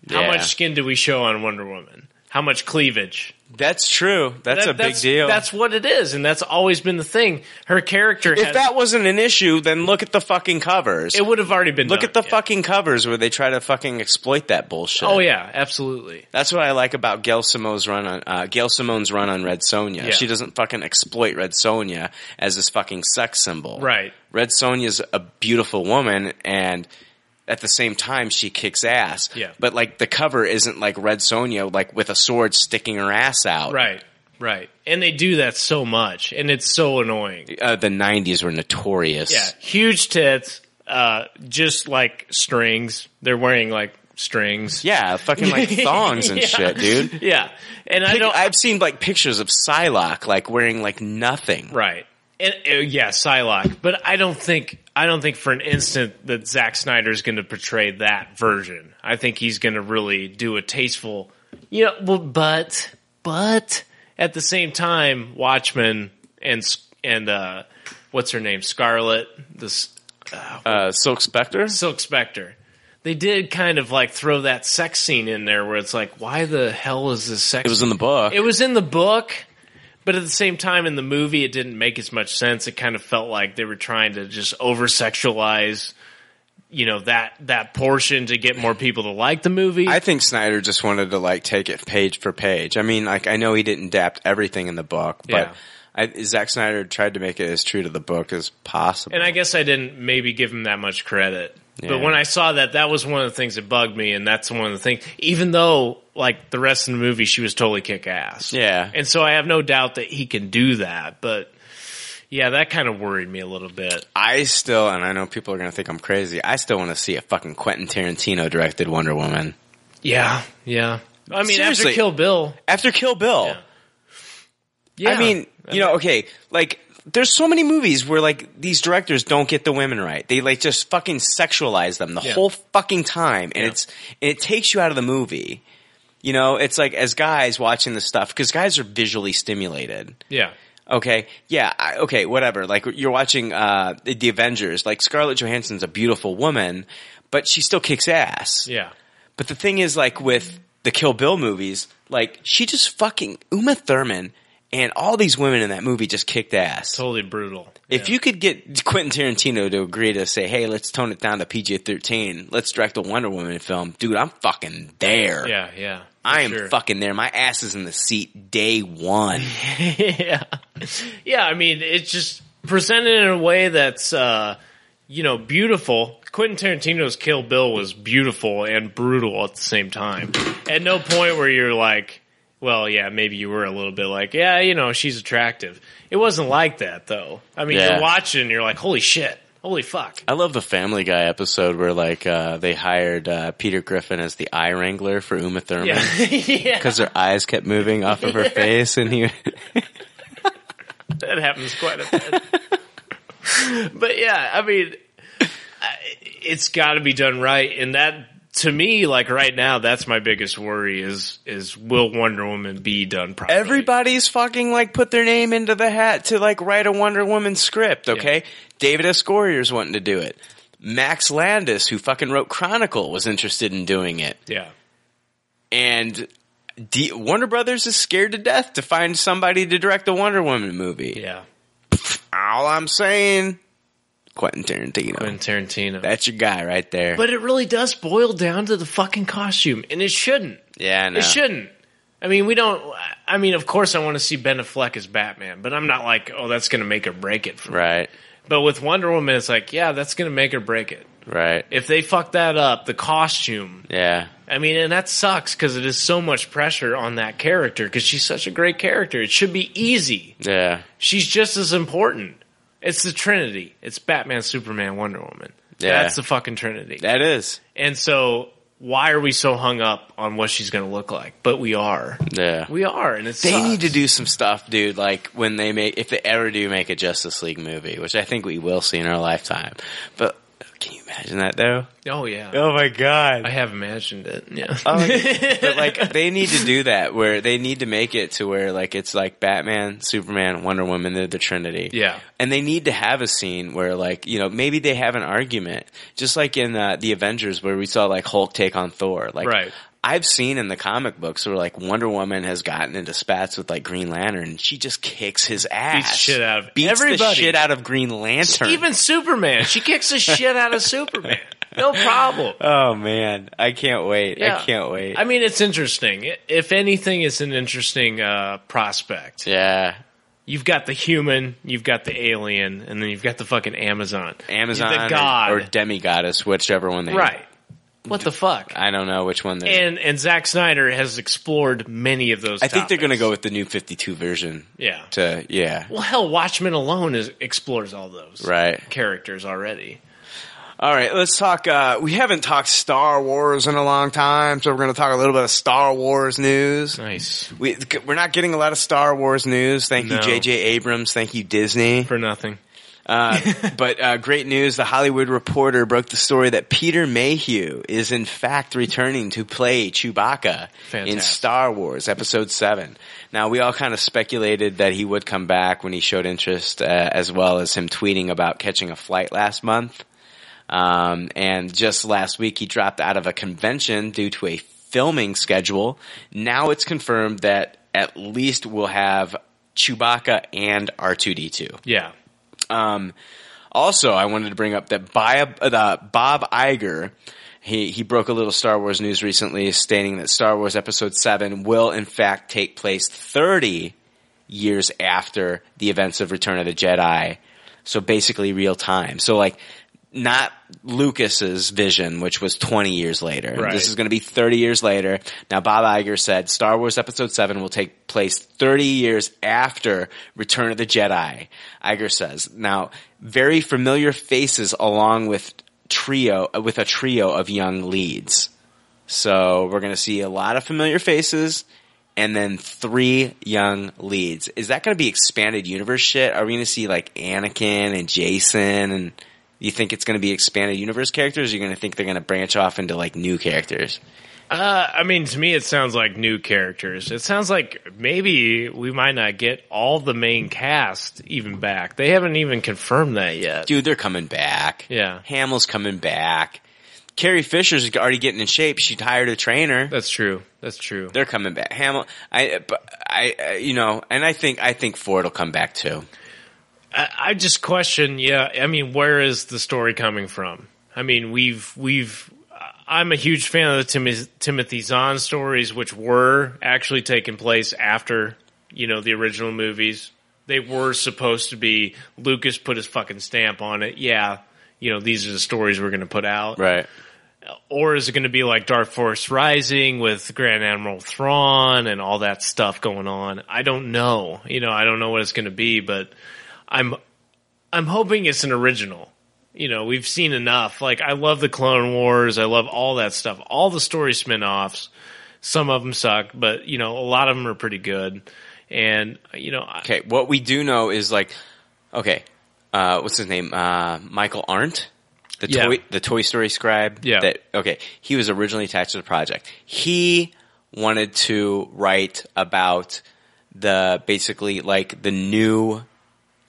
How Yeah. much skin do we show on Wonder Woman? How much cleavage? That's true. That's That- a big deal. That's what it is, and that's always been the thing. Her character. if has- that wasn't an issue, then look at the fucking covers. it would have already been. look done, at the yeah. fucking covers where they try to fucking exploit that bullshit. Oh yeah, absolutely. That's what I like about Gail Simone's run on uh, Gail Simone's run on Red Sonia. Yeah. She doesn't fucking exploit Red Sonia as this fucking sex symbol. Right. Red Sonia's a beautiful woman, and at the same time, she kicks ass. Yeah. But like the cover isn't like Red Sonia, like with a sword sticking her ass out. Right. Right. And they do that so much, and it's so annoying. Uh, the '90s were notorious. Yeah, huge tits, uh, just like strings. They're wearing like strings. Yeah, fucking like thongs and Yeah. shit, dude. Yeah, and I Pic- don't. I've seen like pictures of Psylocke like wearing like nothing. Right. And uh, yeah, Psylocke. But I don't think I don't think for an instant that Zack Snyder's going to portray that version. I think he's going to really do a tasteful You know, well, but but at the same time, Watchmen and S- and uh, what's her name, Scarlet, this uh, Silk Spectre, Silk Spectre. They did kind of like throw that sex scene in there where it's like, why the hell is this sex? It was in the book. It was in the book, but at the same time, in the movie, it didn't make as much sense. It kind of felt like they were trying to just over sexualize, you know that that portion to get more people to like the movie. I think Snyder just wanted to like take it page for page. I mean, like I know he didn't adapt everything in the book, Yeah. but I, Zack Snyder tried to make it as true to the book as possible. And I guess I didn't maybe give him that much credit. Yeah. But when I saw that, that was one of the things that bugged me, and that's one of the things. Even though, like the rest of the movie, she was totally kick ass. Yeah. and so I have no doubt that he can do that. But yeah, that kind of worried me a little bit. I still, and I know people are going to think I'm crazy. I still want to see a fucking Quentin Tarantino directed Wonder Woman. Yeah, yeah. I mean, Seriously. after Kill Bill, after Kill Bill, yeah. I mean, you know, okay, like there's so many movies where like these directors don't get the women right. They like just fucking sexualize them the Yeah. whole fucking time, and it's and it takes you out of the movie. You know, it's like as guys watching this stuff because guys are visually stimulated. yeah, Okay. Yeah. I, okay. Whatever. Like you're watching uh, the, the Avengers. Like Scarlett Johansson's a beautiful woman, but she still kicks ass. Yeah. But the thing is, like with the Kill Bill movies, like she just fucking Uma Thurman and all these women in that movie just kicked ass. Totally brutal. If you could get Quentin Tarantino to agree to say, "Hey, let's tone it down to PG-13. Let's direct a Wonder Woman film," dude, I'm fucking there. Yeah, yeah. for I am sure. fucking there. My ass is in the seat day one. yeah. Yeah, I mean, it's just presented in a way that's uh, you know, beautiful. Quentin Tarantino's Kill Bill was beautiful and brutal at the same time. At no point where you're like, well, yeah, maybe you were a little bit like, yeah, you know, she's attractive. It wasn't like that though. I mean, Yeah. you're watching and you're like, holy shit. Holy fuck. I love the Family Guy episode where like uh, they hired uh, Peter Griffin as the eye wrangler for Uma Thurman Yeah. yeah. because her eyes kept moving off of her face, and he that happens quite a bit. but yeah, I mean, I- it's got to be done right, and that to me, like right now, that's my biggest worry is is will Wonder Woman be done properly? everybody's fucking like put their name into the hat to like write a Wonder Woman script. Okay, David S. Goyer's wanting to do it. Max Landis, who fucking wrote Chronicle, was interested in doing it. Yeah. and D- Warner Brothers is scared to death to find somebody to direct a Wonder Woman movie. Yeah, all I'm saying, Quentin Tarantino. Quentin Tarantino, that's your guy right there. But it really does boil down to the fucking costume, and it shouldn't. yeah, I know. It shouldn't. I mean, we don't. I mean, of course, I want to see Ben Affleck as Batman, but I'm not like, oh, that's going to make or break it. For me. Right, But with Wonder Woman, it's like, yeah, that's going to make or break it. right. If they fuck that up, the costume Yeah, I mean, and that sucks because it is so much pressure on that character because she's such a great character. It should be easy. yeah, She's just as important. It's the Trinity. It's Batman, Superman, Wonder Woman. Yeah. That's the fucking Trinity. that is. And so, why are we so hung up on what she's going to look like? But we are. Yeah. We are, and it's They need to do some stuff, dude. Like when they make, if they ever do make a Justice League movie, which I think we will see in our lifetime. But can you imagine that though? Oh yeah. Oh my god. I have imagined it. Yeah. Oh, but like they need to do that where they need to make it to where like it's like Batman, Superman, Wonder Woman, they're the Trinity. Yeah. And they need to have a scene where like, you know, maybe they have an argument. Just like in uh, the Avengers where we saw like Hulk take on Thor. Like Right. I've seen in the comic books where like Wonder Woman has gotten into spats with like Green Lantern and she just kicks his ass. Beats the shit out of Beats the everybody. shit out of Green Lantern. Even Superman. She kicks the shit out of Superman. No problem. oh man. I can't wait. Yeah. I can't wait. I mean, it's interesting. I- If anything, it's an interesting uh, prospect. Yeah. You've got the human, you've got the alien, and then you've got the fucking Amazon. Amazon The or- god. or demigoddess, whichever one they right. What the fuck? I don't know which one they. And and Zack Snyder has explored many of those I think they're topics. going to go with the new Fifty Two version. Yeah. To yeah. Well, hell, Watchmen alone is, explores all those Right. characters already. All right. Let's talk. Uh, we haven't talked Star Wars in a long time, so we're going to talk a little bit of Star Wars news. Nice. We we're not getting a lot of Star Wars news. Thank No. you, J.J. Abrams. Thank you, Disney, for nothing. Uh, but uh, great news! The Hollywood Reporter broke the story that Peter Mayhew is in fact returning to play Chewbacca in Fantastic. Star Wars Episode Seven. Now we all kind of speculated that he would come back when he showed interest, uh, as well as him tweeting about catching a flight last month. Um, and just last week, he dropped out of a convention due to a filming schedule. Now it's confirmed that at least we'll have Chewbacca and R2D2. Yeah. Um, also, I wanted to bring up that Bob, uh, Bob Iger, he, he broke a little Star Wars news recently stating that Star Wars Episode 7 will in fact take place 30 years after the events of Return of the Jedi. So basically real time. So like, not Lucas's vision, which was 20 years later. Right. This is going to be 30 years later. Now, Bob Iger said Star Wars Episode 7 will take place 30 years after Return of the Jedi. Iger says, now, very familiar faces along with trio, with a trio of young leads. So we're going to see a lot of familiar faces and then three young leads. Is that going to be expanded universe shit? Are we going to see like Anakin and Jason and you think it's going to be expanded universe characters? Or you're going to think they're going to branch off into like new characters? Uh, I mean, to me, it sounds like new characters. It sounds like maybe we might not get all the main cast even back. They haven't even confirmed that yet. Dude, they're coming back. Yeah. Hamill's coming back. Carrie Fisher's already getting in shape. She hired a trainer. That's true. That's true. They're coming back. Hamill, I, but I, I- you know, and I think I think Ford will come back too. I, I just question. Yeah, I mean, where is the story coming from? I mean, we've we've. I'm a huge fan of the Tim- Timothy Zahn stories, which were actually taking place after you know the original movies. They were supposed to be Lucas put his fucking stamp on it. Yeah, you know these are the stories we're going to put out. Right. Or is it going to be like Dark Force Rising with Grand Admiral Thrawn and all that stuff going on? I don't know. You know, I don't know what it's going to be, but I'm I'm hoping it's an original. You know, we've seen enough. Like I love the Clone Wars, I love all that stuff. All the story spin-offs. Some of them suck, but you know, a lot of them are pretty good. And you know, I, Okay, what we do know is like, okay, uh, what's his name? Uh, Michael Arndt, the Yeah. toy, the Toy Story scribe. Yeah. That okay, he was originally attached to the project. He wanted to write about the basically like the new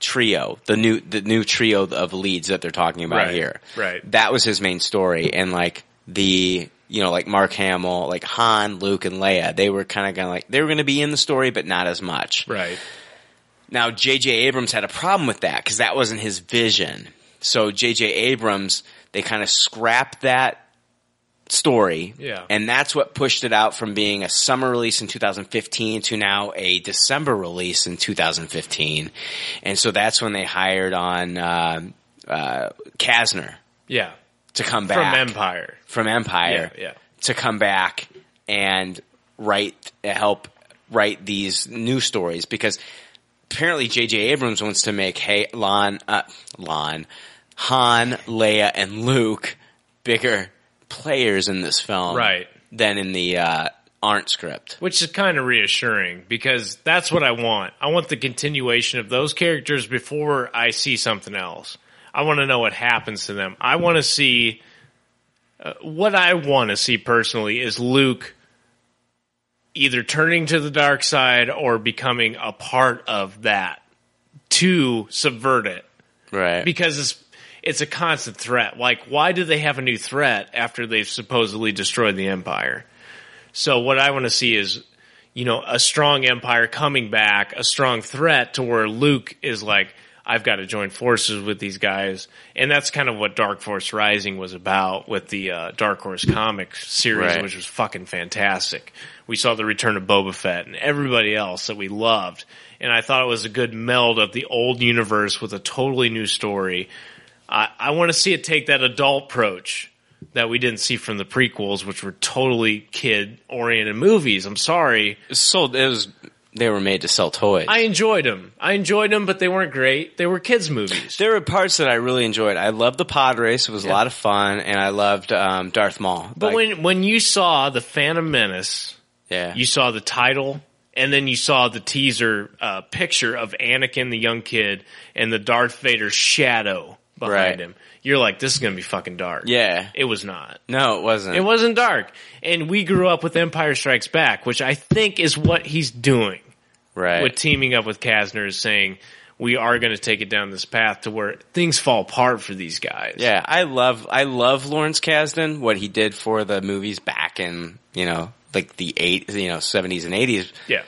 trio, the new the new trio of leads that they're talking about Right, here. right. That was his main story, and like the you know like Mark Hamill, like Han, Luke, and Leia, they were kind of gonna like they were gonna be in the story, but not as much. Right. Now J.J. Abrams had a problem with that because that wasn't his vision. So J.J. Abrams, they kind of scrapped that story. Yeah. And that's what pushed it out from being a summer release in 2015 to now a December release in 2015. And so that's when they hired on uh, uh, Kasner yeah. to come From back Empire. from Empire Yeah, yeah. to come back and write help write these new stories because apparently J.J. Abrams wants to make hey Lon uh, Lon Han Leia and Luke bigger players in this film Right. than in the uh, Arndt script Which is kind of reassuring because that's what I want. I want the continuation of those characters before I see something else. I want to know what happens to them. I want to see uh, what I want to see personally is Luke either turning to the dark side or becoming a part of that to subvert it right because it's it's a constant threat. Like, why do they have a new threat after they've supposedly destroyed the empire? So, what I want to see is, you know, a strong empire coming back, a strong threat to where Luke is like, I've got to join forces with these guys, and that's kind of what Dark Force Rising was about with the uh, Dark Horse comics series, Right. which was fucking fantastic. We saw the return of Boba Fett and everybody else that we loved, and I thought it was a good meld of the old universe with a totally new story. I, I want to see it take that adult approach that we didn't see from the prequels, which were totally kid oriented movies. I'm sorry. so it was they were made to sell toys I enjoyed them. I enjoyed them, but they weren't great. They were kids' movies. There were parts that I really enjoyed. I loved the pod race; it was a lot of fun, and I loved um, Darth Maul. But Like, when when you saw the Phantom Menace, yeah, you saw the title and then you saw the teaser uh, picture of Anakin, the young kid, and the Darth Vader shadow behind Right. him. You're like, this is gonna be fucking dark. Yeah. it was not. No, it wasn't. It wasn't dark. And we grew up with Empire Strikes Back, which I think is what he's doing. Right. With teaming up with Kasner is saying we are going to take it down this path to where things fall apart for these guys. Yeah, I love I love Lawrence Kasdan what he did for the movies back in you know like the eight you know seventies and eighties. Yeah.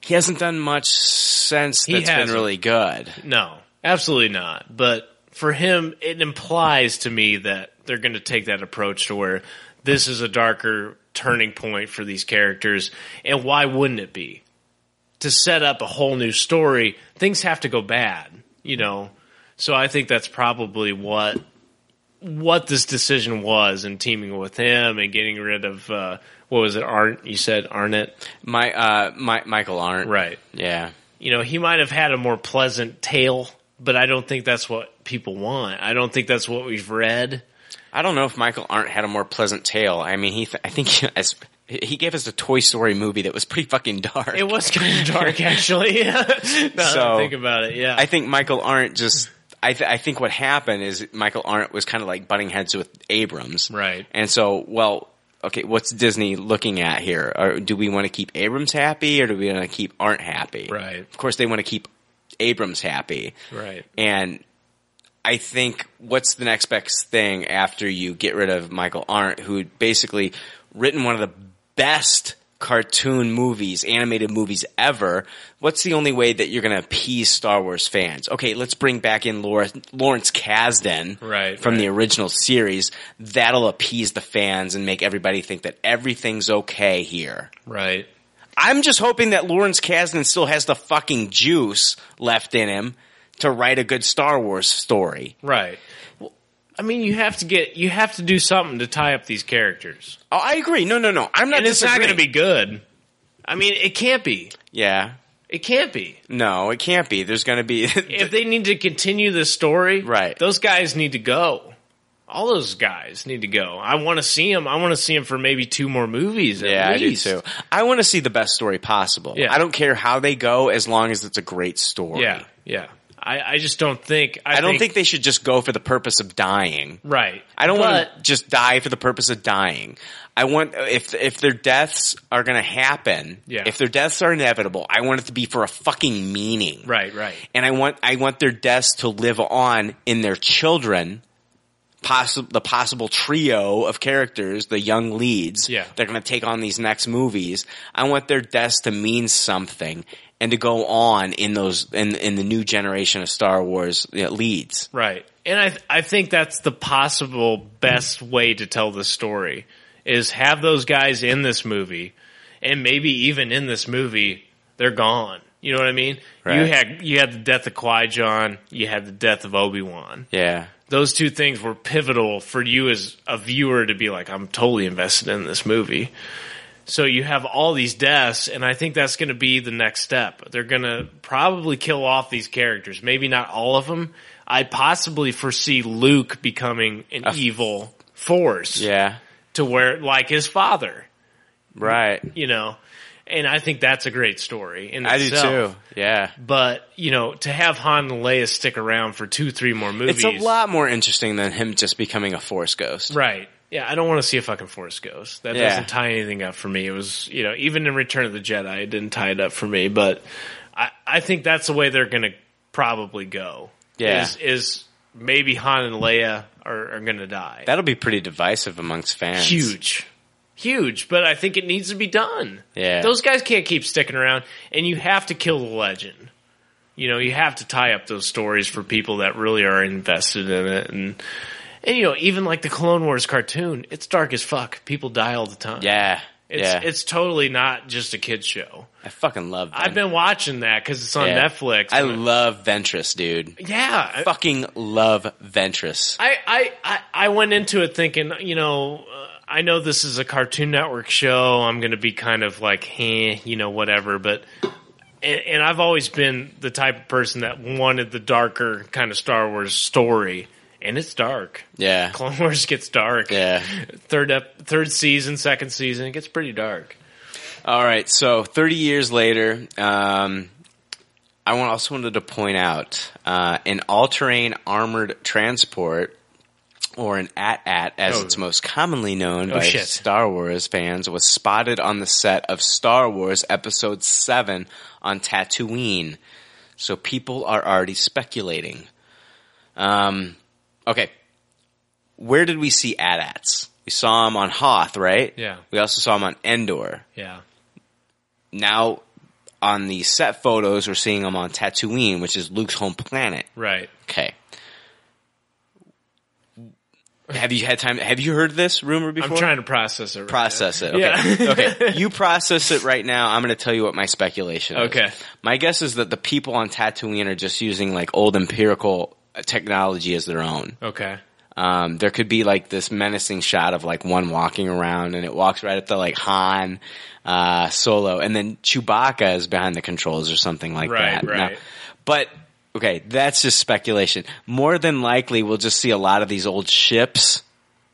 He hasn't done much since He that's been hasn't. really good. No, absolutely not. But for him, it implies to me that they're going to take that approach to where this is a darker turning point for these characters. And why wouldn't it be? To set up a whole new story, things have to go bad, you know? So I think that's probably what what this decision was in teaming with him and getting rid of uh, what was it Arndt? You said Arnett, my uh, my Michael Arndt, right? Yeah, you know he might have had a more pleasant tale, but I don't think that's what people want. I don't think that's what we've read. I don't know if Michael Arndt had a more pleasant tale. I mean, he th- I think he- as, he gave us a Toy Story movie that was pretty fucking dark. It was kind of dark, actually. Yeah. Now that I So- think about it. Yeah, I think Michael Arndt just. I, th- I think what happened is Michael Arndt was kind of like butting heads with Abrams, right? And so, well, okay, what's Disney looking at here? Or do we want to keep Abrams happy, or do we want to keep Arndt happy? Right. Of course, they want to keep Abrams happy, right. and I think what's the next best thing after you get rid of Michael Arndt, who had basically written one of the best cartoon movies, animated movies ever? What's the only way that you're going to appease Star Wars fans? Okay, let's bring back in Lawrence, Lawrence Kasdan Right, from the original series. That'll appease the fans and make everybody think that everything's okay here. Right. I'm just hoping that Lawrence Kasdan still has the fucking juice left in him to write a good Star Wars story. Right. Well, I mean, you have to get you have to do something to tie up these characters. Oh, I agree. No, no, no. I'm not. And it's not going to disagreeing. be good. I mean, it can't be. Yeah. It can't be. No, it can't be. There's going to be. if they need to continue this story, right? Those guys need to go. All those guys need to go. I want to see them. I want to see them for maybe two more movies. At yeah, I do least. too. I want to see the best story possible. Yeah. I don't care how they go as long as it's a great story. Yeah, yeah. I, I just don't think. I, I, don't think, they should just go for the purpose of dying. Right. I don't But- want to just die for the purpose of dying. I want if if their deaths are going to happen, Yeah. if their deaths are inevitable, I want it to be for a fucking meaning. Right, right. And I want I want their deaths to live on in their children, possible the possible trio of characters, the young leads Yeah. they're going to take on these next movies. I want their deaths to mean something and to go on in those in in the new generation of Star Wars you know, leads. Right. And I I think that's the possible best way to tell the story is have those guys in this movie and maybe even in this movie they're gone. You know what I mean? You Right. had you had the death of Qui-Gon, you had the death of Obi-Wan. Yeah. Those two things were pivotal for you as a viewer to be like I'm totally invested in this movie. So you have all these deaths, and I think that's going to be the next step. They're going to probably kill off these characters, maybe not all of them. I possibly foresee Luke becoming an evil force. Yeah. To where, like his father. Right. You know, and I think that's a great story. In I do itself. too. Yeah. But, you know, to have Han and Leia stick around for two, three more movies. It's a lot more interesting than him just becoming a Force ghost. Right. Yeah, I don't want to see a fucking Force Ghost. That Yeah. doesn't tie anything up for me. It was, you know, even in Return of the Jedi, it didn't tie it up for me. But I, I think that's the way they're going to probably go. Yeah. Is, is maybe Han and Leia are, are going to die. That'll be pretty divisive amongst fans. Huge. Huge, but I think it needs to be done. Yeah. Those guys can't keep sticking around, and you have to kill the legend. You know, you have to tie up those stories for people that really are invested in it, and and you know, even like the Clone Wars cartoon, it's dark as fuck. People die all the time. Yeah. it's yeah. it's totally not just a kids show. I fucking love that. I've been watching that because it's on Yeah. Netflix. I love Ventress, dude. Yeah. I- Fucking love Ventress. I, I, I, I went into it thinking, you know, uh, I know this is a Cartoon Network show. I'm going to be kind of like, eh, you know, whatever. But and, and I've always been the type of person that wanted the darker kind of Star Wars story, and it's dark. Yeah. Clone Wars gets dark. Yeah. Third up, third season, second season, it gets pretty dark. All right, so 30 years later, um, I want, also wanted to point out uh, an all-terrain armored transport, or an AT-AT, as Oh. it's most commonly known Oh, by shit. Star Wars fans, was spotted on the set of Star Wars Episode 7 on Tatooine. So people are already speculating. Um, okay, where did we see AT-ATs? We saw them on Hoth, right? Yeah. We also saw them on Endor Yeah. now on the set photos we're seeing them on Tatooine, which is Luke's home planet. Right. Okay. Have you had time? Have you heard this rumor before? I'm trying to process it. Right process it. now. Okay. Yeah. okay. You process it right now. I'm going to tell you what my speculation is. Okay. My guess is that the people on Tatooine are just using like old empirical uh, technology as their own. okay. Um, there could be like this menacing shot of like one walking around and it walks right up to like Han, uh, Solo, and then Chewbacca is behind the controls or something like Right, that. right. but okay, that's just speculation. More than likely, we'll just see a lot of these old ships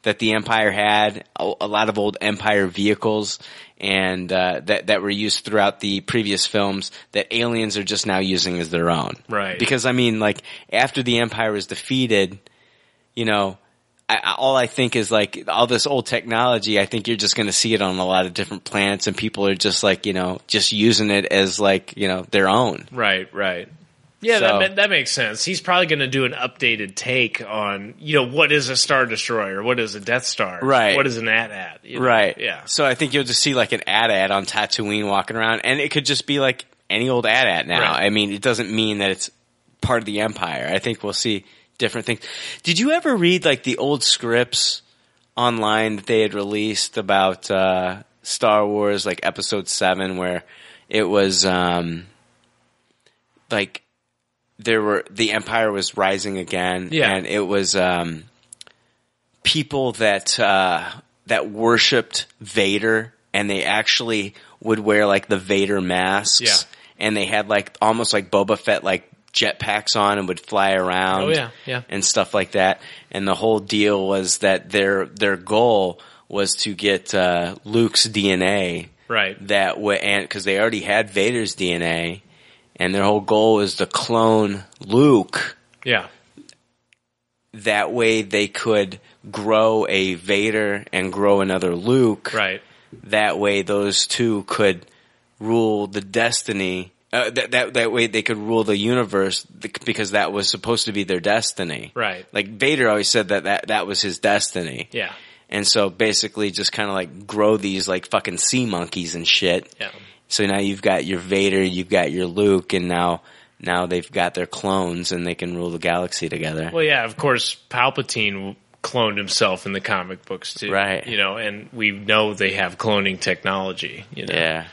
that the Empire had, a, a lot of old Empire vehicles, and uh, that that were used throughout the previous films that aliens are just now using as their own. Right. Because I mean, like after the Empire was defeated, you know, I, I- all I think is like all this old technology. I think you're just going to see it on a lot of different planets, and people are just like you know just using it as like you know their own. Right, right. Yeah, So- that that, that makes sense. He's probably going to do an updated take on, you know, what is a Star Destroyer? What is a Death Star? Right. What is an AT-AT? you know? Right. Yeah. So I think you'll just see like an ad ad on Tatooine walking around, and it could just be like any old ad ad now. Right. I mean, it doesn't mean that it's part of the Empire. I think we'll see different things. Did you ever read like the old scripts online that they had released about uh, Star Wars, like Episode Seven, where it was um, like there were the Empire was rising again, Yeah. and it was. Um, people that uh, that worshipped Vader, and they actually would wear like the Vader masks, Yeah. and they had like almost like Boba Fett like jetpacks on and would fly around, Oh, yeah, yeah. and stuff like that. And the whole deal was that their their goal was to get uh, Luke's DNA Right. that way, and because they already had Vader's DNA, and their whole goal was to clone Luke Yeah. that way they could grow a Vader and grow another Luke. Right. That way those two could rule the destiny. Uh, that, that that way they could rule the universe th- because that was supposed to be their destiny. Right. Like Vader always said that that, that was his destiny. Yeah. And so basically just kind of like grow these like fucking sea monkeys and shit. Yeah. So now you've got your Vader, you've got your Luke, and now now they've got their clones and they can rule the galaxy together. Well, yeah, of course, Palpatine cloned himself in the comic books too. Right. You know, and we know they have cloning technology, you know. Yeah.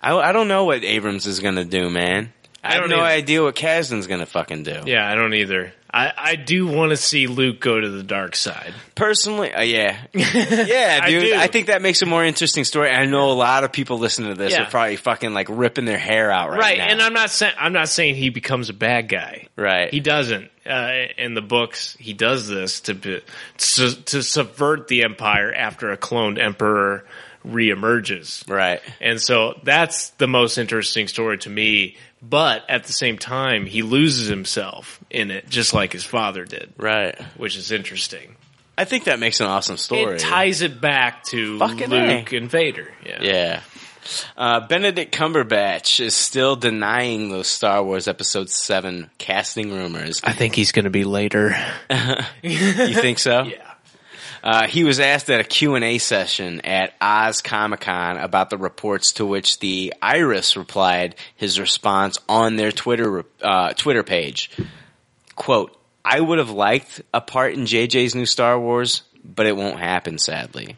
I, I don't know what Abrams is going to do, man. I, have don't no either. idea what Kasdan's going to fucking do. Yeah, I don't either. I, I do want to see Luke go to the dark side. Personally, uh, yeah. Yeah, I dude. do. I, think that makes a more interesting story. I know a lot of people listening to this Yeah. are probably fucking like ripping their hair out right, Right, now. and I'm not saying I'm not saying he becomes a bad guy. Right. He doesn't. Uh, in the books, he does this to, be- to to subvert the empire after a cloned emperor reemerges. Right. And so that's the most interesting story to me. But at the same time, he loses himself in it, just like his father did. Right. Which is interesting. I think that makes an awesome story. It ties it back to Fucking A. Luke and Vader. Yeah. Yeah. Uh, Benedict Cumberbatch is still denying those Star Wars Episode 7 casting rumors. I think he's going to be later. you think so? Yeah. Uh, he was asked at a Q&A session at Oz Comic Con about the reports to which the Iris replied his response on their Twitter uh, Twitter page. Quote, I would have liked a part in JJ's new Star Wars, but it won't happen, sadly.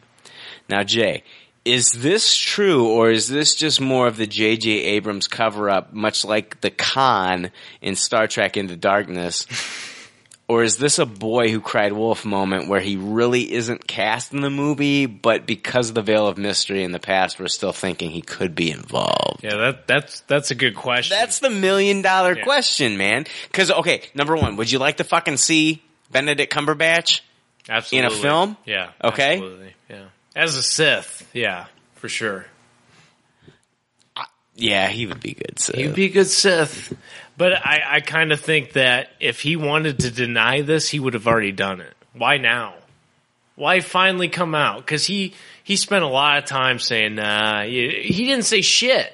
Now, Jay, is this true, or is this just more of the J.J. Abrams cover up, much like the Khan in Star Trek Into Darkness? Or is this a boy who cried wolf moment where he really isn't cast in the movie, but because of the veil of mystery in the past, we're still thinking he could be involved? Yeah, that that's that's a good question. That's the million dollar question, man. Because, okay, number one, would you like to fucking see Benedict Cumberbatch in Absolutely. a film? Yeah. Okay. Absolutely. Yeah. As a Sith. Yeah, for sure. Yeah, he would be good. Seth. He'd be good, Sith. But I, I kind of think that if he wanted to deny this, he would have already done it. Why now? Why finally come out? Because he he spent a lot of time saying, "Nah," he, he didn't say shit,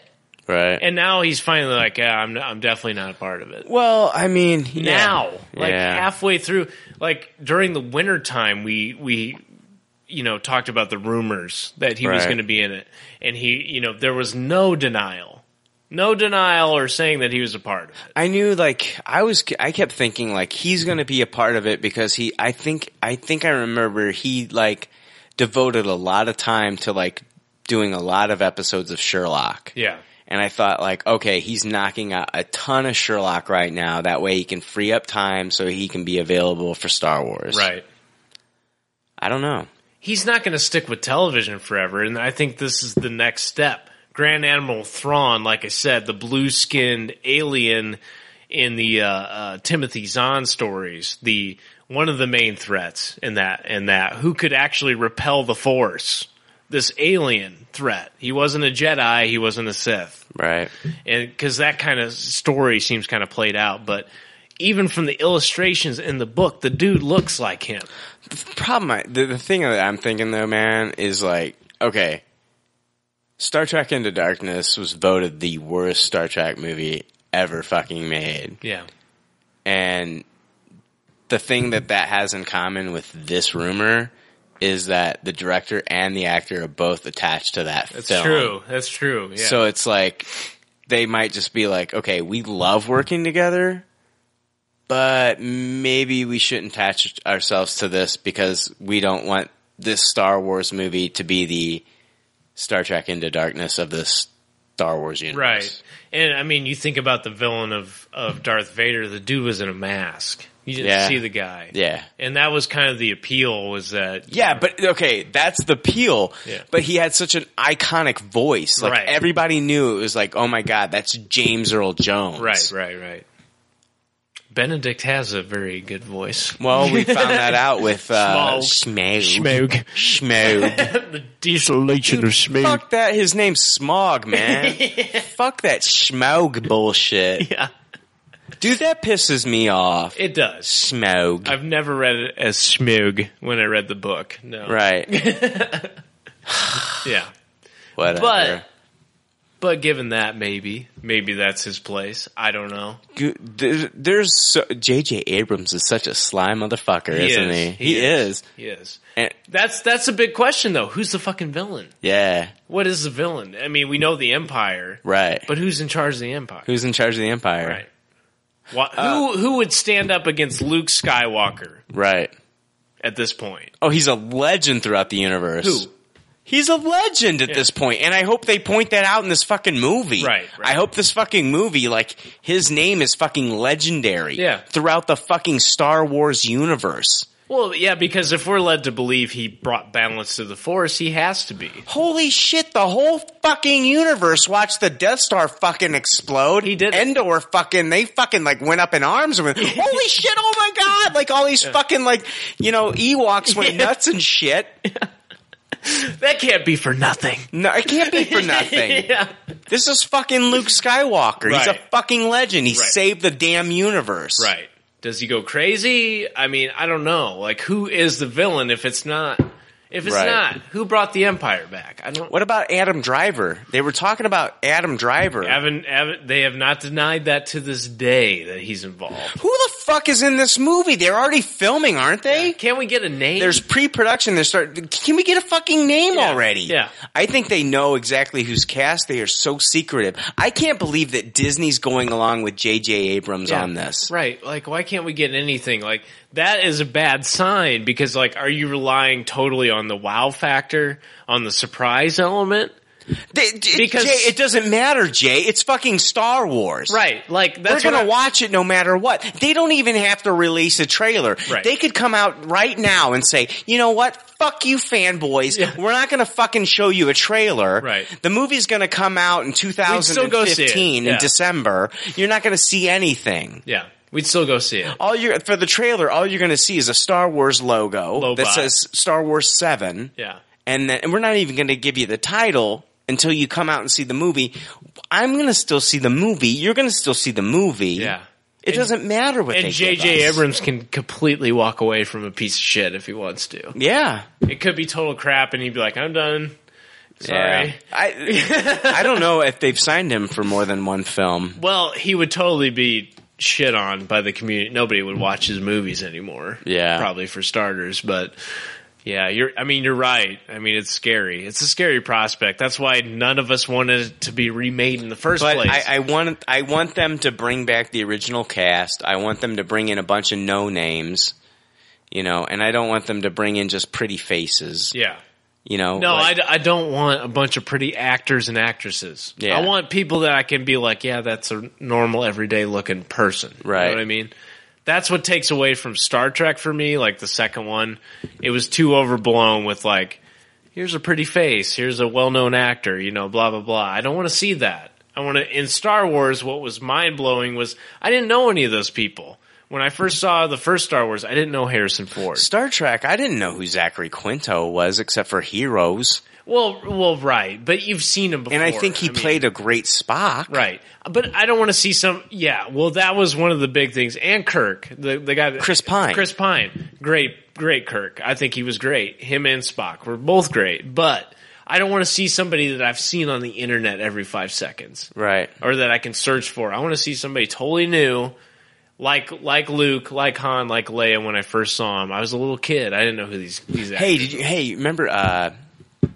right? and now he's finally like, yeah, "I'm I'm definitely not a part of it." Well, I mean, now like Yeah. halfway through like during the winter time we we you know talked about the rumors that he was Right. going to be in it and he you know there was no denial no denial or saying that he was a part of it I knew like I was I kept thinking like he's going to be a part of it because he I think I think I remember he like devoted a lot of time to like doing a lot of episodes of Sherlock. yeah And I thought like, okay, he's knocking out a ton of Sherlock right now. That way he can free up time so he can be available for Star Wars. right I don't know. he's not going to stick with television forever and i think this is the next step grand admiral thrawn like i said the blue skinned alien in the uh, uh, timothy zahn stories the one of the main threats in that in that who could actually repel the force this alien threat he wasn't a jedi he wasn't a sith Right. and because that kind of story seems kind of played out but even from the illustrations in the book the dude looks like him problem I, the, the thing that I'm thinking though, man, is like, okay, Star Trek Into Darkness was voted the worst Star Trek movie ever fucking made. yeah And the thing that that has in common with this rumor is that the director and the actor are both attached to that that's film. true that's true yeah. So it's like they might just be like, okay, we love working together, but maybe we shouldn't attach ourselves to this because we don't want this Star Wars movie to be the Star Trek Into Darkness of this Star Wars universe. Right. And I mean, you think about the villain of, of Darth Vader, the dude was in a mask. You didn't Yeah. see the guy. Yeah. And that was kind of the appeal was that Yeah, but okay, that's the peel. Yeah. But he had such an iconic voice. Like Right. everybody knew it was like, oh my god, that's James Earl Jones. Right, right, right. Benedict has a very good voice. Well, we found that out with uh, Smaug. Schmaug. Schmaug. the desolation of Schmaug. Fuck that. His name's Smog, man. Fuck that Schmaug bullshit. Oh, Yeah. Dude, that pisses me off. It does. Smog. I've never read it as Schmug when I read the book. No. Right. Yeah. Whatever. But but given that maybe maybe that's his place. I don't know. Gu- there- There's so, J.J. Abrams is such a sly motherfucker, He isn't is. he? He is. He is. And- That's that's a big question though. Who's the fucking villain? yeah, What is the villain? I mean, we know the Empire, right. but who's in charge of the Empire? Who's in charge of the Empire? Right. Wha- who who would stand up against Luke Skywalker Right. at this point? Oh, he's a legend throughout the universe. Who? He's a legend at this point, and I hope they point that out in this fucking movie. Right, I hope this fucking movie, like, his name is fucking legendary. Yeah. Throughout the fucking Star Wars universe. Well, yeah, because if we're led to believe he brought balance to the Force, he has to be. Holy shit, the whole fucking universe watched the Death Star fucking explode. He did. Endor fucking, they fucking like went up in arms with, holy shit, oh my god! Like all these fucking like, you know, Ewoks went nuts and shit. That can't be for nothing. No, it can't be for nothing. yeah. This is fucking Luke Skywalker. He's a Right. fucking legend. He Right. saved the damn universe. Right. Does he go crazy? I mean, I don't know. Like, who is the villain if it's not? If it's Right. not, who brought the Empire back? I don't. What about Adam Driver? They were talking about Adam Driver. Haven't, haven't, they have not denied that to this day that he's involved. Who the fuck is in this movie? They're already filming, aren't they? Can we get a name? There's pre-production. They start. Can we get a fucking name already? yeah. I think they know exactly who's cast. They are so secretive. I can't believe that Disney's going along with J.J. Abrams Yeah. on this. Right. Like, why can't we get anything? Like, that is a bad sign because, like, are you relying totally on the wow factor, on the surprise element? because Because- Jay, it doesn't matter, Jay. It's fucking Star Wars. Right. Like, that's We're gonna what I- watch it no matter what. They don't even have to release a trailer. Right. They could come out right now and say, you know what? Fuck you, fanboys. We're not gonna fucking show you a trailer. Right. The movie's gonna come out in still go see it. 2015 in Yeah. December. You're not gonna see anything. Yeah. We'd still go see it. All you for the trailer, all you're gonna see is a Star Wars logo Low that buy. says Star Wars Seven. Yeah. And, then, and we're not even going to give you the title. until you come out and see the movie. I'm going to still see the movie. You're going to still see the movie. Yeah. It doesn't matter what and they give J.J. us. Abrams can completely walk away from a piece of shit if he wants to. Yeah, it could be total crap, and he'd be like, "I'm done." Sorry. Yeah. I I don't know if they've signed him for more than one film. Well, he would totally be shit on by the community. Nobody would watch his movies anymore. Yeah. probably for starters, but. Yeah, you're. I mean, you're right. I mean, it's scary. It's a scary prospect. That's why none of us wanted it to be remade in the first but place. I, I want I want them to bring back the original cast. I want them to bring in a bunch of no names, you know, and I don't want them to bring in just pretty faces. Yeah. You know, No, like- I d- I, don't want a bunch of pretty actors and actresses. Yeah. I want people that I can be like, yeah, that's a normal, everyday looking person. You Right. know what I mean? That's what takes away from Star Trek for me. Like the second one, it was too overblown with like, here's a pretty face, here's a well known actor, you know, blah, blah, blah. I don't want to see that. I want to, in Star Wars, what was mind blowing was I didn't know any of those people. When I first saw the first Star Wars, I didn't know Harrison Ford. Star Trek, I didn't know who Zachary Quinto was except for Heroes. Well, well, right, but you've seen him before, And I think he mean- played a great Spock. Right. But I don't want to see some. Yeah. Well, that was one of the big things. And Kirk, the the guy, that- Chris Pine. Chris Pine, great, great Kirk. I think he was great. Him and Spock were both great. But I don't want to see somebody that I've seen on the internet every five seconds, Right. or that I can search for. I want to see somebody totally new. Like like Luke, like Han, like Leia. When I first saw him, I was a little kid. I didn't know who these these. Hey, did you hey, remember uh E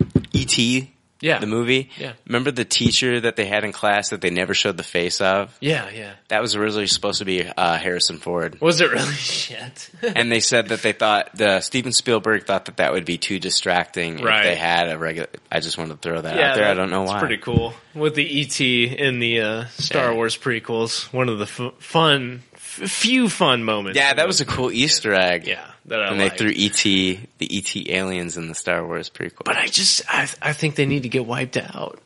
E.T. Yeah. The movie? Yeah. Remember the teacher that they had in class that they never showed the face of? Yeah, yeah. That was originally supposed to be uh, Harrison Ford. Was it really shit? and they said that they thought the Steven Spielberg thought that that would be too distracting Right. if they had a regular. I just wanted to throw that out there. I that- don't know it's why. pretty cool with the ET in the uh, Star Wars prequels. One of the f- fun, f- few fun moments. yeah, that was a cool Easter egg. Yeah, that I and they liked. threw E ET, the ET aliens in the Star Wars prequel. But I just, I, I think they need to get wiped out.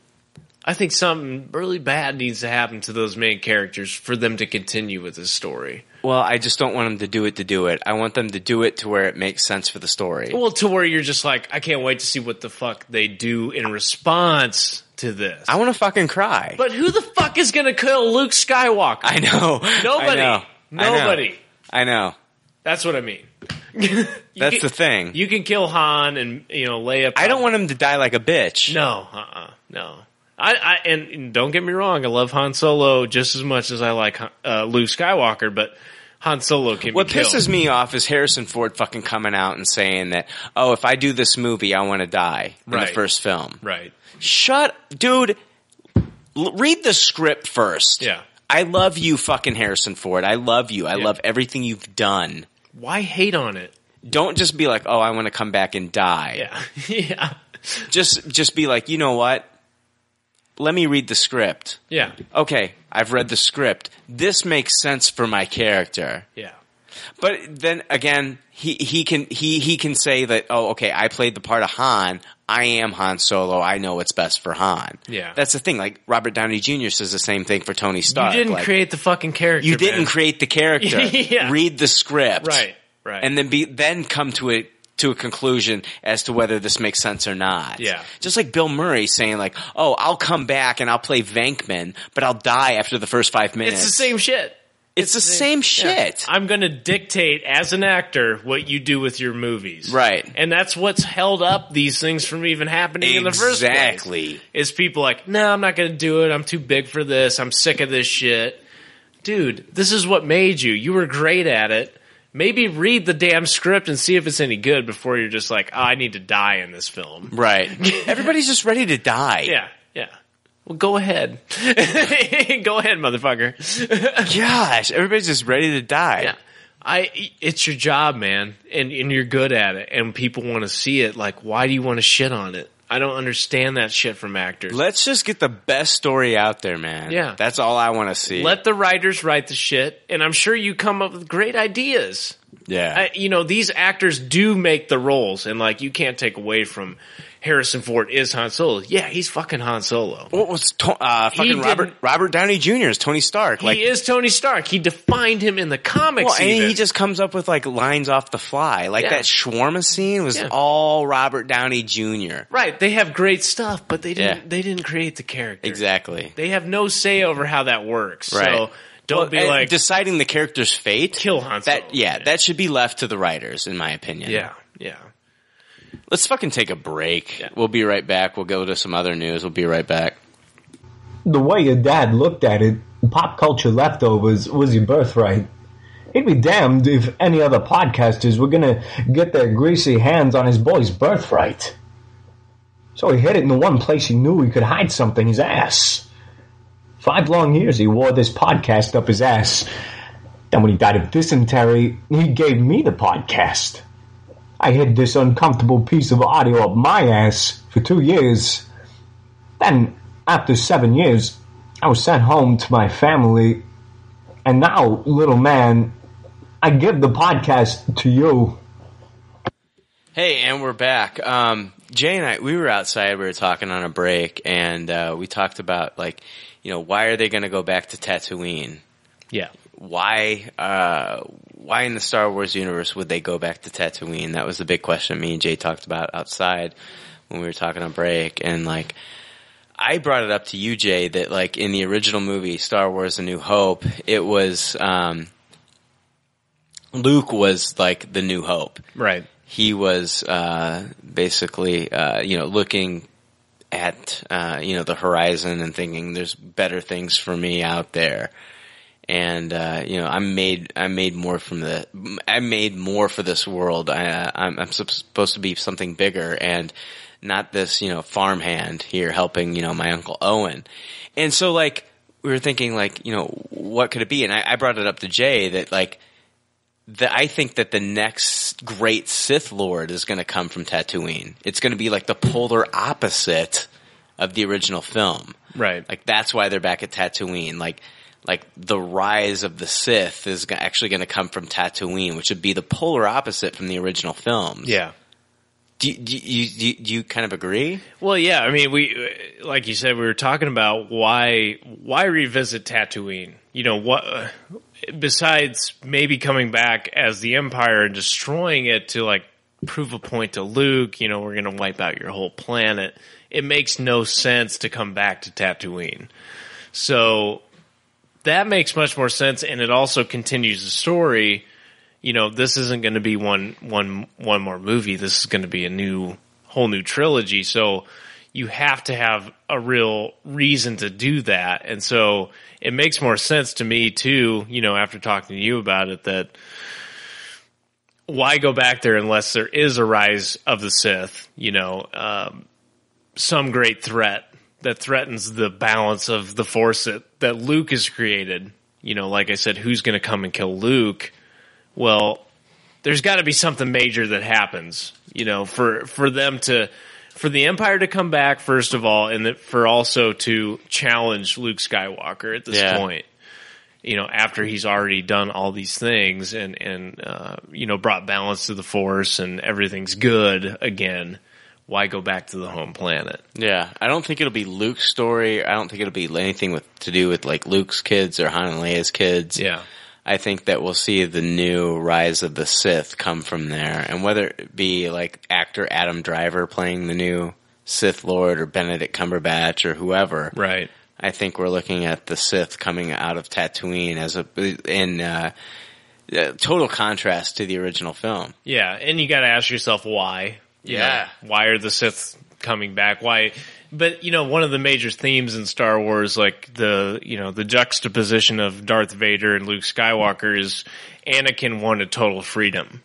I think something really bad needs to happen to those main characters for them to continue with this story. well, I just don't want them to do it to do it. I want them to do it to where it makes sense for the story. Well, to where you're just like, I can't wait to see what the fuck they do in response to this. I want to fucking cry. But who the fuck is going to kill Luke Skywalker? I know. Nobody. I know. I know. Nobody. I know. That's what I mean. That's can- the thing. You can kill Han and you know Leia. I don't want him to die like a bitch. No, uh, uh no. I, I and, and don't get me wrong. I love Han Solo just as much as I like Han- uh, Luke Skywalker, but Han Solo can. What be killed. pisses me off is Harrison Ford fucking coming out and saying that, oh, if I do this movie, I want to die in the Right. first film. Right. Shut, dude. L- read the script first. Yeah. I love you, fucking Harrison Ford. I love you. I Yeah. love everything you've done. Why hate on it? Don't just be like, oh, I want to come back and die. Yeah. yeah. Just, just be like, you know what? Let me read the script. Yeah. Okay, I've read the script. This makes sense for my character. Yeah. But then again, he, he can he he can say that oh okay I played the part of Han I am Han Solo I know what's best for Han Yeah. that's the thing like Robert Downey Jr says the same thing for Tony Stark you didn't like, create the fucking character. you didn't man. create the character Yeah. read the script Right. Right. and then be then come to a to a conclusion as to whether this makes sense or not Yeah. just like Bill Murray saying like oh I'll come back and I'll play Venkman but I'll die after the first five minutes It's the same shit. It's the same shit. I'm going to dictate as an actor what you do with your movies. Right. And that's what's held up these things from even happening in the first place. Exactly. Is people like, no, I'm not going to do it. I'm too big for this. I'm sick of this shit. Dude, this is what made you. You were great at it. Maybe read the damn script and see if it's any good before you're just like, oh, I need to die in this film. right everybody's just ready to die Yeah, yeah. Well, go ahead. go ahead, motherfucker. Gosh, everybody's just ready to die. Yeah. I it's your job, man, and and you're good at it, and people want to see it. Like, why do you want to shit on it? I don't understand that shit from actors. Let's just get the best story out there, man. Yeah. That's all I want to see. Let the writers write the shit, and I'm sure you come up with great ideas. yeah. I, you know, these actors do make the roles, and like you can't take away from Harrison Ford is Han Solo. Yeah, he's fucking Han Solo. What was to- uh, fucking Robert Robert Downey Jr. is Tony Stark? Like he is Tony Stark. He defined him in the comics. Well, and even. he just comes up with like lines off the fly. Like Yeah. that shawarma scene was Yeah. all Robert Downey Jr. right. They have great stuff, but they didn't. Yeah. They didn't create the character. Exactly. They have no say over how that works. Right. So don't Well, be and like deciding the character's fate. Kill Han Solo. That yeah, that should be left to the writers, in my opinion. Yeah. Yeah. Let's fucking take a break. We'll be right back. We'll go to some other news. We'll be right back. The way your dad looked at it, pop culture leftovers was your birthright. He'd be damned if any other podcasters were gonna get their greasy hands on his boy's birthright. So he hid it in the one place he knew he could hide something his ass. Five long years he wore this podcast up his ass. Then when he died of dysentery, he gave me the podcast. I hid this uncomfortable piece of audio up my ass for two years. Then, after seven years, I was sent home to my family. And now, little man, I give the podcast to you. Hey, and we're back. Um, Jay and I, we were outside. We were talking on a break, and uh, we talked about like, you know, why are they going to go back to Tatooine? Yeah. Why? Uh, why in the Star Wars universe would they go back to Tatooine? That was the big question me and Jay talked about outside when we were talking on break, and like, I brought it up to you, Jay, that like in the original movie, Star Wars: A New Hope, it was um, Luke was like the New Hope. Right. He was uh, basically, uh, you know, looking at uh, you know the horizon and thinking, "There's better things for me out there." And uh, you know, I'm made. I'm made more from the. I'm made more for this world. I, I'm, I'm sup- supposed to be something bigger, and not this, you know, farmhand here helping, you know, my uncle Owen. And so like we were thinking like, you know, what could it be? And I, I brought it up to Jay that like the, I think that the next great Sith Lord is going to come from Tatooine. It's going to be like the polar opposite of the original film. Right. Like that's why they're back at Tatooine. Like like the rise of the Sith is go- actually going to come from Tatooine, which would be the polar opposite from the original films. Yeah. Do, do, you, do, you- do you kind of agree? Well, yeah. I mean, we like you said, we were talking about why why revisit Tatooine. You know what? Uh, besides maybe coming back as the Empire and destroying it to like prove a point to Luke. You know, we're going to wipe out your whole planet. It makes no sense to come back to Tatooine. So that makes much more sense, and it also continues the story. You know, this isn't going to be one one one more movie. This is going to be a new whole new trilogy. So you have to have a real reason to do that, and so it makes more sense to me too. You know, after talking to you about it, that why go back there unless there is a rise of the Sith? You know, um, some great threat that threatens the balance of the Force that, that Luke has created. You know, like I said, who's going to come and kill Luke? Well, there's got to be something major that happens. You know, for for them to for the Empire to come back first of all, and that for also to challenge Luke Skywalker at this Yeah. point you know, after he's already done all these things and and uh, you know brought balance to the force and everything's good again, why go back to the home planet? Yeah, I don't think it'll be Luke's story. I don't think it'll be anything with to do with like Luke's kids or Han and Leia's kids. Yeah, I think that we'll see the new rise of the Sith come from there, and whether it be like actor Adam Driver playing the new Sith Lord or Benedict Cumberbatch or whoever. Right. I think we're looking at the Sith coming out of Tatooine as a in uh, uh, total contrast to the original film. Yeah, and you got to ask yourself why. You know, Yeah. why are the Sith coming back? Why? But you know, one of the major themes in Star Wars, like the you know the juxtaposition of Darth Vader and Luke Skywalker, is Anakin wanted total freedom.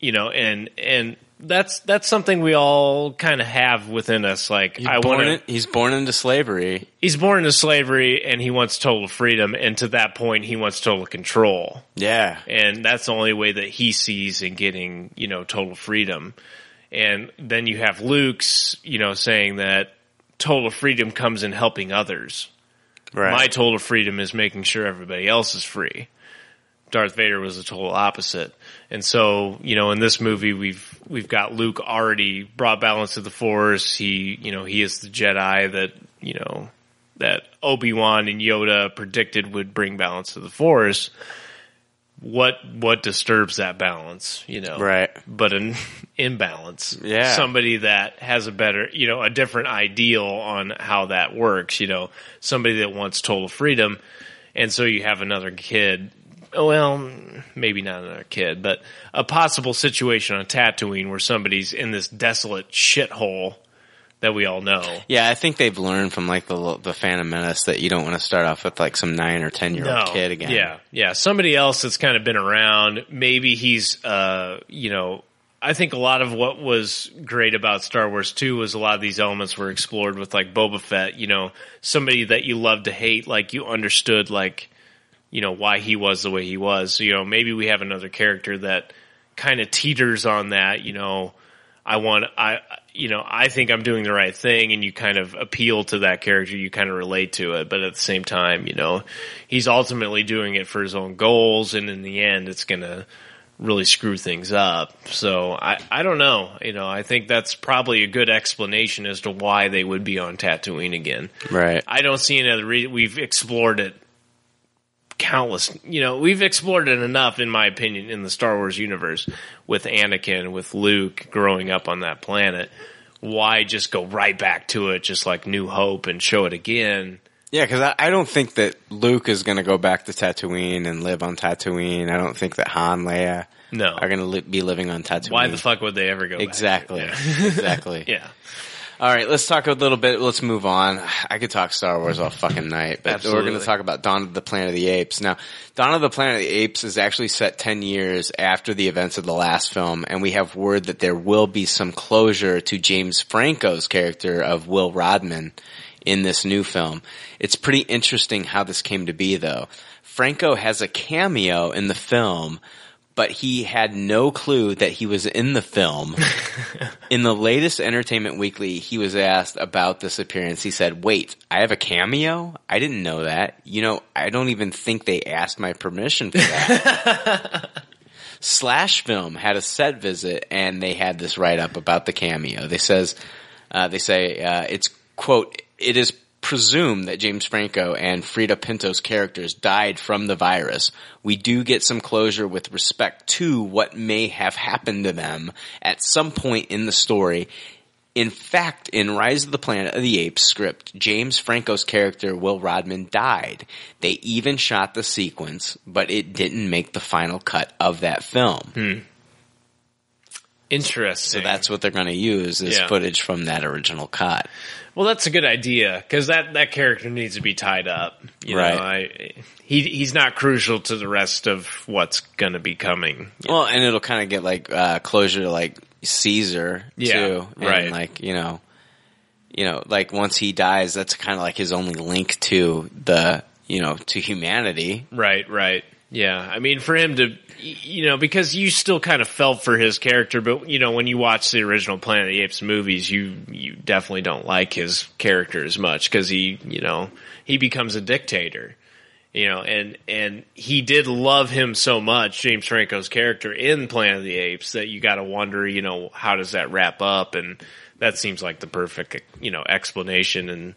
You know, and and that's that's something we all kind of have within us. Like I born want to in- he's born into slavery. He's born into slavery and he wants total freedom. And to that point, he wants total control. Yeah. And that's the only way that he sees in getting, you know, total freedom. And then you have Luke's, you know, saying that total freedom comes in helping others. Right. My total freedom is making sure everybody else is free. Darth Vader was the total opposite. And so, you know, in this movie, we've, we've got Luke already brought balance to the force. He, you know, he is the Jedi that, you know, that Obi-Wan and Yoda predicted would bring balance to the force. What, what disturbs that balance, you know? Right. But an imbalance. Yeah. Somebody that has a better, you know, a different ideal on how that works, you know, somebody that wants total freedom. And so you have another kid. Well, maybe not another kid, but a possible situation on Tatooine where somebody's in this desolate shithole that we all know. Yeah, I think they've learned from like the lo- the Phantom Menace that you don't want to start off with like some nine or ten year old No, kid again. Yeah, yeah. Somebody else that's kind of been around. Maybe he's, uh, you know, I think a lot of what was great about Star Wars 2 was a lot of these elements were explored with like Boba Fett, you know, somebody that you love to hate, like you understood, like, you know, why he was the way he was. So, you know, maybe we have another character that kind of teeters on that, you know, I want I you know I think I'm doing the right thing, and you kind of appeal to that character. You kind of relate to it, but at the same time, you know he's ultimately doing it for his own goals, and in the end, it's gonna really screw things up. So I I don't know. You know I think that's probably a good explanation as to why they would be on Tatooine again. Right. I don't see another reason. We've explored it countless. You know, we've explored it enough, in my opinion, in the Star Wars universe with Anakin, with Luke growing up on that planet. Why just go right back to it, just like New Hope, and show it again? Yeah, because I, I don't think that Luke is going to go back to Tatooine and live on Tatooine. I don't think that Han, Leia, no, are going to li- be living on Tatooine. Why the fuck would they ever go? Mm-hmm. Exactly. Back? exactly. Yeah. All right, let's talk a little bit. Let's move on. I could talk Star Wars all fucking night, but we're going Absolutely. to talk about Dawn of the Planet of the Apes. Now, Dawn of the Planet of the Apes is actually set 10 years after the events of the last film, and we have word that there will be some closure to James Franco's character of Will Rodman in this new film. It's pretty interesting how this came to be though. Franco has a cameo in the film, but he had no clue that he was in the film. in the latest Entertainment Weekly, he was asked about this appearance. He said, Wait, I have a cameo? I didn't know that. You know, I don't even think they asked my permission for that. Slash Film had a set visit and they had this write up about the cameo. They says, uh, they say uh, it's quote, it is presumed that James Franco and Frida Pinto's characters died from the virus. We do get some closure with respect to what may have happened to them at some point in the story. In fact, in Rise of the Planet of the Apes script, James Franco's character Will Rodman died. They even shot the sequence, but it didn't make the final cut of that film. Hmm. Interesting. So that's what they're going to use is Yeah. footage from that original cut. Well, that's a good idea because that that character needs to be tied up. You Right. know, I, he he's not crucial to the rest of what's going to be coming. Well, and it'll kind of get like uh, closure to like Caesar Yeah, too, and right. Like you know, you know, like once he dies, that's kind of like his only link to the you know to humanity. Right, right. Yeah. I mean, for him to, y- you know, because you still kind of felt for his character, but, you know, when you watch the original Planet of the Apes movies, you, you definitely don't like his character as much because he, you know, he becomes a dictator, you know, and, and he did love him so much, James Franco's character in Planet of the Apes, that you got to wonder, you know, how does that wrap up? And that seems like the perfect, you know, explanation and,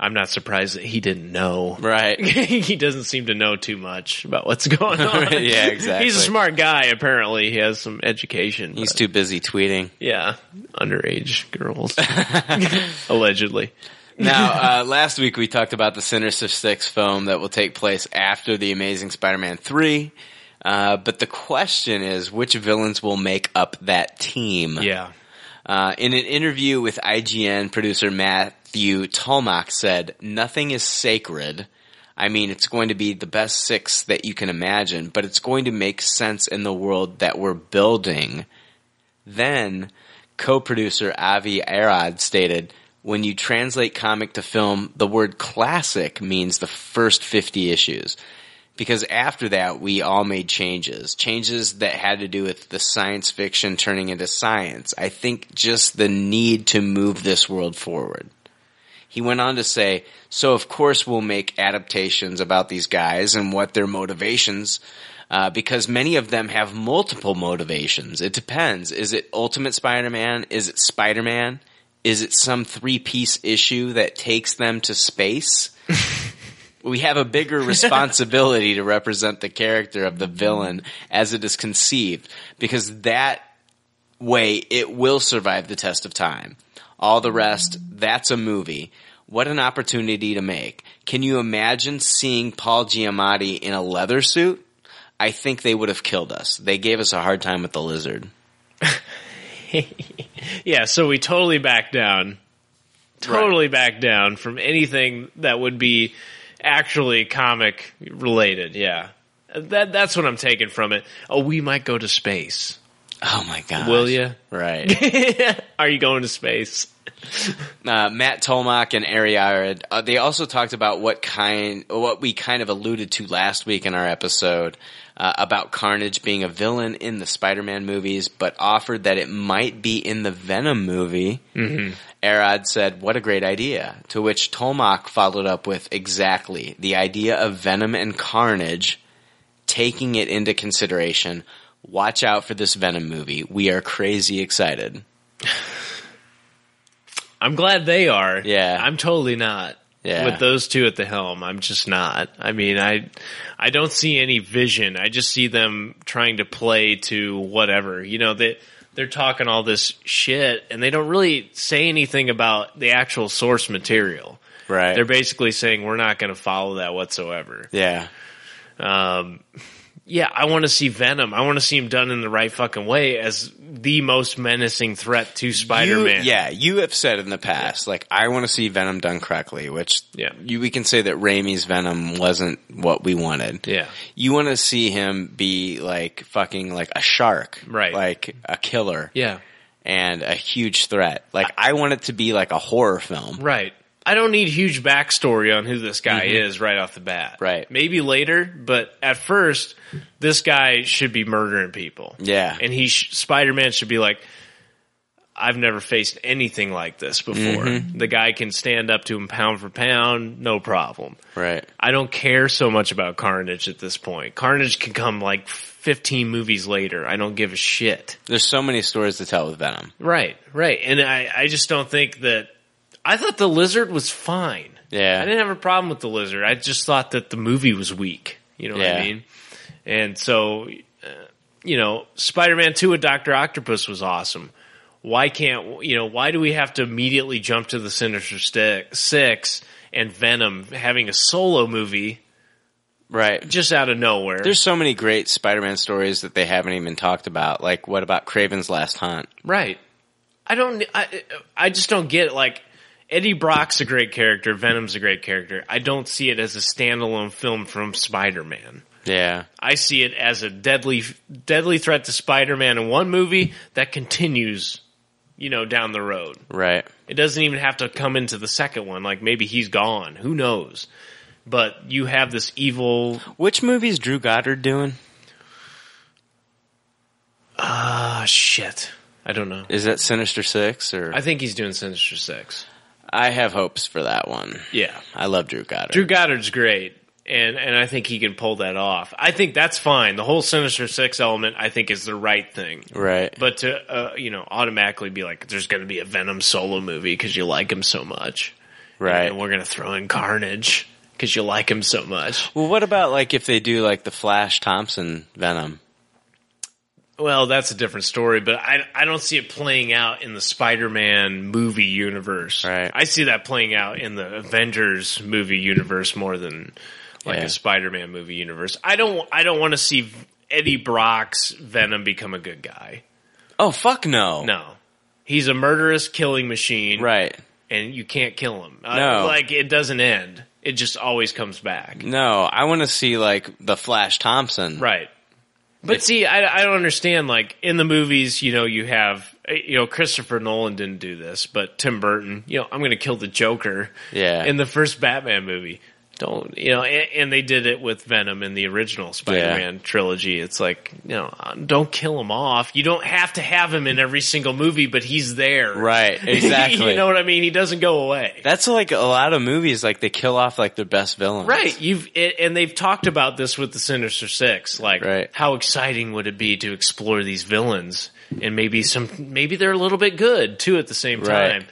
I'm not surprised that he didn't know. Right. he doesn't seem to know too much about what's going on. Yeah, exactly. He's a smart guy, apparently. He has some education. He's but- too busy tweeting. Yeah. Underage girls. Allegedly. now, uh, last week we talked about the Sinister Six film that will take place after the Amazing Spider-Man three. Uh, but the question is, which villains will make up that team? Yeah. Uh, in an interview with IGN, producer Matthew Tolmach said, "Nothing is sacred." I mean, it's going to be the best six that you can imagine, but it's going to make sense in the world that we're building. Then, co-producer Avi Arad stated, "When you translate comic to film, the word classic means the first 50 issues." Because after that, we all made changes. Changes that had to do with the science fiction turning into science. I think just the need to move this world forward. He went on to say, so of course we'll make adaptations about these guys and what their motivations uh, because many of them have multiple motivations. It depends. Is it Ultimate Spider-Man? Is it Spider-Man? Is it some three-piece issue that takes them to space? we have a bigger responsibility to represent the character of the villain as it is conceived because that way it will survive the test of time. All the rest, that's a movie. What an opportunity to make. Can you imagine seeing Paul Giamatti in a leather suit? I think they would have killed us. They gave us a hard time with the lizard. yeah, so we totally back down. Totally back down from anything that would be actually comic related. Yeah. That that's what I'm taking from it. Oh, we might go to space. Oh my god. Will you? Right. Are you going to space? uh, Matt Tolmach and Ari Arid, uh, they also talked about what kind, what we kind of alluded to last week in our episode uh, about Carnage being a villain in the Spider-Man movies, but offered that it might be in the Venom movie. Mm-hmm. Mhm. Arad said, "What a great idea!" To which Tolmach followed up with, "Exactly the idea of Venom and Carnage." Taking it into consideration, watch out for this Venom movie. We are crazy excited. I'm glad they are. Yeah. I'm totally not. Yeah. With those two at the helm, I'm just not. I mean, I I don't see any vision. I just see them trying to play to whatever. You know, they they're talking all this shit and they don't really say anything about the actual source material. Right. They're basically saying we're not going to follow that whatsoever. Yeah. Um yeah, I want to see Venom. I want to see him done in the right fucking way as the most menacing threat to Spider-Man. You- yeah, you have said in the past, like I want to see Venom done correctly, which yeah, you, we can say that Raimi's Venom wasn't what we wanted. Yeah. you want to see him be like fucking like a shark, Right. Like a killer, Yeah. and a huge threat. Like I want it to be like a horror film. Right. I don't need huge backstory on who this guy Mhm. is right off the bat. Right. Maybe later, but at first, this guy should be murdering people. Yeah. And he, sh- Spider Man, should be like, I've never faced anything like this before. Mhm. The guy can stand up to him pound for pound, no problem. Right. I don't care so much about Carnage at this point. Carnage can come like 15 movies later. I don't give a shit. There's so many stories to tell with Venom. Right, right. And I, I just don't think that. I thought the lizard was fine. I Yeah, didn't have a problem with the lizard. I just thought that the movie was weak. You know what Yeah. I mean? And so, uh, you know, Spider Man 2 with Dr. Octopus was awesome. Why can't, you know, why do we have to immediately jump to the Sinister Stick, Six and Venom having a solo movie? Right. Just out of nowhere. there's so many great Spider-Man stories that they haven't even talked about. Like what about Craven's Last Hunt? Right. I don't. I, I just don't get it. like Eddie Brock's a great character. Venom's a great character. I don't see it as a standalone film from Spider Man. Yeah, I see it as a deadly deadly threat to Spider Man in one movie that continues, you know, down the road. right. It doesn't even have to come into the second one. Like maybe he's gone. Who knows? But you have this evil. Which movie is Drew Goddard doing? Ah, shit. I don't know. Is that Sinister Six or I think he's doing Sinister Six. I have hopes for that one. Yeah. I love Drew Goddard. Drew Goddard's great, and and I think he can pull that off. I think that's fine. The whole Sinister Six element, I think, is the right thing. Right. But to uh, you know automatically be like, there's going to be a Venom solo movie because you like him so much, Right. And we're going to throw in Carnage because you like him so much. Well, what about like if they do like the Flash Thompson Venom? Well, that's a different story, but I I don't see it playing out in the Spider-Man movie universe. Right. I see that playing out in the Avengers movie universe more than like Yeah. a Spider-Man movie universe. I don't I don't want to see Eddie Brock's Venom become a good guy. Oh fuck no. No. He's a murderous killing machine. Right. And you can't kill him. Uh, No. like it doesn't end. It just always comes back. No, I want to see like the Flash Thompson. Right. But see, I, I don't understand. Like in the movies, you know, you have you know Christopher Nolan didn't do this, but Tim Burton, you know, I'm going to kill the Joker Yeah. in the first Batman movie. don't you know? And, and they did it with Venom in the original Spider-Man trilogy. It's like you know, um, don't kill him off. You don't have to have him in every single movie, but he's there. Right, exactly. you know what I mean? He doesn't go away. That's like a lot of movies. Like they kill off like their best villains. Right. You've it, and they've talked about this with the Sinister Six. Like, how exciting would it be to explore these villains and maybe some maybe they're a little bit good too at the same Right. time.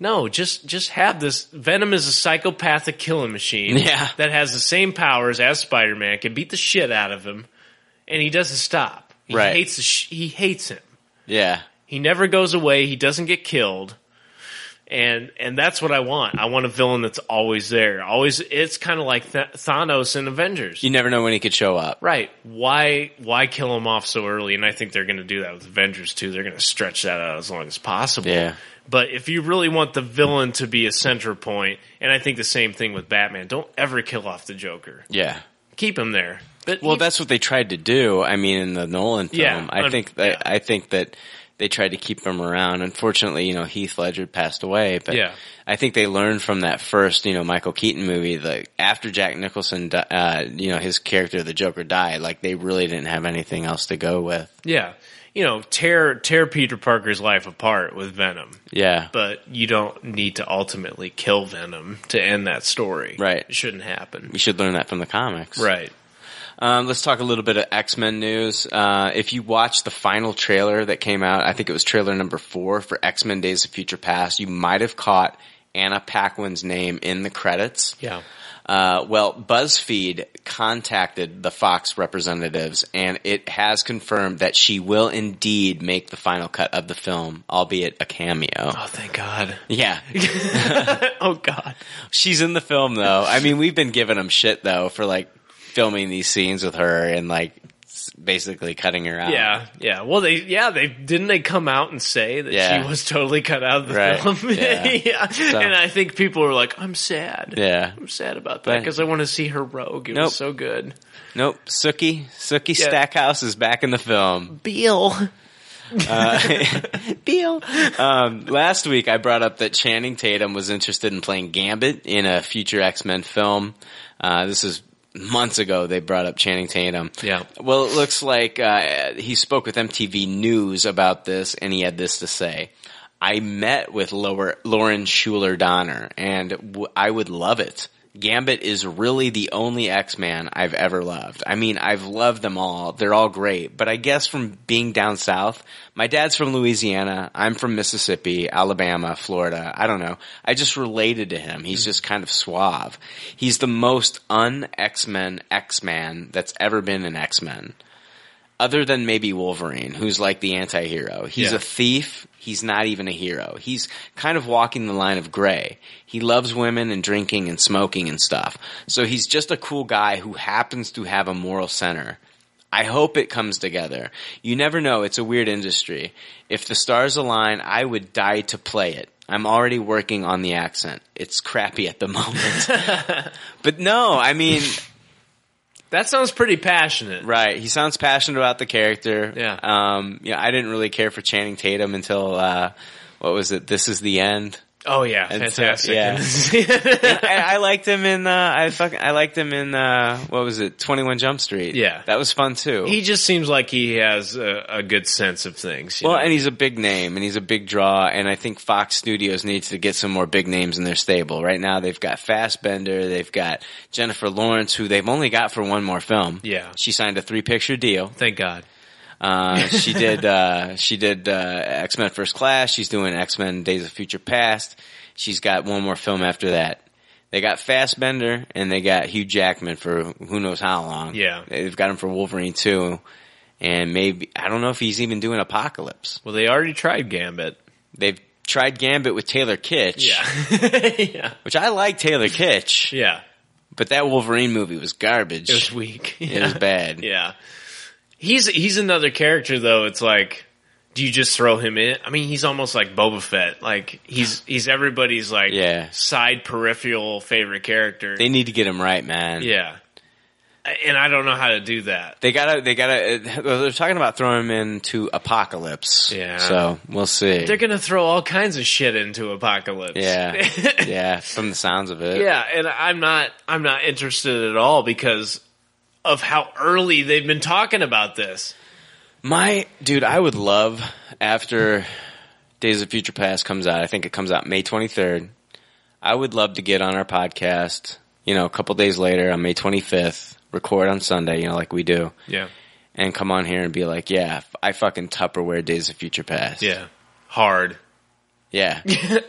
No, just just have this. Venom is a psychopathic killing machine. Yeah. that has the same powers as Spider Man. Can beat the shit out of him, and he doesn't stop. He Right. hates the sh- he hates him. Yeah. He never goes away. He doesn't get killed. And and that's what I want. I want a villain that's always there. Always it's kind of like Th- Thanos in Avengers. You never know when he could show up. Right. Why why kill him off so early? And I think they're going to do that with Avengers too. They're going to stretch that out as long as possible. Yeah. But if you really want the villain to be a center point, and I think the same thing with Batman, don't ever kill off the Joker. Yeah. Keep him there. But well, that's what they tried to do. I mean, in the Nolan film, Yeah, I un- think that I think that they tried to keep him around. Unfortunately, you know, Heath Ledger passed away, but Yeah. I think they learned from that first, you know, Michael Keaton movie. The after Jack Nicholson, di- uh, you know, his character, the Joker, died. Like they really didn't have anything else to go with. Yeah. You know, tear tear Peter Parker's life apart with Venom. Yeah. But you don't need to ultimately kill Venom to end that story. Right. It shouldn't happen. You should learn that from the comics. Right. Um, let's talk a little bit of X Men news. Uh, if you watch the final trailer that came out, I think it was trailer number four for X Men Days of Future Past, you might have caught Anna Paquin's name in the credits. Yeah. Uh, well, BuzzFeed contacted the Fox representatives, and it has confirmed that she will indeed make the final cut of the film, albeit a cameo. Oh, thank God. Yeah. oh, God. She's in the film, though. I mean, we've been giving them shit, though, for like filming these scenes with her and like s- basically cutting her out. Yeah, yeah. Well, they yeah they didn't they come out and say that Yeah. she was totally cut out of the Right, film. yeah. Yeah. So- and I think people were like, "I'm sad. Yeah. I'm sad about that But- because I want to see her rogue. It Nope. was so good. Nope. Sookie, Sookie Yeah. Stackhouse is back in the film. Beal, Uh, Beal. um, last week, I brought up that Channing Tatum was interested in playing Gambit in a future X Men film. Uh, this is months ago. They brought up Channing Tatum. Yeah. Well, it looks like uh, he spoke with MTV News about this, and he had this to say. I met with Lower, Lauren Schuler Donner, and w- I would love it. Gambit is really the only X-Man I've ever loved. I mean, I've loved them all. They're all great. But I guess from being down south, my dad's from Louisiana. I'm from Mississippi, Alabama, Florida. I don't know. I just related to him. He's just kind of suave. He's the most un-X-Men X-Man that's ever been an X-Men other than maybe Wolverine, who's like the anti-hero. He's Yeah. a thief. He's not even a hero. He's kind of walking the line of gray. He loves women and drinking and smoking and stuff. So he's just a cool guy who happens to have a moral center. I hope it comes together. You never know. It's a weird industry. If the stars align, I would die to play it. I'm already working on the accent. It's crappy at the moment. but no, I mean, That sounds pretty passionate. Right. He sounds passionate about the character. Yeah. Um, you know, I didn't really care for Channing Tatum until, uh, what was it? This is the end. Oh yeah, And so- fantastic. yeah. And I, I liked him in, uh, I fucking, I liked him in, uh, what was it? 21 Jump Street. Yeah. That was fun too. he just seems like he has a, a good sense of things. you well, know? and he's a big name and he's a big draw and I think Fox Studios needs to get some more big names in their stable. Right now they've got Fassbender, they've got Jennifer Lawrence who they've only got for one more film. yeah. She signed a three picture deal. Thank God. Uh, she did. Uh, she did uh, X Men First Class. She's doing X Men Days of Future Past. She's got one more film after that. They got Fassbender and they got Hugh Jackman for who knows how long. Yeah. they've got him for Wolverine too, and maybe I don't know if he's even doing Apocalypse. Well, they already tried Gambit. They've tried Gambit with Taylor Kitsch. yeah. Which I like Taylor Kitsch. Yeah. But that Wolverine movie was garbage. It was weak. It was Yeah. bad. Yeah. He's he's another character though. It's like do you just throw him in? I mean, he's almost like Boba Fett. Like he's he's everybody's like Yeah. side peripheral favorite character. They need to get him right, man. yeah. and I don't know how to do that. They gotta, they gotta. uh, They're talking about throwing him into Apocalypse. Yeah. So we'll see. They're gonna throw all kinds of shit into Apocalypse. yeah, yeah. From the sounds of it. yeah, and I'm not I'm not interested at all because of how early they've been talking about this. My dude, I would love after Days of Future Past comes out. I think it comes out May 23rd. I would love to get on our podcast, you know, a couple days later on May 25th, record on Sunday, you know, like we do, Yeah. and come on here and be like, yeah, I fucking Tupperware Days of Future Past. Yeah. Hard. Yeah.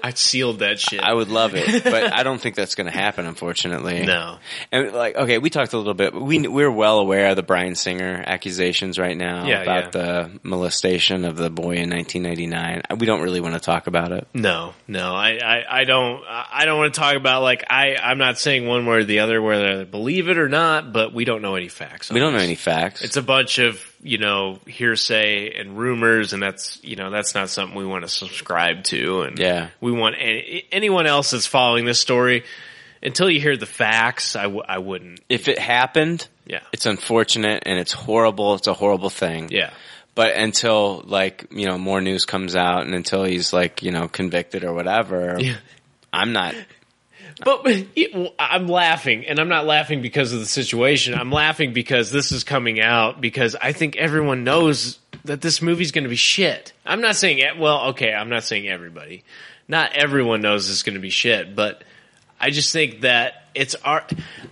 I sealed that shit. I would love it, but I don't think that's going to happen, unfortunately. No. And like, okay, we talked a little bit. but We we're well aware of the Brian Singer accusations right now Yeah, about yeah. the molestation of the boy in 1999. We don't really want to talk about it. No, no, I, I, I don't, I don't want to talk about like I, I'm not saying one way or the other whether I believe it or not, but we don't know any facts. on We don't know this. any facts. It's a bunch of you know hearsay and rumors, and that's you know that's not something we want to subscribe to. And Yeah. we want any, anyone else that's following this story until you hear the facts. I, w- I wouldn't. If it happened, yeah, it's unfortunate and it's horrible. It's a horrible thing. Yeah. But until like you know more news comes out and until he's like you know convicted or whatever, Yeah. I'm not. But it- I'm laughing, and I'm not laughing because of the situation. I'm laughing because this is coming out because I think everyone knows that this movie's going to be shit. I'm not saying e- well, okay, I'm not saying everybody. Not everyone knows it's going to be shit, but I just think that it's our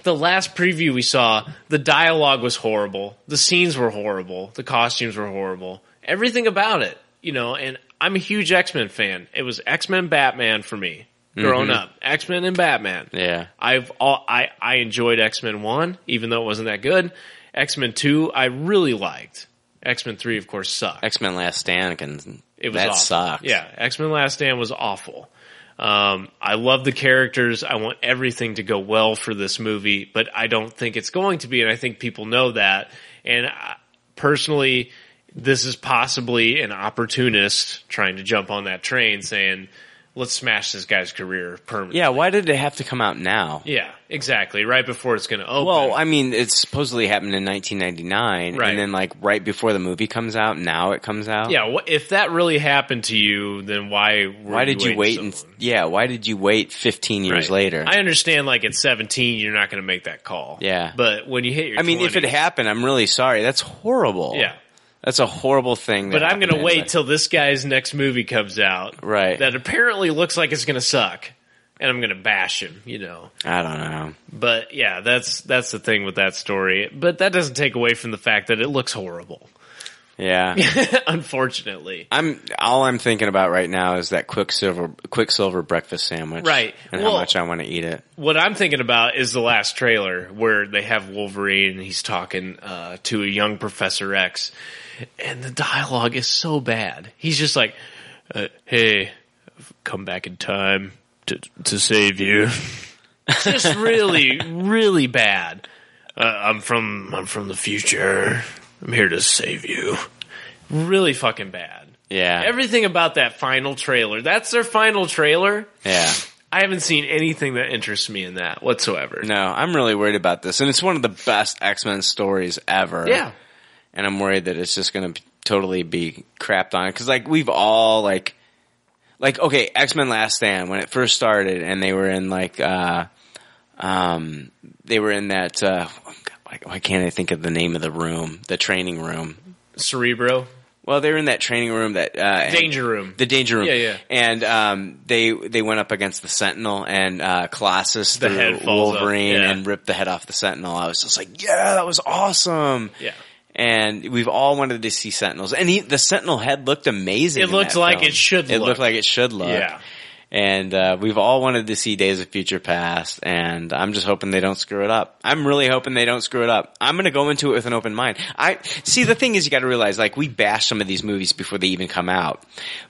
the last preview we saw, the dialogue was horrible, the scenes were horrible, the costumes were horrible, everything about it, you know, and I'm a huge X-Men fan. It was X-Men Batman for me growing Mhm. up. X Men and Batman. Yeah. I've all, I I enjoyed X Men One, even though it wasn't that good. X Men Two, I really liked. X Men Three, of course, sucked. X Men Last Stand can It was that awful. sucks. Yeah, X Men Last Stand was awful. Um, I love the characters. I want everything to go well for this movie, but I don't think it's going to be, and I think people know that. And I, personally, this is possibly an opportunist trying to jump on that train, saying, "Let's smash this guy's career permanently." Yeah, why did it have to come out now? Yeah, exactly. Right before it's going to open. Well, I mean, it supposedly happened in 1999, Right. and then like right before the movie comes out, now it comes out. yeah. wh- If that really happened to you, then why? Were Why did you wait? waiting And, yeah, why did you wait 15 so- years Right. later? I understand. Like at seventeen, you're not going to make that call. yeah, But when you hit your, I mean, if it 20s happened, I'm really sorry. That's horrible. Yeah. that's a horrible thing. but that I'm going to happened. wait till this guy's next movie comes out. Right. That apparently looks like it's going to suck, and I'm going to bash him. You know. I don't know. But yeah, that's that's the thing with that story. But that doesn't take away from the fact that it looks horrible. Yeah, Unfortunately. I'm. All I'm thinking about right now is that Quicksilver Quicksilver breakfast sandwich, Right. And Well- how much I want to eat it. what I'm thinking about is the last trailer where they have Wolverine and he's talking uh, to a young Professor X, and the dialogue is so bad. He's just like, uh, "Hey, I've come back in time to to save you." just really, really bad. Uh, I'm from I'm from the future. I'm here to save you. Really fucking bad. Yeah, Everything about that final trailer. That's their final trailer. yeah. I haven't seen anything that interests me in that whatsoever. No, I'm really worried about this, and it's one of the best X Men stories ever. Yeah. and I'm worried that it's just going to totally be crapped on because, like, we've all like, like, okay, X Men Last Stand when it first started, and they were in like, uh, um, they were in that. Uh, why- why can't I think of the name of the room? The training room. Cerebro. Well, they were in that training room that uh, Danger room. The danger room. Yeah, yeah. And um, they they went up against the Sentinel, and uh, Colossus The threw head falls off, Wolverine yeah. and ripped the head off the Sentinel. I was just like, yeah, that was awesome. Yeah. And we've all wanted to see Sentinels, and he, the Sentinel head looked amazing. It in looked that like film. it should It look. looked like it should look. Yeah. And uh, we've all wanted to see Days of Future Past, and I'm just hoping they don't screw it up. I'm really hoping they don't screw it up. I'm going to go into it with an open mind. I see. The thing is, you got to realize, like, we bash some of these movies before they even come out,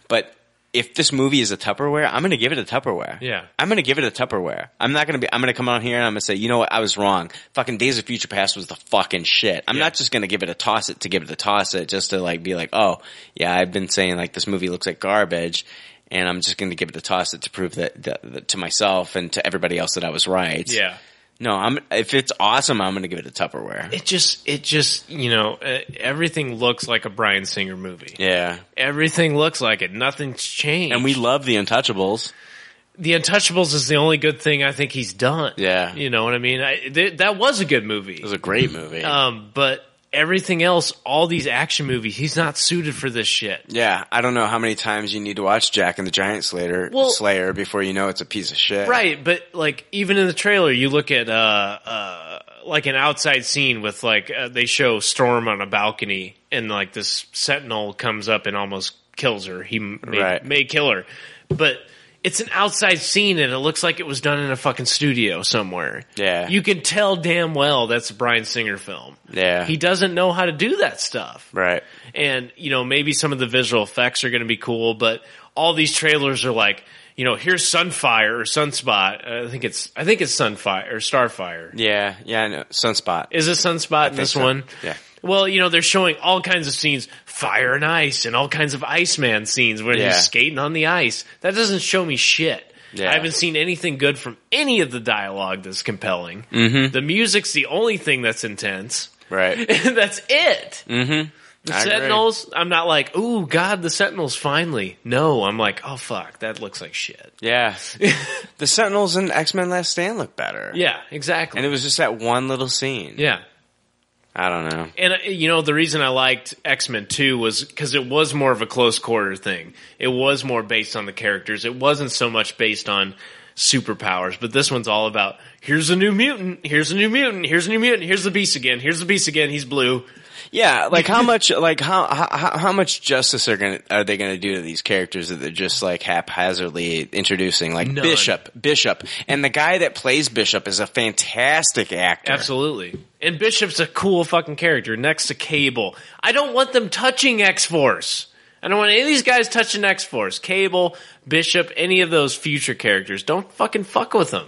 but if this movie is a Tupperware, I'm going to give it a Tupperware. Yeah. I'm going to give it a Tupperware. I'm not going to be. I'm going to come on here and I'm going to say, you know what, I was wrong. Fucking Days of Future Past was the fucking shit. I'm not just going to give it a toss it to give it a toss it just to like be like, oh yeah, I've been saying like this movie looks like garbage, and I'm just going to give it a toss it to prove that, that, that to myself and to everybody else that I was right. Yeah. No, I'm. If it's awesome, I'm going to give it a Tupperware. It just, it just, you know, uh, everything looks like a Brian Singer movie. Yeah, Everything looks like it. Nothing's changed. and we love the Untouchables. The Untouchables is the only good thing I think he's done. Yeah, You know what I mean? I, th- that was a good movie. It was a great movie. Um, but everything else, all these action movies, he's not suited for this shit. yeah. I don't know how many times you need to watch Jack and the Giant Slayer Well- Slayer before you know it's a piece of shit. Right, but like even in the trailer, you look at uh, uh, like an outside scene with like uh, they show Storm on a balcony, and like this Sentinel comes up and almost kills her. He m- may, Right. may kill her, but it's an outside scene, and it looks like it was done in a fucking studio somewhere. Yeah. You can tell damn well that's a Brian Singer film. yeah. He doesn't know how to do that stuff right. and you know maybe some of the visual effects are going to be cool but all these trailers are like you know here's sunfire or sunspot i think it's i think it's sunfire or starfire Yeah. Yeah. I know. Sunspot. is it sunspot in think this so. one Yeah. well you know they're showing all kinds of scenes fire and ice and all kinds of iceman scenes where Yeah. he's skating on the ice that doesn't show me shit Yeah. I haven't seen anything good from any of the dialogue that's compelling. Mhm. The music's the only thing that's intense. Right. that's it. Mm-hmm. The I agree. Sentinels, I'm not like, ooh, God, the Sentinels finally. No, I'm like, oh, fuck, that looks like shit. Yeah. the Sentinels and X Men Last Stand look better. Yeah, exactly. And it was just that one little scene. Yeah. I don't know. And, uh, you know, the reason I liked X Men 2 was because it was more of a close quarter thing. It was more based on the characters, it wasn't so much based on superpowers. But this one's all about here's a new mutant, here's a new mutant, here's a new mutant, here's the beast again, here's the beast again, he's blue. Yeah, like how much, like how how, how much justice are gonna are they gonna do to these characters that they're just like haphazardly introducing, like None. Bishop, Bishop, and the guy that plays Bishop is a fantastic actor. Absolutely. And Bishop's a cool fucking character next to Cable. I don't want them touching X Force. I don't want any of these guys touching X Force. Cable, Bishop, any of those future characters. Don't fucking fuck with them.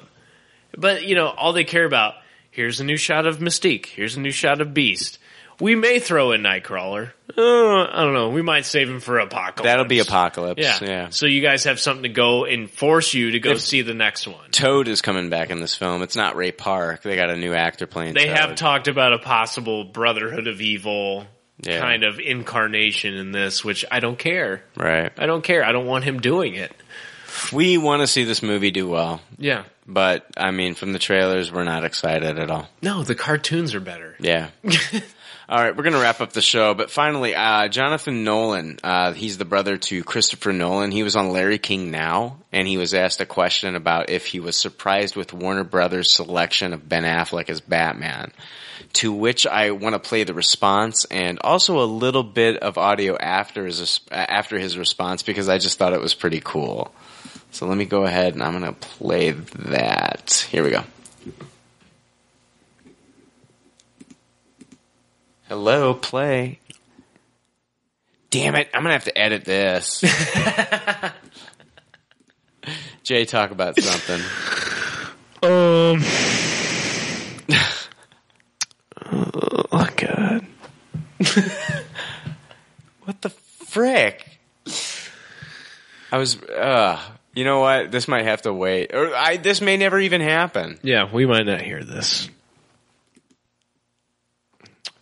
But, you know, all they care about here's a new shot of Mystique. Here's a new shot of Beast. We may throw in Nightcrawler. Uh, I don't know. We might save him for Apocalypse. That'll be Apocalypse. Yeah. So you guys have something to go and force you to go If- see the next one. Toad is coming back in this film. It's not Ray Park. They got a new actor playing. They Toad. have talked about a possible Brotherhood of Evil Yeah. kind of incarnation in this, which I don't care. right. I don't care. I don't want him doing it. We want to see this movie do well, Yeah. but I mean, from the trailers, we're not excited at all. No, the cartoons are better. Yeah. All right, we're going to wrap up the show, but finally, uh, Jonathan Nolan, uh, he's the brother to Christopher Nolan. He was on Larry King Now, and he was asked a question about if he was surprised with Warner Brothers' selection of Ben Affleck as Batman. To which I want to play the response and also a little bit of audio after his uh, after his response because I just thought it was pretty cool. So let me go ahead and I'm going to play that. Here we go. Hello, play. Damn it, I'm gonna have to edit this. Jay, talk about something. Um. oh god. what the frick? I was uh you know what? This might have to wait. Or I this may never even happen. Yeah, we might not hear this.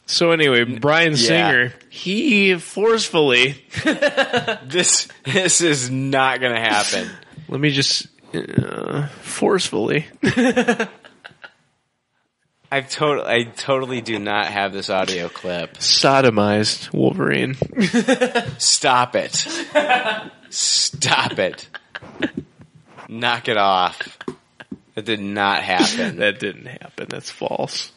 So anyway, Brian Yeah. Singer, he forcefully. this this is not gonna happen. Let me just uh, forcefully. I totally I totally do not have this audio clip. sodomized Wolverine. Stop it. Stop it. Knock it off. That did not happen. that didn't happen. That's false.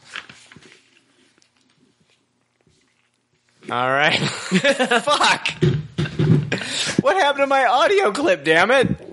All right. Fuck. What happened to my audio clip, damn it?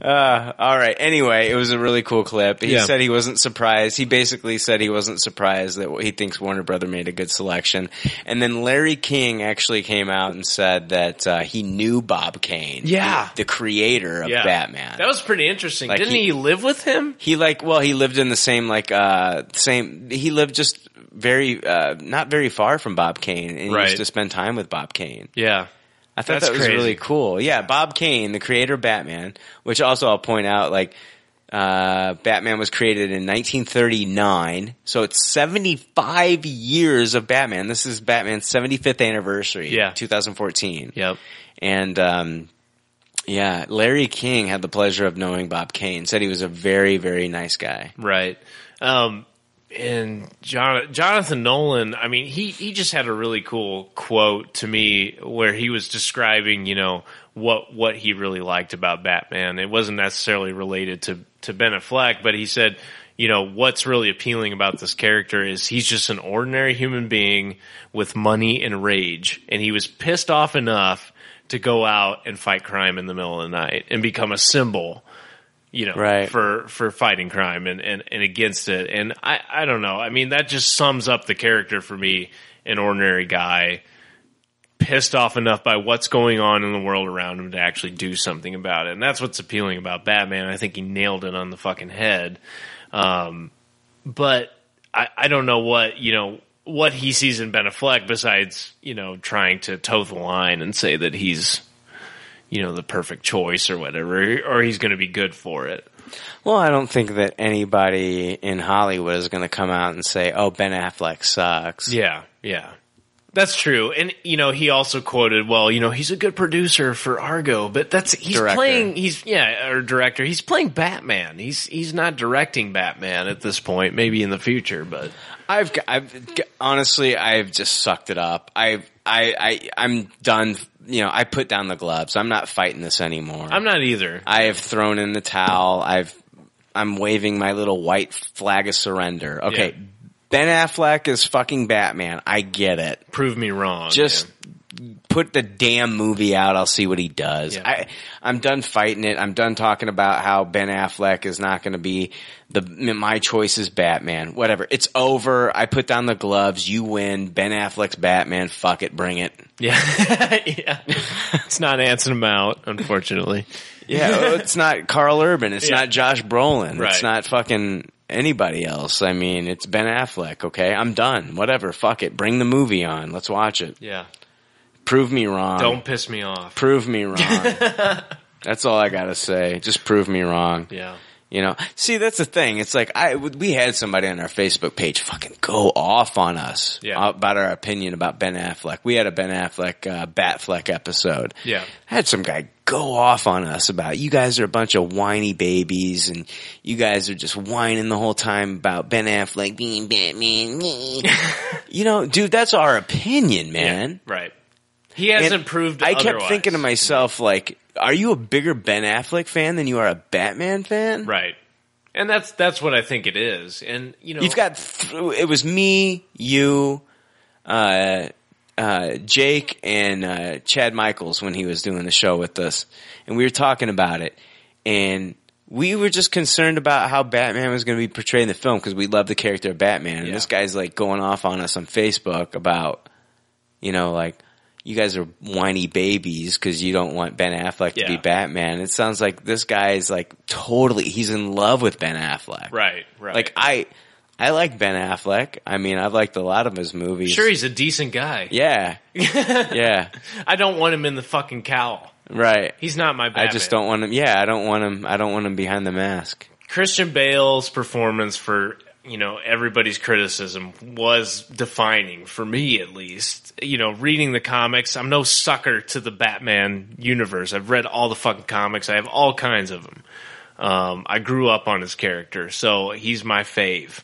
Uh, all right. Anyway, it was a really cool clip. He Yeah. said he wasn't surprised. He basically said he wasn't surprised that he thinks Warner Brother made a good selection. And then Larry King actually came out and said that uh, he knew Bob Kane, Yeah. the, the creator of Batman. That was pretty interesting. Like, Didn't he- he, live with him? He like well, he lived in the same like uh same. He lived just very uh not very far from Bob Kane, and he Right. used to spend time with Bob Kane. Yeah. I thought That's that was crazy. really cool. Yeah, Bob Kane, the creator of Batman, which also I'll point out like. Uh, Batman was created in 1939, so it's 75 years of Batman. This is Batman's 75th anniversary. Yeah, 2014. Yep. And um, yeah, Larry King had the pleasure of knowing Bob Kane. Said he was a very, very nice guy. Right. Um, and Jon Jonathan Nolan, I mean, he, he just had a really cool quote to me where he was describing, you know, what what he really liked about Batman. It wasn't necessarily related to to Ben Affleck, but he said, you know, what's really appealing about this character is he's just an ordinary human being with money and rage, and he was pissed off enough to go out and fight crime in the middle of the night and become a symbol you know, Right. for for fighting crime and, and, and against it. And I, I don't know. I mean, that just sums up the character for me. An ordinary guy pissed off enough by what's going on in the world around him to actually do something about it. And that's what's appealing about Batman. I think he nailed it on the fucking head. Um, but I, I don't know what you know what he sees in Ben Affleck besides you know trying to toe the line and say that he's you know the perfect choice or whatever, or he's going to be good for it. Well, I don't think that anybody in Hollywood is going to come out and say, "Oh, Ben Affleck sucks." Yeah, yeah. That's true. And you know, he also quoted, well, you know, he's a good producer for Argo, but that's he's Director. playing he's yeah, or director. He's playing Batman. He's he's not directing Batman at this point, maybe in the future, but I've, g- I've g- honestly, I've just sucked it up. I've, I, I, I'm done. You know, I put down the gloves. I'm not fighting this anymore. I'm not either. I have thrown in the towel. I've, I'm waving my little white flag of surrender. Okay. Yeah. Ben Affleck is fucking Batman. I get it. Prove me wrong. Just put the damn movie out. I'll see what he does. Yeah. I, I'm done fighting it. I'm done talking about how Ben Affleck is not going to be the my choice is Batman. Whatever. It's over. I put down the gloves. You win. Ben Affleck's Batman. Fuck it. Bring it. Yeah. yeah. It's not Anson Mount, unfortunately. Yeah, it's not Carl Urban. It's Yeah. not Josh Brolin. Right. It's not fucking anybody else. I mean, it's Ben Affleck. Okay, I'm done. Whatever. Fuck it. Bring the movie on. Let's watch it. Yeah. Prove me wrong. Don't piss me off. Prove me wrong. that's all I gotta say. Just prove me wrong. Yeah. You know, see, that's the thing. It's like I we had somebody on our Facebook page fucking go off on us about our opinion about Ben Affleck. We had a Ben Affleck uh, Batfleck episode. Yeah. I had some guy go off on us about you guys are a bunch of whiny babies and you guys are just whining the whole time about Ben Affleck being Batman. you know, dude, that's our opinion, man. Right. He hasn't And proved I kept otherwise. thinking to myself, like, are you a bigger Ben Affleck fan than you are a Batman fan? Right. And that's that's what I think it is. And you know You've got th- it was me, you, uh, uh, Jake, and uh, Chad Michaels when he was doing the show with us, and we were talking about it, and we were just concerned about how Batman was going to be portrayed in the film because we love the character of Batman, and this guy's like going off on us on Facebook about, you know, like. You guys are whiny babies because you don't want Ben Affleck to be Yeah. Batman. It sounds like this guy is like totally, he's in love with Ben Affleck. Right, right. Like I, I like Ben Affleck. I mean, I've liked a lot of his movies. sure he's a decent guy. Yeah, yeah, I don't want him in the fucking cowl. right. He's not my I just Batman. don't want him. Yeah, I don't want him. I don't want him behind the mask. Christian Bale's performance for you know everybody's criticism was defining for me at least. You know, reading the comics, I'm no sucker to the Batman universe. I've read all the fucking comics. I have all kinds of them. Um, I grew up on his character, so he's my fave.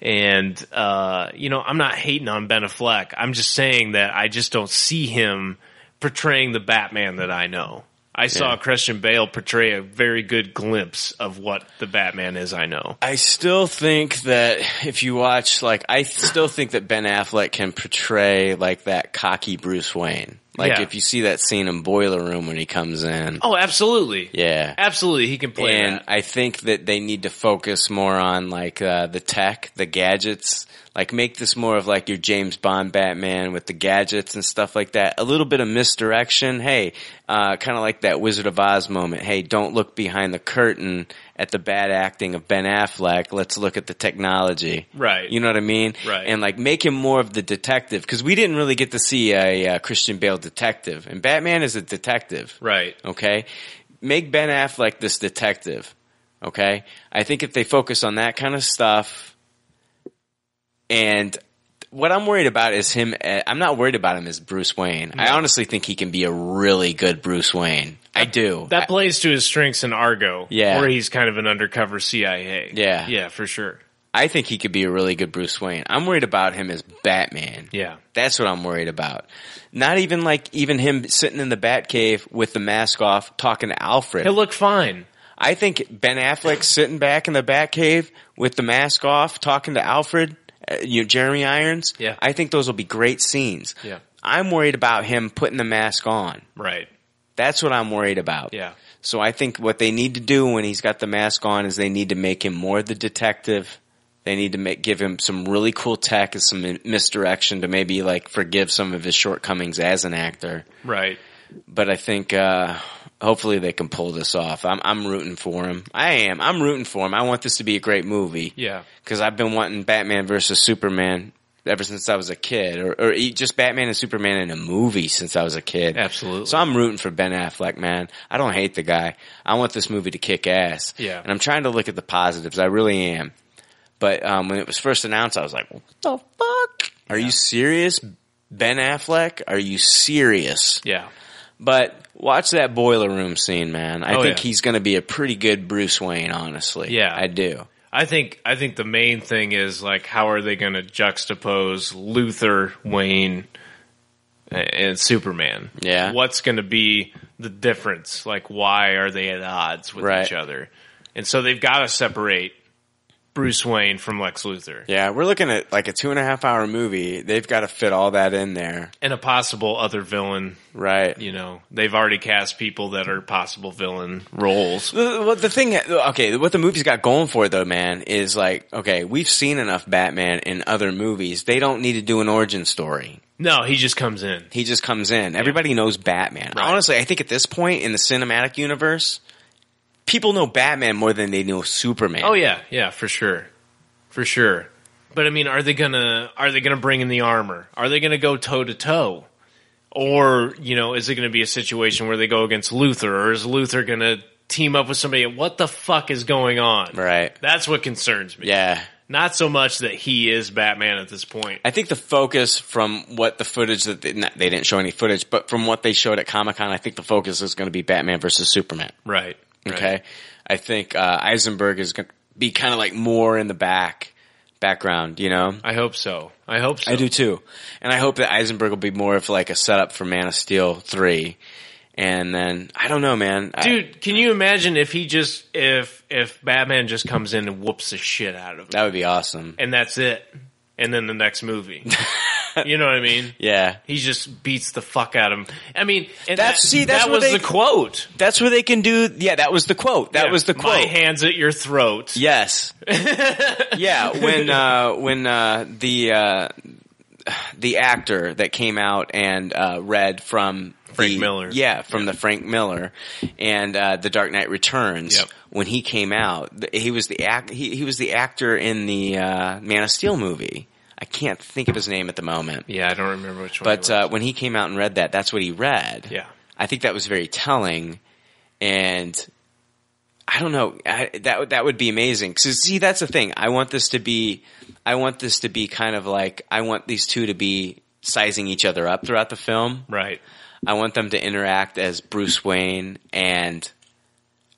And uh, you know, I'm not hating on Ben Affleck. I'm just saying that I just don't see him portraying the Batman that I know. I saw Yeah. Christian Bale portray a very good glimpse of what the Batman is. I know. I still think that if you watch, like, I still think that Ben Affleck can portray like that cocky Bruce Wayne. Like Yeah. if you see that scene in Boiler Room when he comes in. Oh, absolutely, Yeah. absolutely, he can play and that. I think that they need to focus more on like uh, the tech, the gadgets. Like make this more of like your James Bond Batman with the gadgets and stuff like that. A little bit of misdirection. Hey, uh, kind of like that Wizard of Oz moment. Hey, don't look behind the curtain at the bad acting of Ben Affleck. Let's look at the technology. Right. You know what I mean? Right. And like make him more of the detective because we didn't really get to see a, uh Christian Bale detective, and Batman is a detective. Right. Okay. Make Ben Affleck this detective. Okay, I think if they focus on that kind of stuff, and what I'm worried about is him. eh, I'm not worried about him as Bruce Wayne. I honestly think he can be a really good Bruce Wayne. I do. That plays to his strengths in Argo, Yeah. where he's kind of an undercover CIA. Yeah. yeah, for sure. I think he could be a really good Bruce Wayne. I'm worried about him as Batman. Yeah. That's what I'm worried about. Not even like even him sitting in the Batcave with the mask off talking to Alfred. He'll look fine. I think Ben Affleck sitting back in the Batcave with the mask off talking to Alfred, uh, you know, Jeremy Irons. Yeah. I think those will be great scenes. Yeah, I'm worried about him putting the mask on. right. That's what I'm worried about. Yeah. So I think what they need to do when he's got the mask on is they need to make him more the detective. They need to make, give him some really cool tech and some misdirection to maybe like forgive some of his shortcomings as an actor. Right. But I think uh, hopefully they can pull this off. I'm I'm rooting for him. I am. I'm rooting for him. I want this to be a great movie Yeah. because I've been wanting Batman versus Superman ever since I was a kid, or, or e- just Batman and Superman in a movie since I was a kid. Absolutely. So I'm rooting for Ben Affleck, man. I don't hate the guy. I want this movie to kick ass. Yeah. And I'm trying to look at the positives. I really am. But um, when it was first announced, I was like, the fuck? Are you serious, Ben Affleck? Are you serious? Yeah. But watch that boiler room scene, man. I Oh, think yeah. he's going to be a pretty good Bruce Wayne, honestly. Yeah. I do. I think I think the main thing is like how are they going to juxtapose Luther Wayne a- and Superman? Yeah. what's going to be the difference? Like, why are they at odds with Right. each other? And so they've got to separate Bruce Wayne from Lex Luthor Yeah, we're looking at like a two and a half hour movie. They've got to fit all that in there. and a possible other villain. Right. You know, they've already cast people that are possible villain roles. The, what the thing, okay, what the movie's got going for it though, man, is like, okay, we've seen enough Batman in other movies. They don't need to do an origin story. No, he just comes in. He just comes in. Everybody knows Batman. Honestly, I think at this point in the cinematic universe, people know Batman more than they know Superman. Oh yeah, yeah, for sure, for sure. But I mean, are they gonna are they gonna bring in the armor? Are they gonna go toe to toe? Or you know, is it gonna be a situation where they go against Luther, or is Luther gonna team up with somebody? What the fuck is going on? Right. That's what concerns me. Yeah. Not so much that he is Batman at this point. I think the focus from what the footage that they, not- they didn't show any footage, but from what they showed at Comic Con, I think the focus is going to be Batman versus Superman. Right. right. Okay. I think uh, Eisenberg is going to be kind of like more in the back background, you know? I hope so. I hope so. I do too. And I hope that Eisenberg will be more of like a setup for Man of Steel 3. And then, I don't know, man. I- Dude, can you imagine if he just if if Batman just comes in and whoops the shit out of him? that would be awesome. and that's it. And then the next movie. you know what I mean? Yeah. He just beats the fuck out of him. I mean, and That's- that, see, that's that what was they- the quote. That's where they can do. Yeah, that was the quote. That Yeah, was the quote. My hands at your throat. Yes. yeah, when uh, when uh, the uh, the actor that came out and uh, read from Frank Miller, yeah, from the Frank Miller and uh, the Dark Knight Returns. When he came out, th- he was the act. He, he was the actor in the uh, Man of Steel movie. I can't think of his name at the moment. Yeah, I don't remember which one. it But was. uh, when he came out and read that, that's what he read. Yeah, I think that was very telling, and I don't know I, that would- that would be amazing. So see, that's the thing. I want this to be, I want this to be kind of like I want these two to be sizing each other up throughout the film. Right. I want them to interact as Bruce Wayne and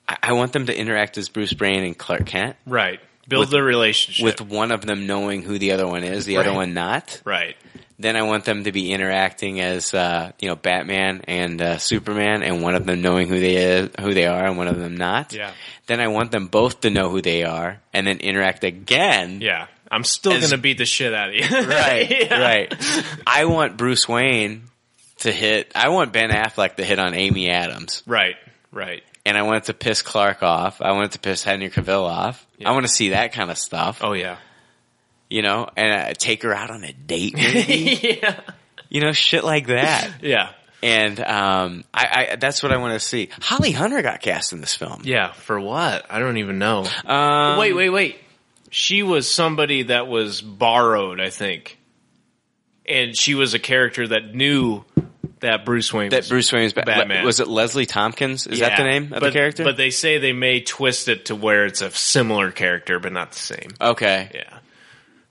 I, I want them to interact as Bruce Wayne and Clark Kent. right. Build With- the relationship. With one of them knowing who the other one is, the other Right. one not. Right. Then I want them to be interacting as uh, you know Batman and uh, Superman, and one of them knowing who they is, who they are, and one of them not. Yeah. Then I want them both to know who they are, and then interact again. Yeah. I'm still As- gonna beat the shit out of you. Right. Yeah. Right. I want Bruce Wayne to hit. I want Ben Affleck to hit on Amy Adams. Right. Right. And I want it to piss Clark off. I want it to piss Henry Cavill off. I want to see that kind of stuff. Oh yeah. You know, and uh, take her out on a date. Maybe. yeah. You know, shit like that. Yeah. And um, I, I that's what I want to see. Holly Hunter got cast in this film. Yeah. For what? I don't even know. Um, wait, wait, wait. She was somebody that was borrowed, I think. And she was a character that knew that Bruce Wayne That Bruce Wayne's ba- Batman. Was it Leslie Tompkins? Is that Yeah. the name of but, the character? But they say they may twist it to where it's a similar character, but not the same. okay. Yeah.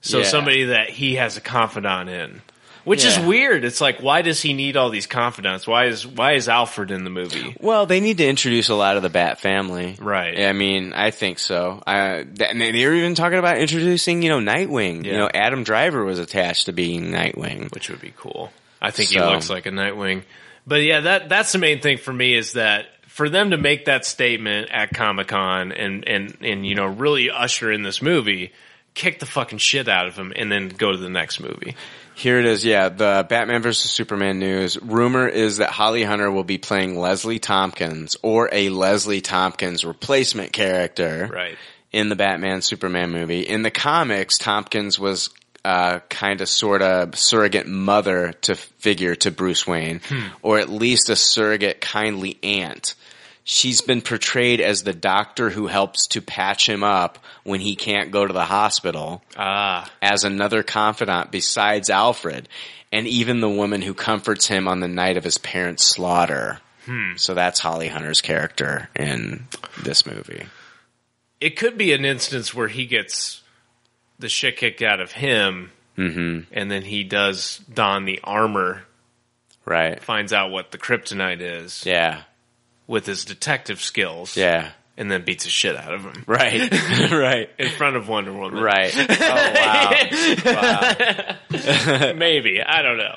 So Yeah. somebody that he has a confidant in. Which is Yeah. weird. It's like, why does he need all these confidants? Why is why is Alfred in the movie? Well, they need to introduce a lot of the Bat family, right? I mean, I think so. I, th- and they were even talking about introducing, you know, Nightwing. You know, Adam Driver was attached to being Nightwing, which would be cool. I think he looks like a Nightwing. But yeah, that that's the main thing for me is that for them to make that statement at Comic Con and and and you know really usher in this movie, kick the fucking shit out of him, and then go to the next movie. Here it is. Yeah, the Batman versus Superman news. Rumor is that Holly Hunter will be playing Leslie Tompkins or a Leslie Tompkins replacement character. Right. In the Batman Superman movie. In the comics, Tompkins was uh, kind of sort of surrogate mother to figure to Bruce Wayne, Hmm. or at least a surrogate kindly aunt. She's been portrayed as the doctor who helps to patch him up when he can't go to the hospital. Ah. As another confidant besides Alfred, and even the woman who comforts him on the night of his parents' slaughter. Hmm. So that's Holly Hunter's character in this movie. It could be an instance where he gets the shit kicked out of him, hmm and then he does don the armor. Right. Finds out what the kryptonite is. Yeah. With his detective skills. Yeah. And then beats the shit out of him. Right. right. In front of Wonder Woman. Right. Oh, wow. Maybe. I don't know.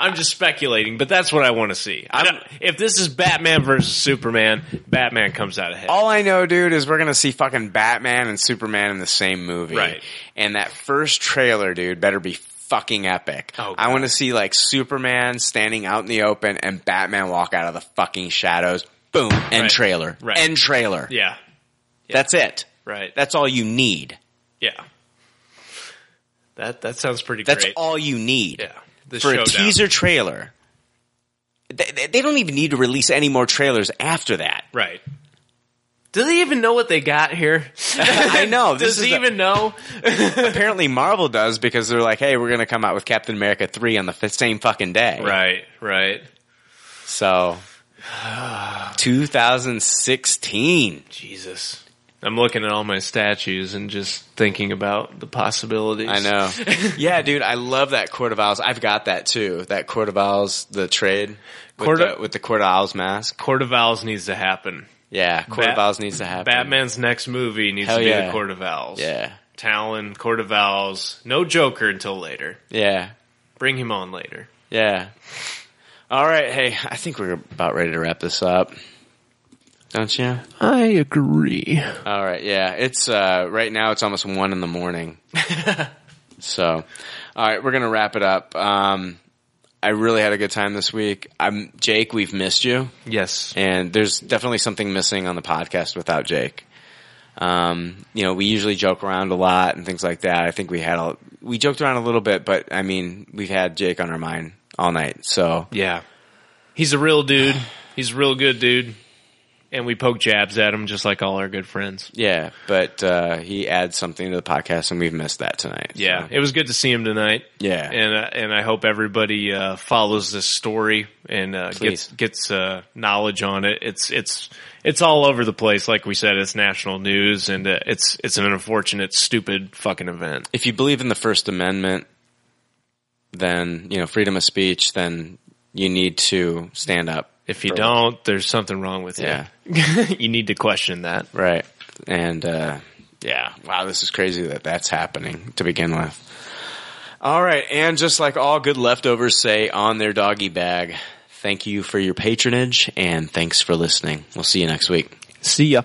I'm just speculating, but that's what I want to see. I don't, if this is Batman versus Superman, Batman comes out ahead. All I know, dude, is we're gonna see fucking Batman and Superman in the same movie. Right. And that first trailer, dude, better be fucking epic. Oh, I want to see like Superman standing out in the open and Batman walk out of the fucking shadows. Boom. End Right. trailer. Right. End trailer. Yeah. That's it. Right. That's all you need. Yeah. That that sounds pretty That's great. all you need. Yeah. The for a showdown. teaser trailer. They- They, they don't even need to release any more trailers after that. Right. Do they even know what they got here? I know. Does this he is a- even know? Apparently, Marvel does because they're like, "Hey, we're going to come out with Captain America three on the f- same fucking day." Right. Right. So, 2016. Jesus. I'm looking at all my statues and just thinking about the possibilities. I know. yeah, dude, I love that Court of Owls. I've got that too. That Court of Owls, the trade with, Court of- the, with the Court of Owls mask. Court of Owls needs to happen. Yeah, Court of Bat- Owls needs to happen. Batman's next movie needs Hell to be yeah. the Court of Owls. Yeah. Talon, Court of Owls. No Joker until later. Yeah, Bring him on later. yeah. All right, hey, I think we're about ready to wrap this up. Don't you? I agree. All right, yeah. It's uh, right now. It's almost one in the morning. so, all right, we're gonna wrap it up. Um, I really had a good time this week. I'm Jake. We've missed you. Yes. And there's definitely something missing on the podcast without Jake. Um, you know, we usually joke around a lot and things like that. I think we had a we joked around a little bit, but I mean, we've had Jake on our mind all night. So Yeah. He's a real dude. He's a real good dude. And we poke jabs at him just like all our good friends. yeah, but uh, he adds something to the podcast, and we've missed that tonight. Yeah, So, it was good to see him tonight. Yeah. and uh, and I hope everybody uh, follows this story and uh, Please. gets gets uh, knowledge on it. It's it's it's all over the place. Like we said, it's national news, and uh, it's it's an unfortunate, stupid fucking event. if you believe in the First Amendment, then you know freedom of speech. Then you need to stand up. If you don't, there's something wrong with yeah, you. you need to question that. right. And uh, yeah, wow, this is crazy that that's happening to begin with. All right, and just like all good leftovers say on their doggy bag, thank you for your patronage and thanks for listening. We'll see you next week. See ya.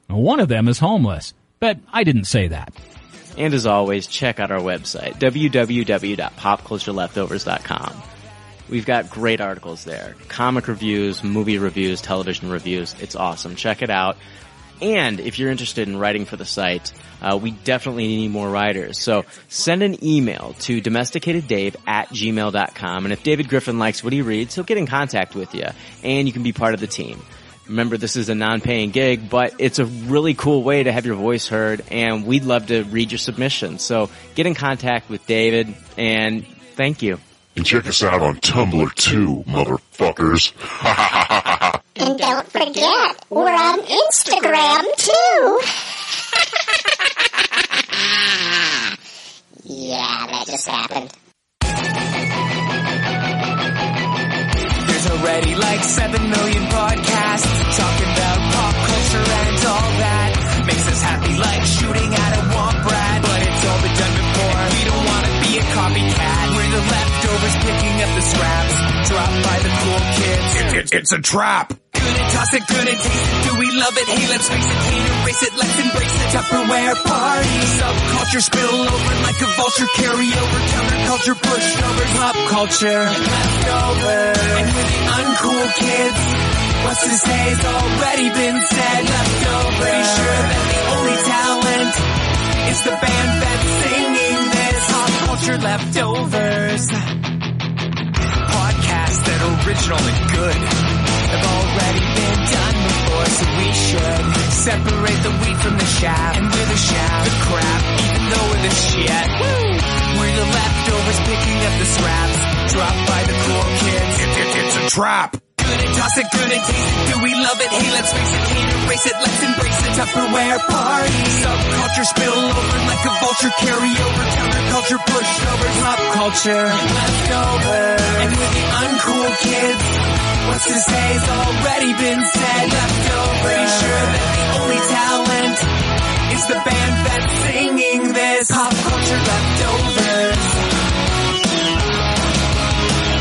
One of them is homeless, but I didn't say that. And as always, check out our website, www.popcultureleftovers.com. We've got great articles there. Comic reviews, movie reviews, television reviews. It's awesome. Check it out. And if you're interested in writing for the site, uh, we definitely need more writers. So send an email to domesticatedDave at gmail.com. And if David Griffin likes what he reads, he'll get in contact with you and you can be part of the team. Remember, this is a non-paying gig, but it's a really cool way to have your voice heard and we'd love to read your submissions. So get in contact with David and thank you. And check us out on Tumblr too, motherfuckers. And don't forget, we're on Instagram too. yeah, that just happened. There's already like 7 million podcasts talking about pop culture and all that. Makes us happy like shooting at a womp rat. But it's all been done before. and We don't want to be a copycat. We're the leftovers picking up the scraps dropped by the cool kids. it's a trap. Gonna toss it, gonna taste it. Do we love it? Hey, let's race it, can't erase it. Let's embrace the Tupperware party. Subculture spill over like a vulture. Carry over counterculture, pushovers, pop culture. Leftovers. And we're the uncool kids. What's to say has already been said. Leftovers. Pretty sure that the only talent is the band that's singing this. Pop culture leftovers. Podcasts that are original and good have already been done before, so we should separate the wheat from the chaff. And we're the chaff, the crap, even though we're the shit. We're the leftovers picking up the scraps dropped by the cool kids. It's a trap. Gonna toss it, gonna taste it. Do we love it? Hey, let's face it, can't erase it. Let's embrace the Tupperware party. Subculture spill over like a vulture. Carry over counterculture, pushovers, pop culture, leftovers. And we're the uncool kids. What's to say has already been said. Leftovers. Pretty sure that the only talent is the band that's singing this. Pop culture leftovers.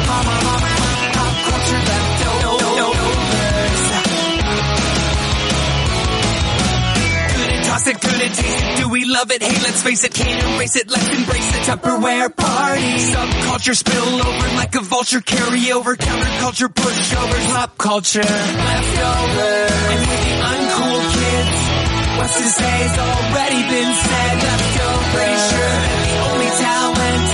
Mama, mama, pop culture Gonna toss it, gonna taste it. Do we love it? Hey, let's face it, can't erase it. Let's embrace the Tupperware party. Subculture spill over like a vulture. Carry over counterculture, pushovers, pop culture, leftovers. And with the uncool kids, what's to say has already been said. Leftovers. Pretty sure that the only talent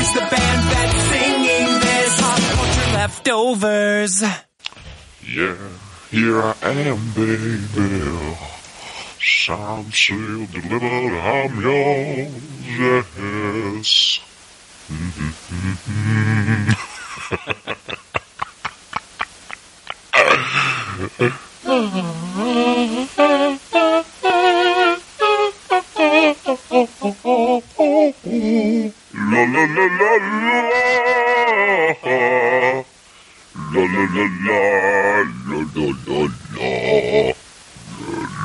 is the band that's singing this. Pop culture leftovers. yeah, here I am, baby. Signed, sealed, delivered, I'm yours, yes. La la la la la. La la la la la la la la.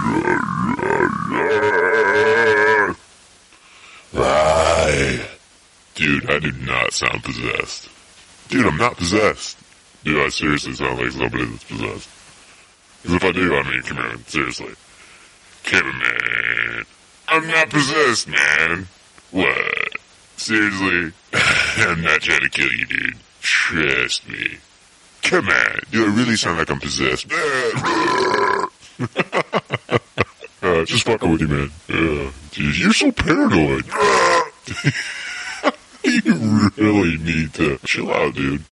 Bye. Dude, I do not sound possessed. Dude, I'm not possessed. Dude, I seriously sound like somebody that's possessed. Because if I do, I mean, come here, seriously. Come on, man. I'm not possessed, man. What? Seriously? I'm not trying to kill you, dude. Trust me. Come on. Do I really sound like I'm possessed? Uh, just fucking with you, man. Yeah. Dude, you're so paranoid. you really need to chill out, dude.